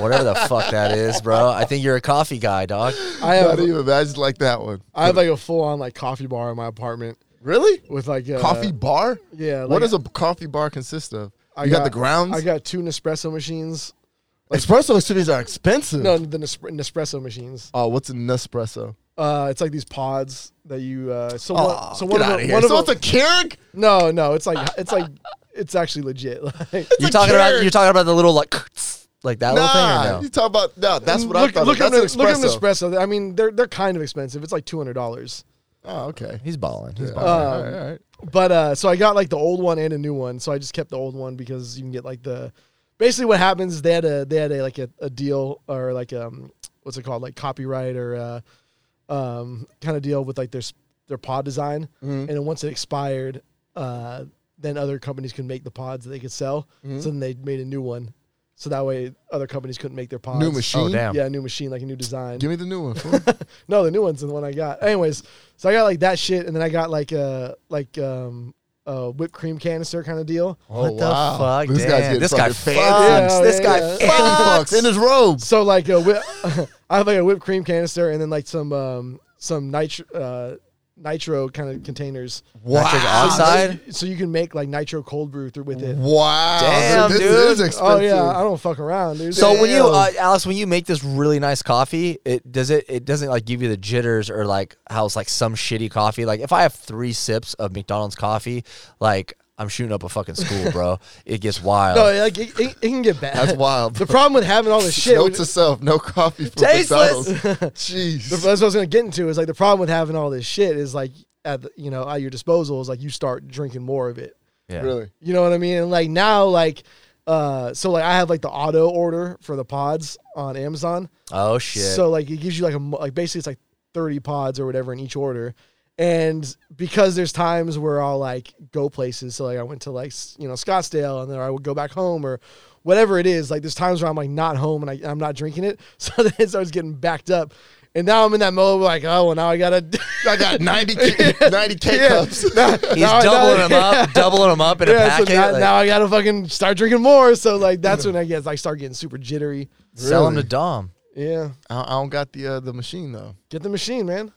Speaker 1: whatever the fuck that is, bro. I think you're a coffee guy,
Speaker 2: [laughs]
Speaker 1: dog.
Speaker 3: i
Speaker 2: Not
Speaker 3: have
Speaker 2: even. [laughs] I just like that one.
Speaker 3: i have like a full-on like coffee bar in my apartment
Speaker 2: Really?
Speaker 3: with like uh, a,
Speaker 2: coffee bar?
Speaker 3: yeah
Speaker 2: what
Speaker 3: like,
Speaker 2: does a coffee bar consist of?
Speaker 3: I
Speaker 2: you got, the grounds.
Speaker 3: i got two nespresso machines
Speaker 2: espresso machines are expensive.
Speaker 3: no the Nespre- nespresso machines
Speaker 2: Oh, what's a Nespresso?
Speaker 3: uh it's like these pods that you uh so one
Speaker 2: Oh,
Speaker 3: so
Speaker 2: get
Speaker 3: one of
Speaker 2: outta
Speaker 3: them,
Speaker 2: here.
Speaker 3: one
Speaker 2: so
Speaker 3: of them,
Speaker 2: it's a Keurig.
Speaker 3: no no it's like it's like it's actually legit [laughs] like
Speaker 1: You're
Speaker 2: a
Speaker 1: talking about
Speaker 2: carrot.
Speaker 1: you're talking about the little like [laughs] like that
Speaker 2: Nah,
Speaker 1: little
Speaker 2: you
Speaker 1: thing or
Speaker 2: talk about no. That's what
Speaker 3: look,
Speaker 2: I thought.
Speaker 3: Look,
Speaker 2: of.
Speaker 3: at
Speaker 2: That's
Speaker 3: the- look at
Speaker 2: an
Speaker 3: the
Speaker 2: espresso.
Speaker 3: espresso. I mean, they're they're kind of expensive. It's like two hundred dollars.
Speaker 2: Oh, okay.
Speaker 1: no? He's balling. He's
Speaker 2: Yeah,
Speaker 1: balling.
Speaker 2: all right, all right.
Speaker 3: But uh, so I got like the old one and a new one. So I just kept the old one because you can get like the basically what happens is they had a they had a like a, a deal or like um what's it called like copyright or uh, um kind of deal with like their s- their pod design
Speaker 2: Mm-hmm.
Speaker 3: and then once it expired uh then other companies could make the pods that they could sell
Speaker 2: Mm-hmm.
Speaker 3: so then they made a new one so that way other companies couldn't make their pods
Speaker 2: New machine.
Speaker 1: Oh, damn.
Speaker 3: yeah a new machine like a new design
Speaker 2: Give me the new one. fool.
Speaker 3: no, the new one's the one I got. Anyways, so I got like that shit, and then I got like a like um a whipped cream canister kind of deal.
Speaker 2: [laughs] Oh,
Speaker 1: what the
Speaker 2: wow.
Speaker 1: fuck?
Speaker 2: This
Speaker 1: damn.
Speaker 2: guy's getting
Speaker 1: this guy
Speaker 2: fucking
Speaker 1: fucks.
Speaker 2: fancy.
Speaker 3: Yeah,
Speaker 1: this
Speaker 3: yeah,
Speaker 1: guy
Speaker 3: yeah.
Speaker 2: And he
Speaker 1: fucks.
Speaker 2: fucks in his robe.
Speaker 3: So like a whip, [laughs] I have like a whipped cream canister, and then like some um some nitro uh, nitro kind of containers.
Speaker 1: Nitric
Speaker 2: Wow.
Speaker 1: oxide.
Speaker 3: So you can make like nitro cold brew through with it.
Speaker 2: Wow.
Speaker 1: Damn,
Speaker 2: this
Speaker 1: dude.
Speaker 2: is expensive.
Speaker 3: Oh yeah, I don't fuck around, dude.
Speaker 1: So when you,
Speaker 2: Damn.
Speaker 1: uh, Alex, when you make this really nice coffee, it does it. It doesn't like give you the jitters or like how it's like some shitty coffee. Like if I have three sips of McDonald's coffee, like I'm shooting up a fucking
Speaker 2: [laughs]
Speaker 1: school, bro. it gets wild.
Speaker 3: no, like it, it, it can get bad.
Speaker 2: That's wild.
Speaker 3: The problem with having
Speaker 2: [laughs]
Speaker 3: all this shit.
Speaker 2: Note to self: no coffee for
Speaker 1: Oh, Tasteless.
Speaker 2: McDonald's.
Speaker 1: [laughs]
Speaker 2: Jeez.
Speaker 3: That's what I was gonna get into. Is like the problem with having all this shit is like at the, you know at your disposal is like you start drinking more of it.
Speaker 1: yeah.
Speaker 2: Really?
Speaker 3: You know what I mean? And like now, like uh, so like I have like the auto order for the pods on Amazon.
Speaker 1: Oh shit.
Speaker 3: So like it gives you like a mo- like basically it's like thirty pods or whatever in each order. And because there's times where I'll like go places, so like I went to like s- you know Scottsdale, and then I would go back home or whatever it is. Like there's times where I'm like not home and I, I'm not drinking it, [laughs] so then it starts getting backed up. And now I'm in that mode like oh well now I gotta [laughs]
Speaker 2: I got 90 [laughs] K, 90 K cups.
Speaker 1: He's
Speaker 3: now I-
Speaker 1: doubling
Speaker 3: now-
Speaker 1: them
Speaker 3: [laughs]
Speaker 1: up, doubling them up in a
Speaker 3: yeah, so
Speaker 1: packet.
Speaker 3: now,
Speaker 1: like,
Speaker 3: now I gotta fucking start drinking more. So like
Speaker 1: [laughs]
Speaker 3: that's when I guess I start getting super jittery.
Speaker 1: sell them to
Speaker 2: Really?
Speaker 1: Dom.
Speaker 3: Yeah,
Speaker 2: I I don't got the uh, the machine though.
Speaker 3: get the machine, man.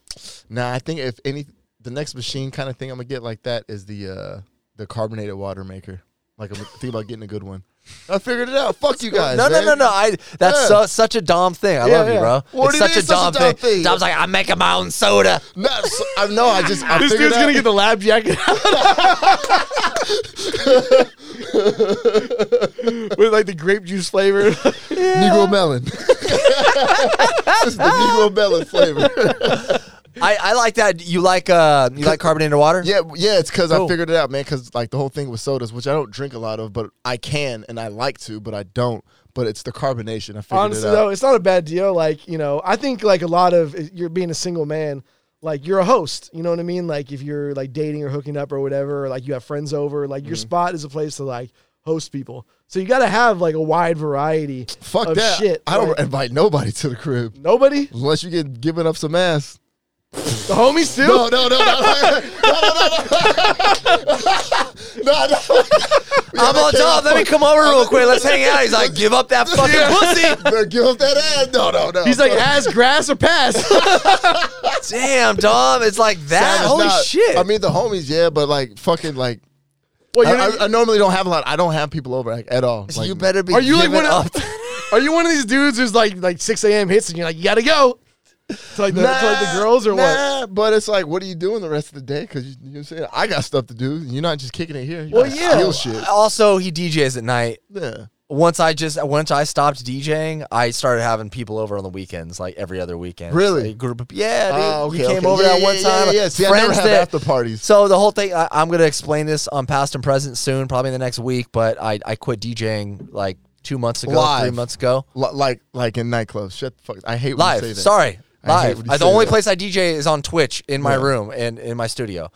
Speaker 2: Nah, I think if any, the next machine kind of thing I'm gonna get like that is the uh, the carbonated water maker. Like I'm thinking about getting a good one. I figured it out. Fuck you guys.
Speaker 1: No, no,
Speaker 2: man.
Speaker 1: no, no. I that's
Speaker 2: Yeah.
Speaker 1: so, such a Dom thing. I
Speaker 3: Yeah,
Speaker 1: love you,
Speaker 3: yeah.
Speaker 1: bro.
Speaker 2: What
Speaker 1: it's
Speaker 2: do
Speaker 1: such,
Speaker 2: you mean
Speaker 1: a
Speaker 2: such a
Speaker 1: Dom
Speaker 2: Dom
Speaker 1: thing.
Speaker 2: thing?
Speaker 1: Dom's like, I'm making my own soda.
Speaker 2: No, so- I know. I just I
Speaker 3: This
Speaker 2: figured
Speaker 3: dude's
Speaker 2: out.
Speaker 3: gonna get the lab jacket
Speaker 2: [laughs]
Speaker 3: with like the grape juice flavor.
Speaker 2: Negro melon. [laughs] this is the Negro melon flavor.
Speaker 1: I, I like that. You like uh you like carbonated water?
Speaker 2: Yeah, yeah, it's because
Speaker 1: Cool.
Speaker 2: I figured it out, man. Because like the whole thing with sodas, which I don't drink a lot of, but I can and I like to, but I don't. But it's the carbonation. I figured
Speaker 3: [laughs] Honestly,
Speaker 2: it out.
Speaker 3: though, it's not a bad deal. Like you know, I think like a lot of you're being a single man. Like you're a host, you know what I mean. Like if you're like dating or hooking up or whatever, or, like you have friends over, like your
Speaker 2: Mm-hmm.
Speaker 3: spot is a place to like host people. So you got to have like a wide variety.
Speaker 2: Fuck
Speaker 3: of
Speaker 2: that.
Speaker 3: shit.
Speaker 2: I don't
Speaker 3: Like,
Speaker 2: invite nobody to the crib
Speaker 3: nobody,
Speaker 2: unless you get giving up some ass.
Speaker 3: the homies too. [laughs]
Speaker 2: No, no, [laughs] no, no, no, no, no, no, no, no. no.
Speaker 1: [laughs] I'm on Dom. Let me come over real quick. Let's hang out. He's like, give up [laughs] that fucking
Speaker 2: [laughs]
Speaker 1: pussy.
Speaker 2: No, give up that ass. No, no, no.
Speaker 3: He's like
Speaker 1: "Ah,
Speaker 2: no.
Speaker 3: ass, grass, or pass. [laughs]
Speaker 1: Damn, Dom. It's like that.
Speaker 2: Nah,
Speaker 1: ah, Holy
Speaker 2: nah.
Speaker 1: shit.
Speaker 2: I mean, the homies, yeah, but like, fucking, like,
Speaker 3: well,
Speaker 2: I,
Speaker 3: you're,
Speaker 2: I, I normally don't have a lot. I don't have people over like, at all. Like,
Speaker 1: you better
Speaker 2: [laughs]
Speaker 1: be.
Speaker 3: Are you, like,
Speaker 1: giving
Speaker 3: one of-
Speaker 1: up.
Speaker 3: Are you one of these dudes who's like like six a.m. hits and you're like you gotta go to like the, to, like, the girls or what?
Speaker 2: nah, But it's like, what are you doing the rest of the day? Because you, you know what I'm saying? I got stuff to do. You're not just kicking it here. You
Speaker 3: Well,
Speaker 2: gotta
Speaker 3: [laughs] yeah.
Speaker 2: Steal shit.
Speaker 1: Uh, Also, he DJs at night.
Speaker 2: Yeah.
Speaker 1: Once I just once I stopped DJing, I started having people over on the weekends, like every other weekend.
Speaker 2: Really?
Speaker 1: A group of yeah, dude.
Speaker 2: Ah,
Speaker 1: you came
Speaker 2: okay.
Speaker 1: over
Speaker 2: Yeah,
Speaker 1: that
Speaker 2: yeah,
Speaker 1: one
Speaker 2: yeah,
Speaker 1: time.
Speaker 2: Yeah, yeah. See, I never have after parties.
Speaker 1: So the whole thing, I, I'm going to explain this on past and present soon, probably in the next week. But I, I quit DJing like two months ago, three
Speaker 2: Live.
Speaker 1: months ago.
Speaker 2: Li- like like in nightclubs. Shut the fuck. I hate when you say
Speaker 1: Live,
Speaker 2: that.
Speaker 1: sorry,
Speaker 2: I
Speaker 1: live.
Speaker 2: hate when you
Speaker 1: Uh, the
Speaker 2: say
Speaker 1: only
Speaker 2: that.
Speaker 1: place I DJ is on Twitch in my
Speaker 2: Yeah.
Speaker 1: room and in my studio.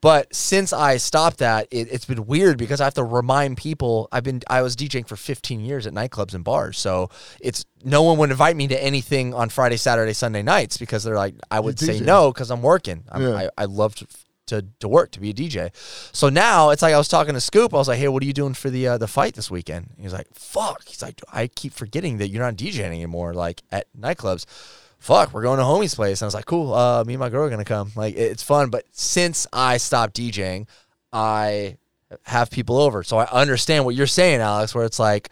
Speaker 1: But since I stopped that, it, it's been weird because I have to remind people. I've been I was DJing for 15 years at nightclubs and bars, so it's no one would invite me to anything on Friday, Saturday, Sunday nights because they're like I would say
Speaker 2: DJ.
Speaker 1: no. no because I'm working. I'm,
Speaker 2: Yeah.
Speaker 1: I, I love to, to to work to be a DJ. So now it's like I was talking to Scoop. I was like, "Hey, what are you doing for the uh, the fight this weekend?" And he's like, "Fuck." He's like, "I keep forgetting that you're not DJing anymore, like at nightclubs." Fuck, we're going to homie's place. And I was like, "Cool, uh, me and my girl are gonna come." Like it- it's fun. But since I stopped DJing, I have people over. So I understand what you're saying, Alex, where it's like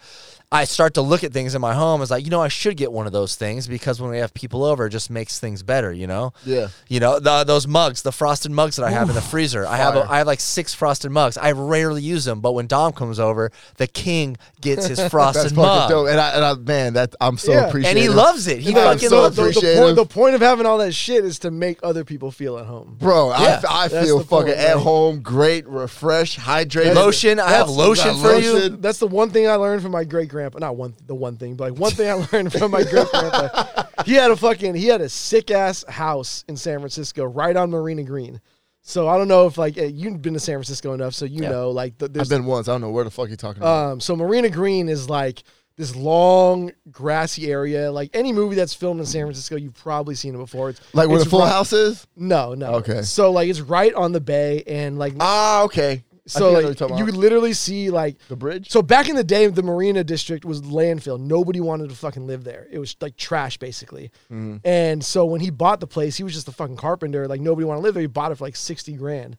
Speaker 1: I start to look at things in my home as like, you know, I should get one of those things because when we have people over, it just makes things better, you know?
Speaker 2: Yeah.
Speaker 1: You know, the, those mugs, the frosted mugs that I have in the freezer. I have a,
Speaker 2: fire.
Speaker 1: I have like six frosted mugs. I rarely use them, but when Dom comes over, the king gets
Speaker 2: [laughs]
Speaker 1: his
Speaker 2: That's
Speaker 1: frosted
Speaker 2: fucking
Speaker 1: mug.
Speaker 2: dope. And I, and I man, that I'm so
Speaker 3: Yeah. And
Speaker 2: appreciative.
Speaker 1: And he loves it. He
Speaker 2: I'm
Speaker 1: fucking
Speaker 2: so
Speaker 1: loves it.
Speaker 3: the, the,
Speaker 2: appreciative.
Speaker 3: point, the point of having all that shit is to make other people feel at home.
Speaker 2: Bro, I
Speaker 1: Yeah.
Speaker 2: f- I,
Speaker 3: That's
Speaker 2: feel
Speaker 3: the
Speaker 2: fucking
Speaker 3: point,
Speaker 2: at
Speaker 3: like-
Speaker 2: home, great, refreshed, hydrated.
Speaker 1: Lotion. I have
Speaker 2: That's-
Speaker 1: lotion
Speaker 2: got
Speaker 1: for
Speaker 2: lotion.
Speaker 1: you.
Speaker 3: That's the one thing I learned from my great grandpa, not one the one thing, but like one thing I [laughs] learned from my great grandpa. He had a fucking he had a sick ass house in San Francisco, right on Marina Green. So I don't know if like eh, you've been to San Francisco enough, so you
Speaker 1: Yeah.
Speaker 3: know like th-
Speaker 2: I've
Speaker 3: there's
Speaker 2: been once. I don't know where the fuck you're talking about.
Speaker 3: um, so Marina Green is like this long grassy area. Like any movie that's filmed in San Francisco, you've probably seen it before. It's
Speaker 2: like where the
Speaker 3: it's
Speaker 2: full
Speaker 3: ri-
Speaker 2: house is?
Speaker 3: No, no.
Speaker 2: Okay.
Speaker 3: So like it's right on the bay, and like
Speaker 2: Ah, okay. I think
Speaker 3: so
Speaker 2: I know
Speaker 3: like
Speaker 2: what you're talking
Speaker 3: you
Speaker 2: about.
Speaker 3: could literally see like
Speaker 2: the bridge.
Speaker 3: so back in the day, the Marina District was landfill. Nobody wanted to fucking live there. It was like trash, basically. And so when he bought the place, he was just a fucking carpenter. Like nobody wanted to live there. He bought it for like sixty grand,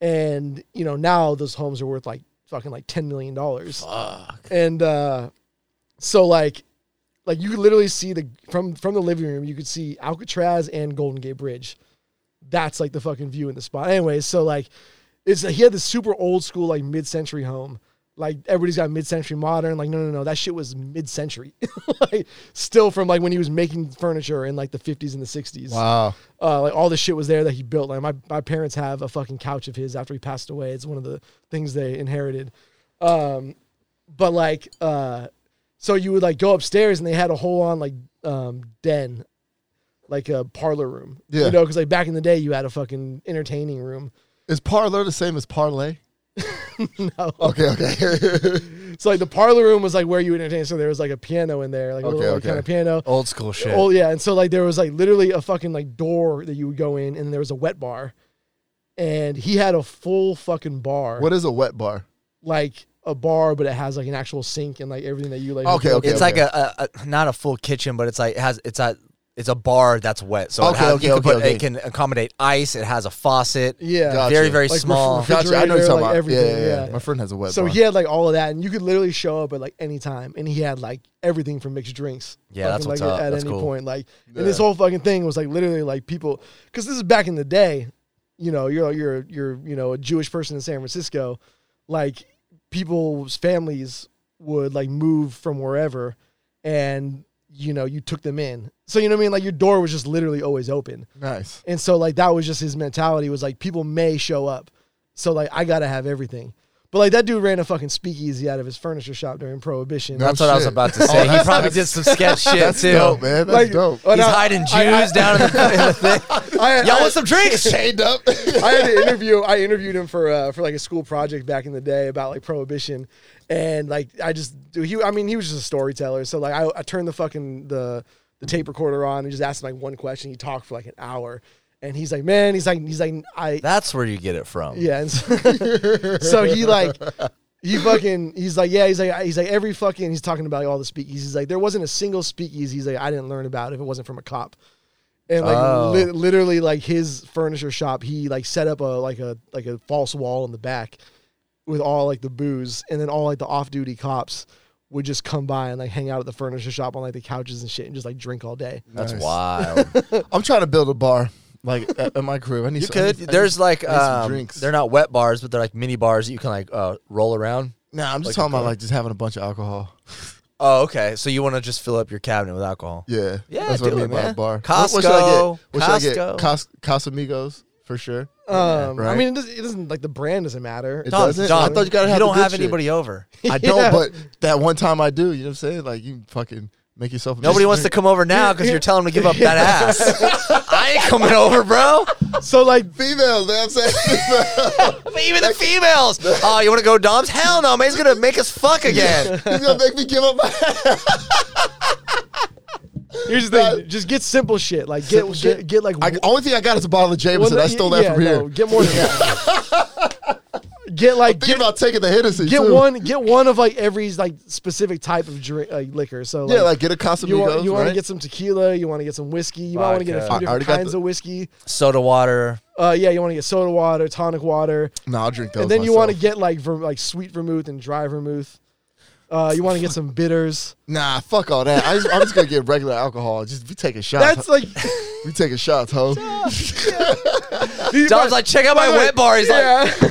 Speaker 3: and you know now those homes are worth like fucking like ten million dollars. And uh, so like, like you could literally see the from from the living room, you could see Alcatraz and Golden Gate Bridge. That's like the fucking view in the spot. Anyways, so like, it's he had this super old school like mid century home. Like everybody's got mid century modern. Like no no no, that shit was mid century, [laughs] like still from like when he was making furniture in like the fifties and the sixties
Speaker 2: wow.
Speaker 3: uh, like all the shit was there that he built. Like my, my parents have a fucking couch of his after he passed away. It's one of the things they inherited. Um, but like, uh, so you would like go upstairs and they had a whole on like um, den, like a parlor room.
Speaker 2: Yeah.
Speaker 3: You know, because like back in the day you had a fucking entertaining room. [laughs]
Speaker 2: Is parlor the same as parlay?
Speaker 3: No.
Speaker 2: Okay, okay. [laughs]
Speaker 3: So like the parlor room was like where you would entertain. So there was like a piano in there, like a
Speaker 2: Okay,
Speaker 3: little
Speaker 2: okay.
Speaker 3: kind of piano.
Speaker 1: Old school shit.
Speaker 3: Oh yeah, and so like there was like literally a fucking like door that you would go in, and there was a wet bar, and he had a full fucking bar,
Speaker 2: what is a wet bar?
Speaker 3: like a bar, but it has like an actual sink and like everything that you like.
Speaker 2: Okay, okay.
Speaker 1: it's like a, a, a not a full kitchen, but it's like it has it's a it's a bar that's wet, so it,
Speaker 2: Okay,
Speaker 1: has,
Speaker 2: okay,
Speaker 1: you can
Speaker 2: okay,
Speaker 1: put-
Speaker 2: okay.
Speaker 1: it can accommodate ice. It has a faucet.
Speaker 3: yeah.
Speaker 2: Gotcha.
Speaker 1: Very very
Speaker 3: Like
Speaker 1: small.
Speaker 3: refri-
Speaker 2: Gotcha. I know what
Speaker 3: Refrigerator,
Speaker 2: you're talking
Speaker 3: like,
Speaker 2: about. Yeah,
Speaker 3: everything,
Speaker 2: yeah, yeah.
Speaker 3: yeah.
Speaker 2: My friend has a wet
Speaker 3: So
Speaker 2: bar.
Speaker 3: he had like all of that, and you could literally show up at like any time, and he had like everything from mixed drinks.
Speaker 1: Yeah, that's
Speaker 3: fucking,
Speaker 1: what's
Speaker 3: like,
Speaker 1: up.
Speaker 3: At
Speaker 1: That's
Speaker 3: any
Speaker 1: cool.
Speaker 3: point, like,
Speaker 2: Yeah.
Speaker 3: and this whole fucking thing was like literally like people, because this is back in the day, you know, you're you're you're you know a Jewish person in San Francisco, like people's families would like move from wherever, and you know you took them in, so you know what I mean, like your door was just literally always open,
Speaker 2: nice.
Speaker 3: and so like that was just his mentality was like people may show up. So like I gotta have everything. But like that dude ran a fucking speakeasy out of his furniture shop during Prohibition.
Speaker 2: No
Speaker 1: That's what I was
Speaker 2: shit. Oh,
Speaker 1: about to
Speaker 2: [laughs]
Speaker 1: say. he
Speaker 2: that's-
Speaker 1: probably did some sketch
Speaker 2: [laughs]
Speaker 1: shit too.
Speaker 2: Dope, man. uh, That's
Speaker 3: Like-
Speaker 2: dope.
Speaker 3: Oh,
Speaker 1: He's
Speaker 3: no,
Speaker 1: hiding Jews
Speaker 3: I- I-
Speaker 1: down in the, in
Speaker 2: [laughs]
Speaker 1: the [laughs] thing.
Speaker 3: I,
Speaker 1: Y'all
Speaker 3: I,
Speaker 1: want some drinks?
Speaker 2: Chained up. [laughs]
Speaker 3: I had an interview. I interviewed him for uh, for like a school project back in the day about like Prohibition, and like I just do he. I mean he was just a storyteller. So like I, I turned the fucking the the tape recorder on and just asked him like one question. He talked for like an hour, and he's like, man, he's like he's like I
Speaker 1: That's where you get it from.
Speaker 3: Yeah. And so, [laughs] so he like he fucking he's like yeah he's like I- he's like every fucking he's talking about all the speakeasies he's like there wasn't a single speakeasy he's like I didn't learn about if it wasn't from a cop and like
Speaker 1: Oh.
Speaker 3: li- literally like his furniture shop he like set up a like a like a false wall in the back with all like the booze and then all like the off duty cops would just come by and like hang out at the furniture shop on like the couches and shit and just like drink all day
Speaker 1: That's
Speaker 2: Nice. [laughs]
Speaker 1: wild.
Speaker 2: I'm trying to build a bar like at, at my crib. I need
Speaker 1: You
Speaker 2: some, I
Speaker 1: could.
Speaker 2: need- I
Speaker 1: There's like
Speaker 2: I need some
Speaker 1: um,
Speaker 2: drinks.
Speaker 1: they're not wet bars, but they're like mini bars that you can like uh, roll around.
Speaker 2: need- Nah, I'm just
Speaker 1: like a
Speaker 2: talking about
Speaker 1: bar.
Speaker 2: like just having a bunch of alcohol.
Speaker 1: Oh, okay. So you want to just fill up your cabinet with alcohol?
Speaker 2: Yeah.
Speaker 1: Yeah,
Speaker 2: That's what
Speaker 1: do
Speaker 2: I
Speaker 1: it,
Speaker 2: mean by
Speaker 1: man.
Speaker 2: a bar. What, what should I
Speaker 1: Costco,
Speaker 2: get? What should I
Speaker 1: Costco.
Speaker 2: get? Cos- Casamigos for [laughs] sure.
Speaker 3: um I
Speaker 2: right.
Speaker 3: mean it doesn't, it doesn't like the brand doesn't matter
Speaker 2: It
Speaker 1: Don,
Speaker 2: doesn't?
Speaker 1: Don,
Speaker 2: I thought you gotta have the
Speaker 1: don't
Speaker 2: good
Speaker 1: have
Speaker 2: shit.
Speaker 1: anybody [laughs] over.
Speaker 2: I don't,
Speaker 3: Yeah.
Speaker 2: but that one time I do. You know what I'm saying? Like you fucking make yourself. a
Speaker 1: Nobody
Speaker 2: drink.
Speaker 1: wants to come over now because you're telling them to give up [laughs] that ass. I ain't coming over, bro.
Speaker 3: so like
Speaker 2: females. Man, I'm [laughs] saying [laughs]
Speaker 1: Even the females. Oh, you want to go Dom's? Hell no, man. He's gonna make us fuck again.
Speaker 2: he's gonna make me give up. My-
Speaker 3: Here's the thing. Just get simple shit. Like get
Speaker 2: Simple
Speaker 3: get,
Speaker 2: shit?
Speaker 3: get like
Speaker 2: I,
Speaker 3: one-
Speaker 2: only thing I got is a bottle of Jameson.
Speaker 3: one-
Speaker 2: I stole that
Speaker 3: yeah,
Speaker 2: from here.
Speaker 3: no, get
Speaker 2: [laughs]
Speaker 3: more than that. get like
Speaker 2: Thinking
Speaker 3: get,
Speaker 2: about taking the Hennessy.
Speaker 3: get
Speaker 2: too.
Speaker 3: one get one of like every like specific type of drink like liquor. So like,
Speaker 2: Yeah, like get a Casamigos.
Speaker 3: you want you want to
Speaker 2: right?
Speaker 3: get some tequila, you want to get some whiskey, you might want to get a
Speaker 1: Vodka.
Speaker 3: few
Speaker 1: I
Speaker 3: different
Speaker 2: already got
Speaker 3: kinds
Speaker 2: the-
Speaker 3: of whiskey.
Speaker 1: Soda water.
Speaker 3: Uh yeah, you want to get soda water, tonic water,
Speaker 2: No, I'll drink those.
Speaker 3: and then you
Speaker 2: myself. [laughs]
Speaker 3: want to get like ver- like sweet vermouth and dry vermouth. Uh, you want to get some bitters.
Speaker 2: Nah, fuck all that. I just, I'm just gonna get regular alcohol. Just we taking shots.
Speaker 3: That's like
Speaker 2: we taking shots, ho.
Speaker 1: Dom's like, check out my wet bar. He's like, [laughs]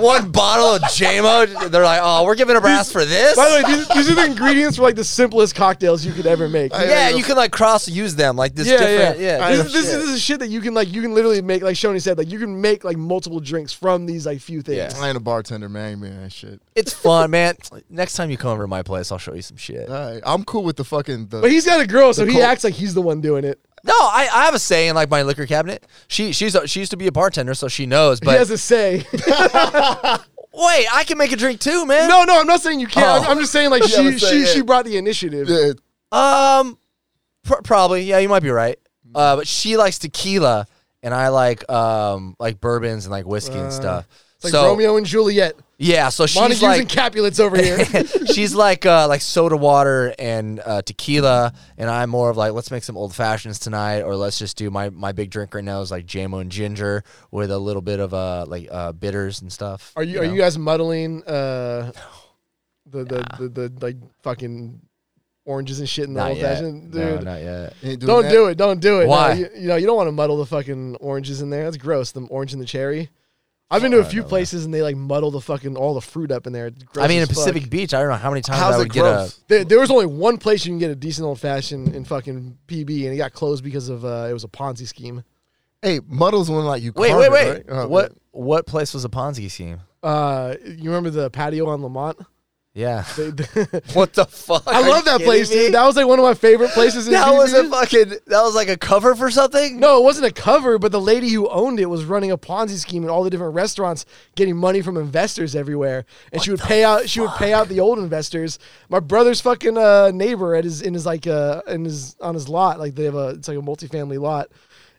Speaker 1: one bottle of JMO. They're like, oh, we're giving a brass for this.
Speaker 3: By the way, these, these are the ingredients for like the simplest cocktails you could ever make.
Speaker 2: I-
Speaker 1: yeah, you can like cross use them like this different. Yeah, Oh,
Speaker 2: I-
Speaker 3: This, this,
Speaker 2: shit.
Speaker 3: is, this is shit that you can like. You can literally make like Shoni said. Like you can make like multiple drinks from these like few
Speaker 1: Yeah.
Speaker 3: things.
Speaker 2: I ain't a bartender, man. I ain't Man, that shit.
Speaker 1: it's fun, man. Next time you come over to my place, I'll show you some shit.
Speaker 3: Uh.
Speaker 2: All right, I'm cool with the fucking. The,
Speaker 3: But he's got a girl, so he
Speaker 2: cult-
Speaker 3: acts like he's the one doing it.
Speaker 1: No, I, I have a say in like my liquor cabinet. She she's a, she used to be a bartender, so she knows.
Speaker 3: he
Speaker 1: But
Speaker 3: has a
Speaker 1: [laughs]
Speaker 3: say. [laughs]
Speaker 1: wait, I can make a drink too, man.
Speaker 3: no, no, I'm not saying you can't. I'm-
Speaker 1: Oh.
Speaker 3: I'm just
Speaker 1: [laughs]
Speaker 3: saying like
Speaker 2: Yeah,
Speaker 3: she
Speaker 2: I'm saying,
Speaker 3: she
Speaker 2: yeah.
Speaker 3: she brought the initiative.
Speaker 2: [laughs] yeah,
Speaker 1: Um, pr- probably. Yeah, you might be right. Uh, but she likes tequila, and I like um like bourbons and like whiskey
Speaker 3: Uh,
Speaker 1: and stuff.
Speaker 3: It's like
Speaker 1: so
Speaker 3: Romeo and Juliet,
Speaker 1: yeah, so she's
Speaker 3: Montagues
Speaker 1: like
Speaker 3: and Capulets over
Speaker 1: [laughs]
Speaker 3: here.
Speaker 1: she's like uh, like soda water and uh, tequila, and I'm more of like let's make some old fashions tonight, or let's just do my my big drink right now is like JMO and ginger with a little bit of uh like uh bitters and stuff.
Speaker 3: Are you, are
Speaker 1: know?
Speaker 3: you guys muddling uh, the, the, the the like fucking oranges and shit in the
Speaker 1: not
Speaker 3: old
Speaker 1: yet?
Speaker 3: fashioned,
Speaker 1: No,
Speaker 3: dude?
Speaker 1: not yet.
Speaker 2: ain't doing
Speaker 3: Don't
Speaker 2: that.
Speaker 3: do it. Don't do it. No,
Speaker 1: Why?
Speaker 3: you, you know, you don't want to muddle the fucking oranges in there. That's gross. The orange and the cherry. I've been to a
Speaker 1: I
Speaker 3: few
Speaker 1: know that.
Speaker 3: places and they like muddle the fucking all the fruit up in there. It's gross
Speaker 1: I mean, in
Speaker 3: as fuck.
Speaker 1: Pacific Beach, I don't know how many times I
Speaker 2: How's
Speaker 1: would
Speaker 2: it
Speaker 1: get a
Speaker 2: gross?
Speaker 3: There, there was only one place you can get a decent old fashioned in fucking PB, and it got closed because of uh, it was a Ponzi scheme.
Speaker 2: Hey, muddles when like you.
Speaker 1: wait,
Speaker 2: carve
Speaker 1: wait,
Speaker 2: it,
Speaker 1: wait.
Speaker 2: right? Oh,
Speaker 1: what what place was a Ponzi scheme?
Speaker 3: Uh, you remember the patio on Lamont? [laughs]
Speaker 1: Yeah.
Speaker 3: They,
Speaker 1: What the fuck? Are
Speaker 3: I
Speaker 1: you
Speaker 3: love that
Speaker 1: kidding
Speaker 3: place,
Speaker 1: me?
Speaker 3: dude. That was like one of my favorite places. In
Speaker 1: That
Speaker 3: PB.
Speaker 1: was a fucking. That was like a cover for something.
Speaker 3: No, it wasn't a cover, but the lady who owned it was running a Ponzi scheme in all the different restaurants, getting money from investors everywhere, and she would pay out. She would pay out the old investors. My brother's fucking uh, neighbor at his in his like uh in his on his lot, like they have a it's like a multifamily lot,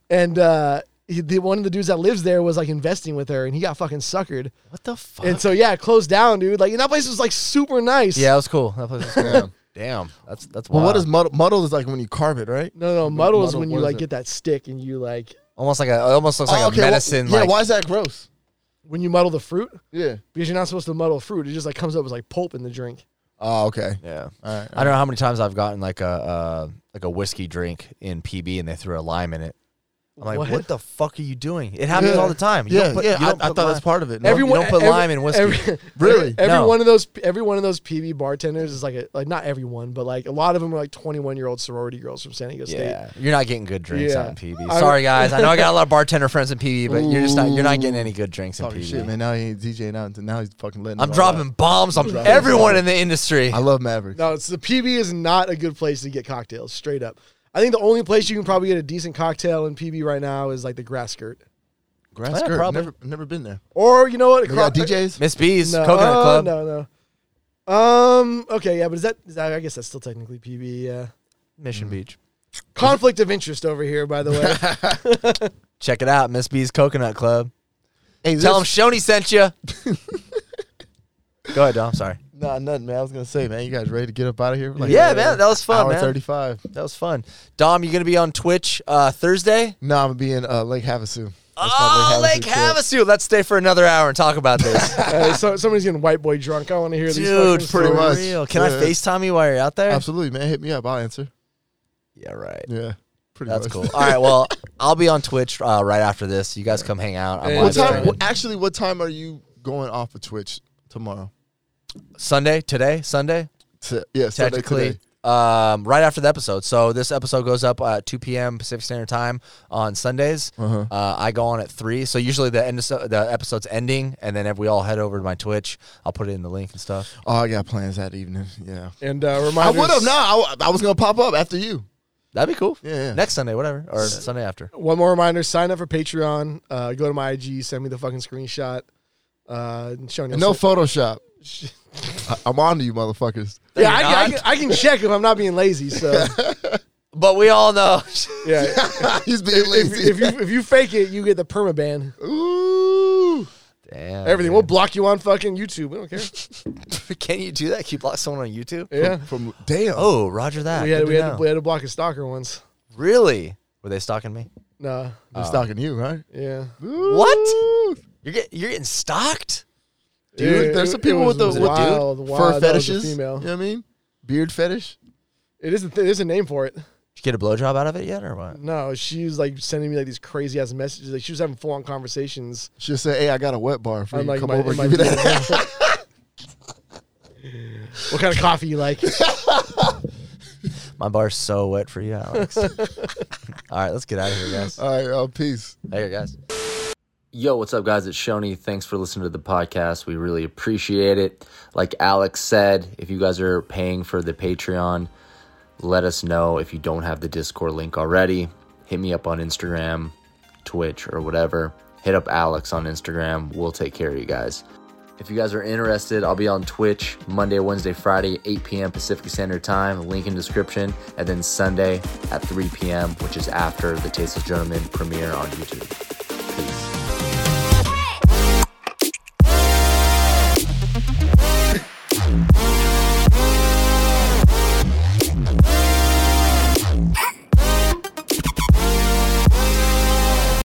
Speaker 3: and uh, he, the, one of the dudes that lives there was like investing with her, and he got fucking suckered.
Speaker 1: What the fuck?
Speaker 3: And so yeah, it closed down, dude. Like and that place was like super nice.
Speaker 1: yeah, it was cool. That place
Speaker 3: [laughs]
Speaker 1: was cool.
Speaker 2: Yeah.
Speaker 1: Damn, that's that's
Speaker 2: Well,
Speaker 1: wild.
Speaker 2: what is muddle? Muddle is like when you carve it, right?
Speaker 3: No, no, muddle is
Speaker 2: Muddle,
Speaker 3: when you
Speaker 2: what is
Speaker 3: like
Speaker 2: it?
Speaker 3: get that stick and you like
Speaker 1: almost like a? It almost looks like
Speaker 2: Oh, okay,
Speaker 1: a
Speaker 2: well,
Speaker 1: medicine.
Speaker 2: yeah.
Speaker 1: like,
Speaker 2: why is that gross?
Speaker 3: when you muddle the fruit
Speaker 2: Yeah.
Speaker 3: because you're not supposed to muddle fruit. It just like comes up as like pulp in the drink.
Speaker 2: Oh, okay.
Speaker 1: Yeah.
Speaker 2: All right.
Speaker 1: I don't know how many times I've gotten like a uh, like a whiskey drink in PB and they threw a lime in it. I'm like,
Speaker 3: What?
Speaker 1: what, the fuck are you doing? It happens
Speaker 2: Yeah.
Speaker 1: all the time. You
Speaker 2: yeah,
Speaker 1: don't put,
Speaker 2: yeah.
Speaker 1: you
Speaker 2: I,
Speaker 1: don't
Speaker 2: I
Speaker 1: put
Speaker 2: thought that's
Speaker 1: lime-
Speaker 2: part of it. no?
Speaker 1: Every- you don't put lime in whiskey.
Speaker 3: every-
Speaker 2: Really?
Speaker 3: [laughs] Every
Speaker 1: No.
Speaker 3: one of those, every one of those PB bartenders is like a like not everyone, but like a lot of them are like twenty one year old sorority girls from San Diego State.
Speaker 1: Yeah, you're not getting good drinks out in
Speaker 3: Yeah.
Speaker 1: PB.
Speaker 3: I-
Speaker 1: Sorry guys, I know I got a lot of bartender friends in PB, but you're just not you're not getting any good drinks in
Speaker 2: Talking
Speaker 1: PB.
Speaker 2: shit, man. Now he ain't DJing out. until Now he's fucking letting.
Speaker 1: I'm
Speaker 2: it all out.
Speaker 1: dropping bombs on
Speaker 2: dropping
Speaker 1: everyone in the industry.
Speaker 2: I love Mavericks.
Speaker 3: No, it's the PB is not a good place to get cocktails. Straight up, I think the only place you can probably get a decent cocktail in PB right now is like the grass skirt.
Speaker 2: Grass
Speaker 1: Yeah,
Speaker 2: skirt.
Speaker 1: probably.
Speaker 2: Never, never been there.
Speaker 3: Or you know what?
Speaker 2: They got
Speaker 3: across-
Speaker 2: DJs.
Speaker 1: Miss B's
Speaker 3: No,
Speaker 1: Coconut
Speaker 3: oh,
Speaker 1: Club.
Speaker 3: No, no. Um. Okay. Yeah, but is that, is that? I guess that's still technically PB. Yeah.
Speaker 1: Mission Beach.
Speaker 3: Conflict of interest over here, by the way.
Speaker 1: Check it out, Miss B's Coconut Club.
Speaker 2: Hey,
Speaker 1: Tell them
Speaker 2: this-
Speaker 1: Shoney sent
Speaker 2: [laughs]
Speaker 1: you. Go ahead, Dom. Sorry.
Speaker 2: Nah, nothing, man. I was gonna say, man, you guys ready to get up out of here? Like, uh,
Speaker 1: yeah, man, that was fun,
Speaker 2: hour
Speaker 1: man.
Speaker 2: thirty-five.
Speaker 1: That was fun. Dom, you gonna be on Twitch uh, Thursday?
Speaker 2: No, I'm gonna be in uh, Lake Havasu. That's my
Speaker 1: oh, Lake
Speaker 2: trip.
Speaker 1: Havasu. Let's stay for another hour and talk about
Speaker 2: [laughs]
Speaker 1: this,
Speaker 3: Uh, so, somebody's getting white boy drunk. I want to hear these.
Speaker 1: dude.
Speaker 3: fucking
Speaker 1: For
Speaker 2: pretty much.
Speaker 3: stories.
Speaker 1: real. Can I
Speaker 2: Yeah.
Speaker 1: Facetime you while you're out there?
Speaker 2: Absolutely, man. Hit me up. I'll answer.
Speaker 1: Yeah, right.
Speaker 2: Yeah, pretty
Speaker 1: That's
Speaker 2: much. [laughs]
Speaker 1: cool. All right, well, I'll be on Twitch uh, right after this. You guys come hang out. I'm
Speaker 3: Hey,
Speaker 2: what
Speaker 1: live
Speaker 2: time?
Speaker 1: streaming.
Speaker 2: wh- actually, what time are you going off of Twitch tomorrow?
Speaker 1: Sunday today. Sunday.
Speaker 2: T- yeah, Sunday
Speaker 1: technically
Speaker 2: today.
Speaker 1: um, right after the episode. So this episode goes up uh, at 2 p.m. Pacific Standard Time on Sundays.
Speaker 2: Uh-huh.
Speaker 1: Uh, I go on at three. So usually the end of, so- the episode's ending, and then if we all head over to my Twitch, I'll put it in the link and stuff.
Speaker 2: Oh, I got plans that evening. Yeah,
Speaker 3: And uh,
Speaker 2: I
Speaker 3: reminders.
Speaker 2: would have. No, I, I was gonna pop up after you.
Speaker 1: That'd be cool.
Speaker 2: Yeah, yeah.
Speaker 1: Next Sunday, whatever, or Sunday after.
Speaker 3: One more reminder: sign up for Patreon. Uh, go to my IG. Send me the fucking screenshot. Uh, showing
Speaker 2: And no Photoshop.
Speaker 1: [laughs]
Speaker 2: I, I'm on to you, motherfuckers.
Speaker 3: yeah, I,
Speaker 1: You're
Speaker 3: can- I,
Speaker 1: not?
Speaker 3: can, I can check if I'm not being lazy.
Speaker 2: [laughs]
Speaker 3: So
Speaker 1: But we all know. [laughs]
Speaker 3: yeah,
Speaker 2: He's being
Speaker 3: if,
Speaker 2: lazy.
Speaker 3: if you if you fake it, you get the perma ban.
Speaker 2: Ooh.
Speaker 1: Damn.
Speaker 3: Everything. We'll
Speaker 1: man.
Speaker 3: block you on fucking YouTube. We
Speaker 2: [laughs]
Speaker 3: don't care.
Speaker 1: [laughs] Can you do that? Can you block someone on YouTube?
Speaker 3: Yeah,
Speaker 2: From damn.
Speaker 1: Oh, Roger that.
Speaker 3: we had
Speaker 1: Good
Speaker 3: we
Speaker 1: to
Speaker 3: had, to,
Speaker 1: know.
Speaker 3: we had to block a stalker once.
Speaker 1: really? Were they stalking me?
Speaker 3: No,
Speaker 2: I'm stalking you, right?
Speaker 3: yeah.
Speaker 1: What? You're get, you're getting stalked?
Speaker 2: Dude,
Speaker 3: Yeah,
Speaker 2: there's
Speaker 3: it-
Speaker 2: some people
Speaker 3: it
Speaker 2: with the
Speaker 3: was
Speaker 2: with
Speaker 3: wild,
Speaker 2: dude,
Speaker 3: wild.
Speaker 2: fur
Speaker 3: That was a
Speaker 2: fetishes. You know
Speaker 3: female.
Speaker 2: what I mean? Beard fetish?
Speaker 3: It is. A th- there's a name for it.
Speaker 4: Did you get a blowjob out of it yet, or what?
Speaker 3: No, she was like sending me like these crazy ass messages. Like she was having full on conversations.
Speaker 2: She'll say, "Hey, I got a wet bar for
Speaker 3: on
Speaker 2: you.
Speaker 3: like
Speaker 2: Come
Speaker 3: my,
Speaker 2: over, and
Speaker 3: my
Speaker 2: give me that."
Speaker 3: DMs. [laughs] what kind of coffee you like?
Speaker 4: My bar's so wet for you, Alex. [laughs] All right, let's get out of here, guys.
Speaker 2: [laughs] All right, oh, peace.
Speaker 4: Later, guys.
Speaker 1: Yo, what's up, guys? It's Shoney. Thanks for listening to the podcast. We really appreciate it. Like Alex said, if you guys are paying for the Patreon, let us know if you don't have the Discord link already. Hit me up on Instagram, Twitch, or whatever. Hit up Alex on Instagram. We'll take care of you guys. If you guys are interested, I'll be on Twitch Monday, Wednesday, Friday, 8 p.m. Pacific Standard Time, link in description, and then Sunday at 3 p.m., which is after the Tasteless Gentleman premiere on YouTube. Peace.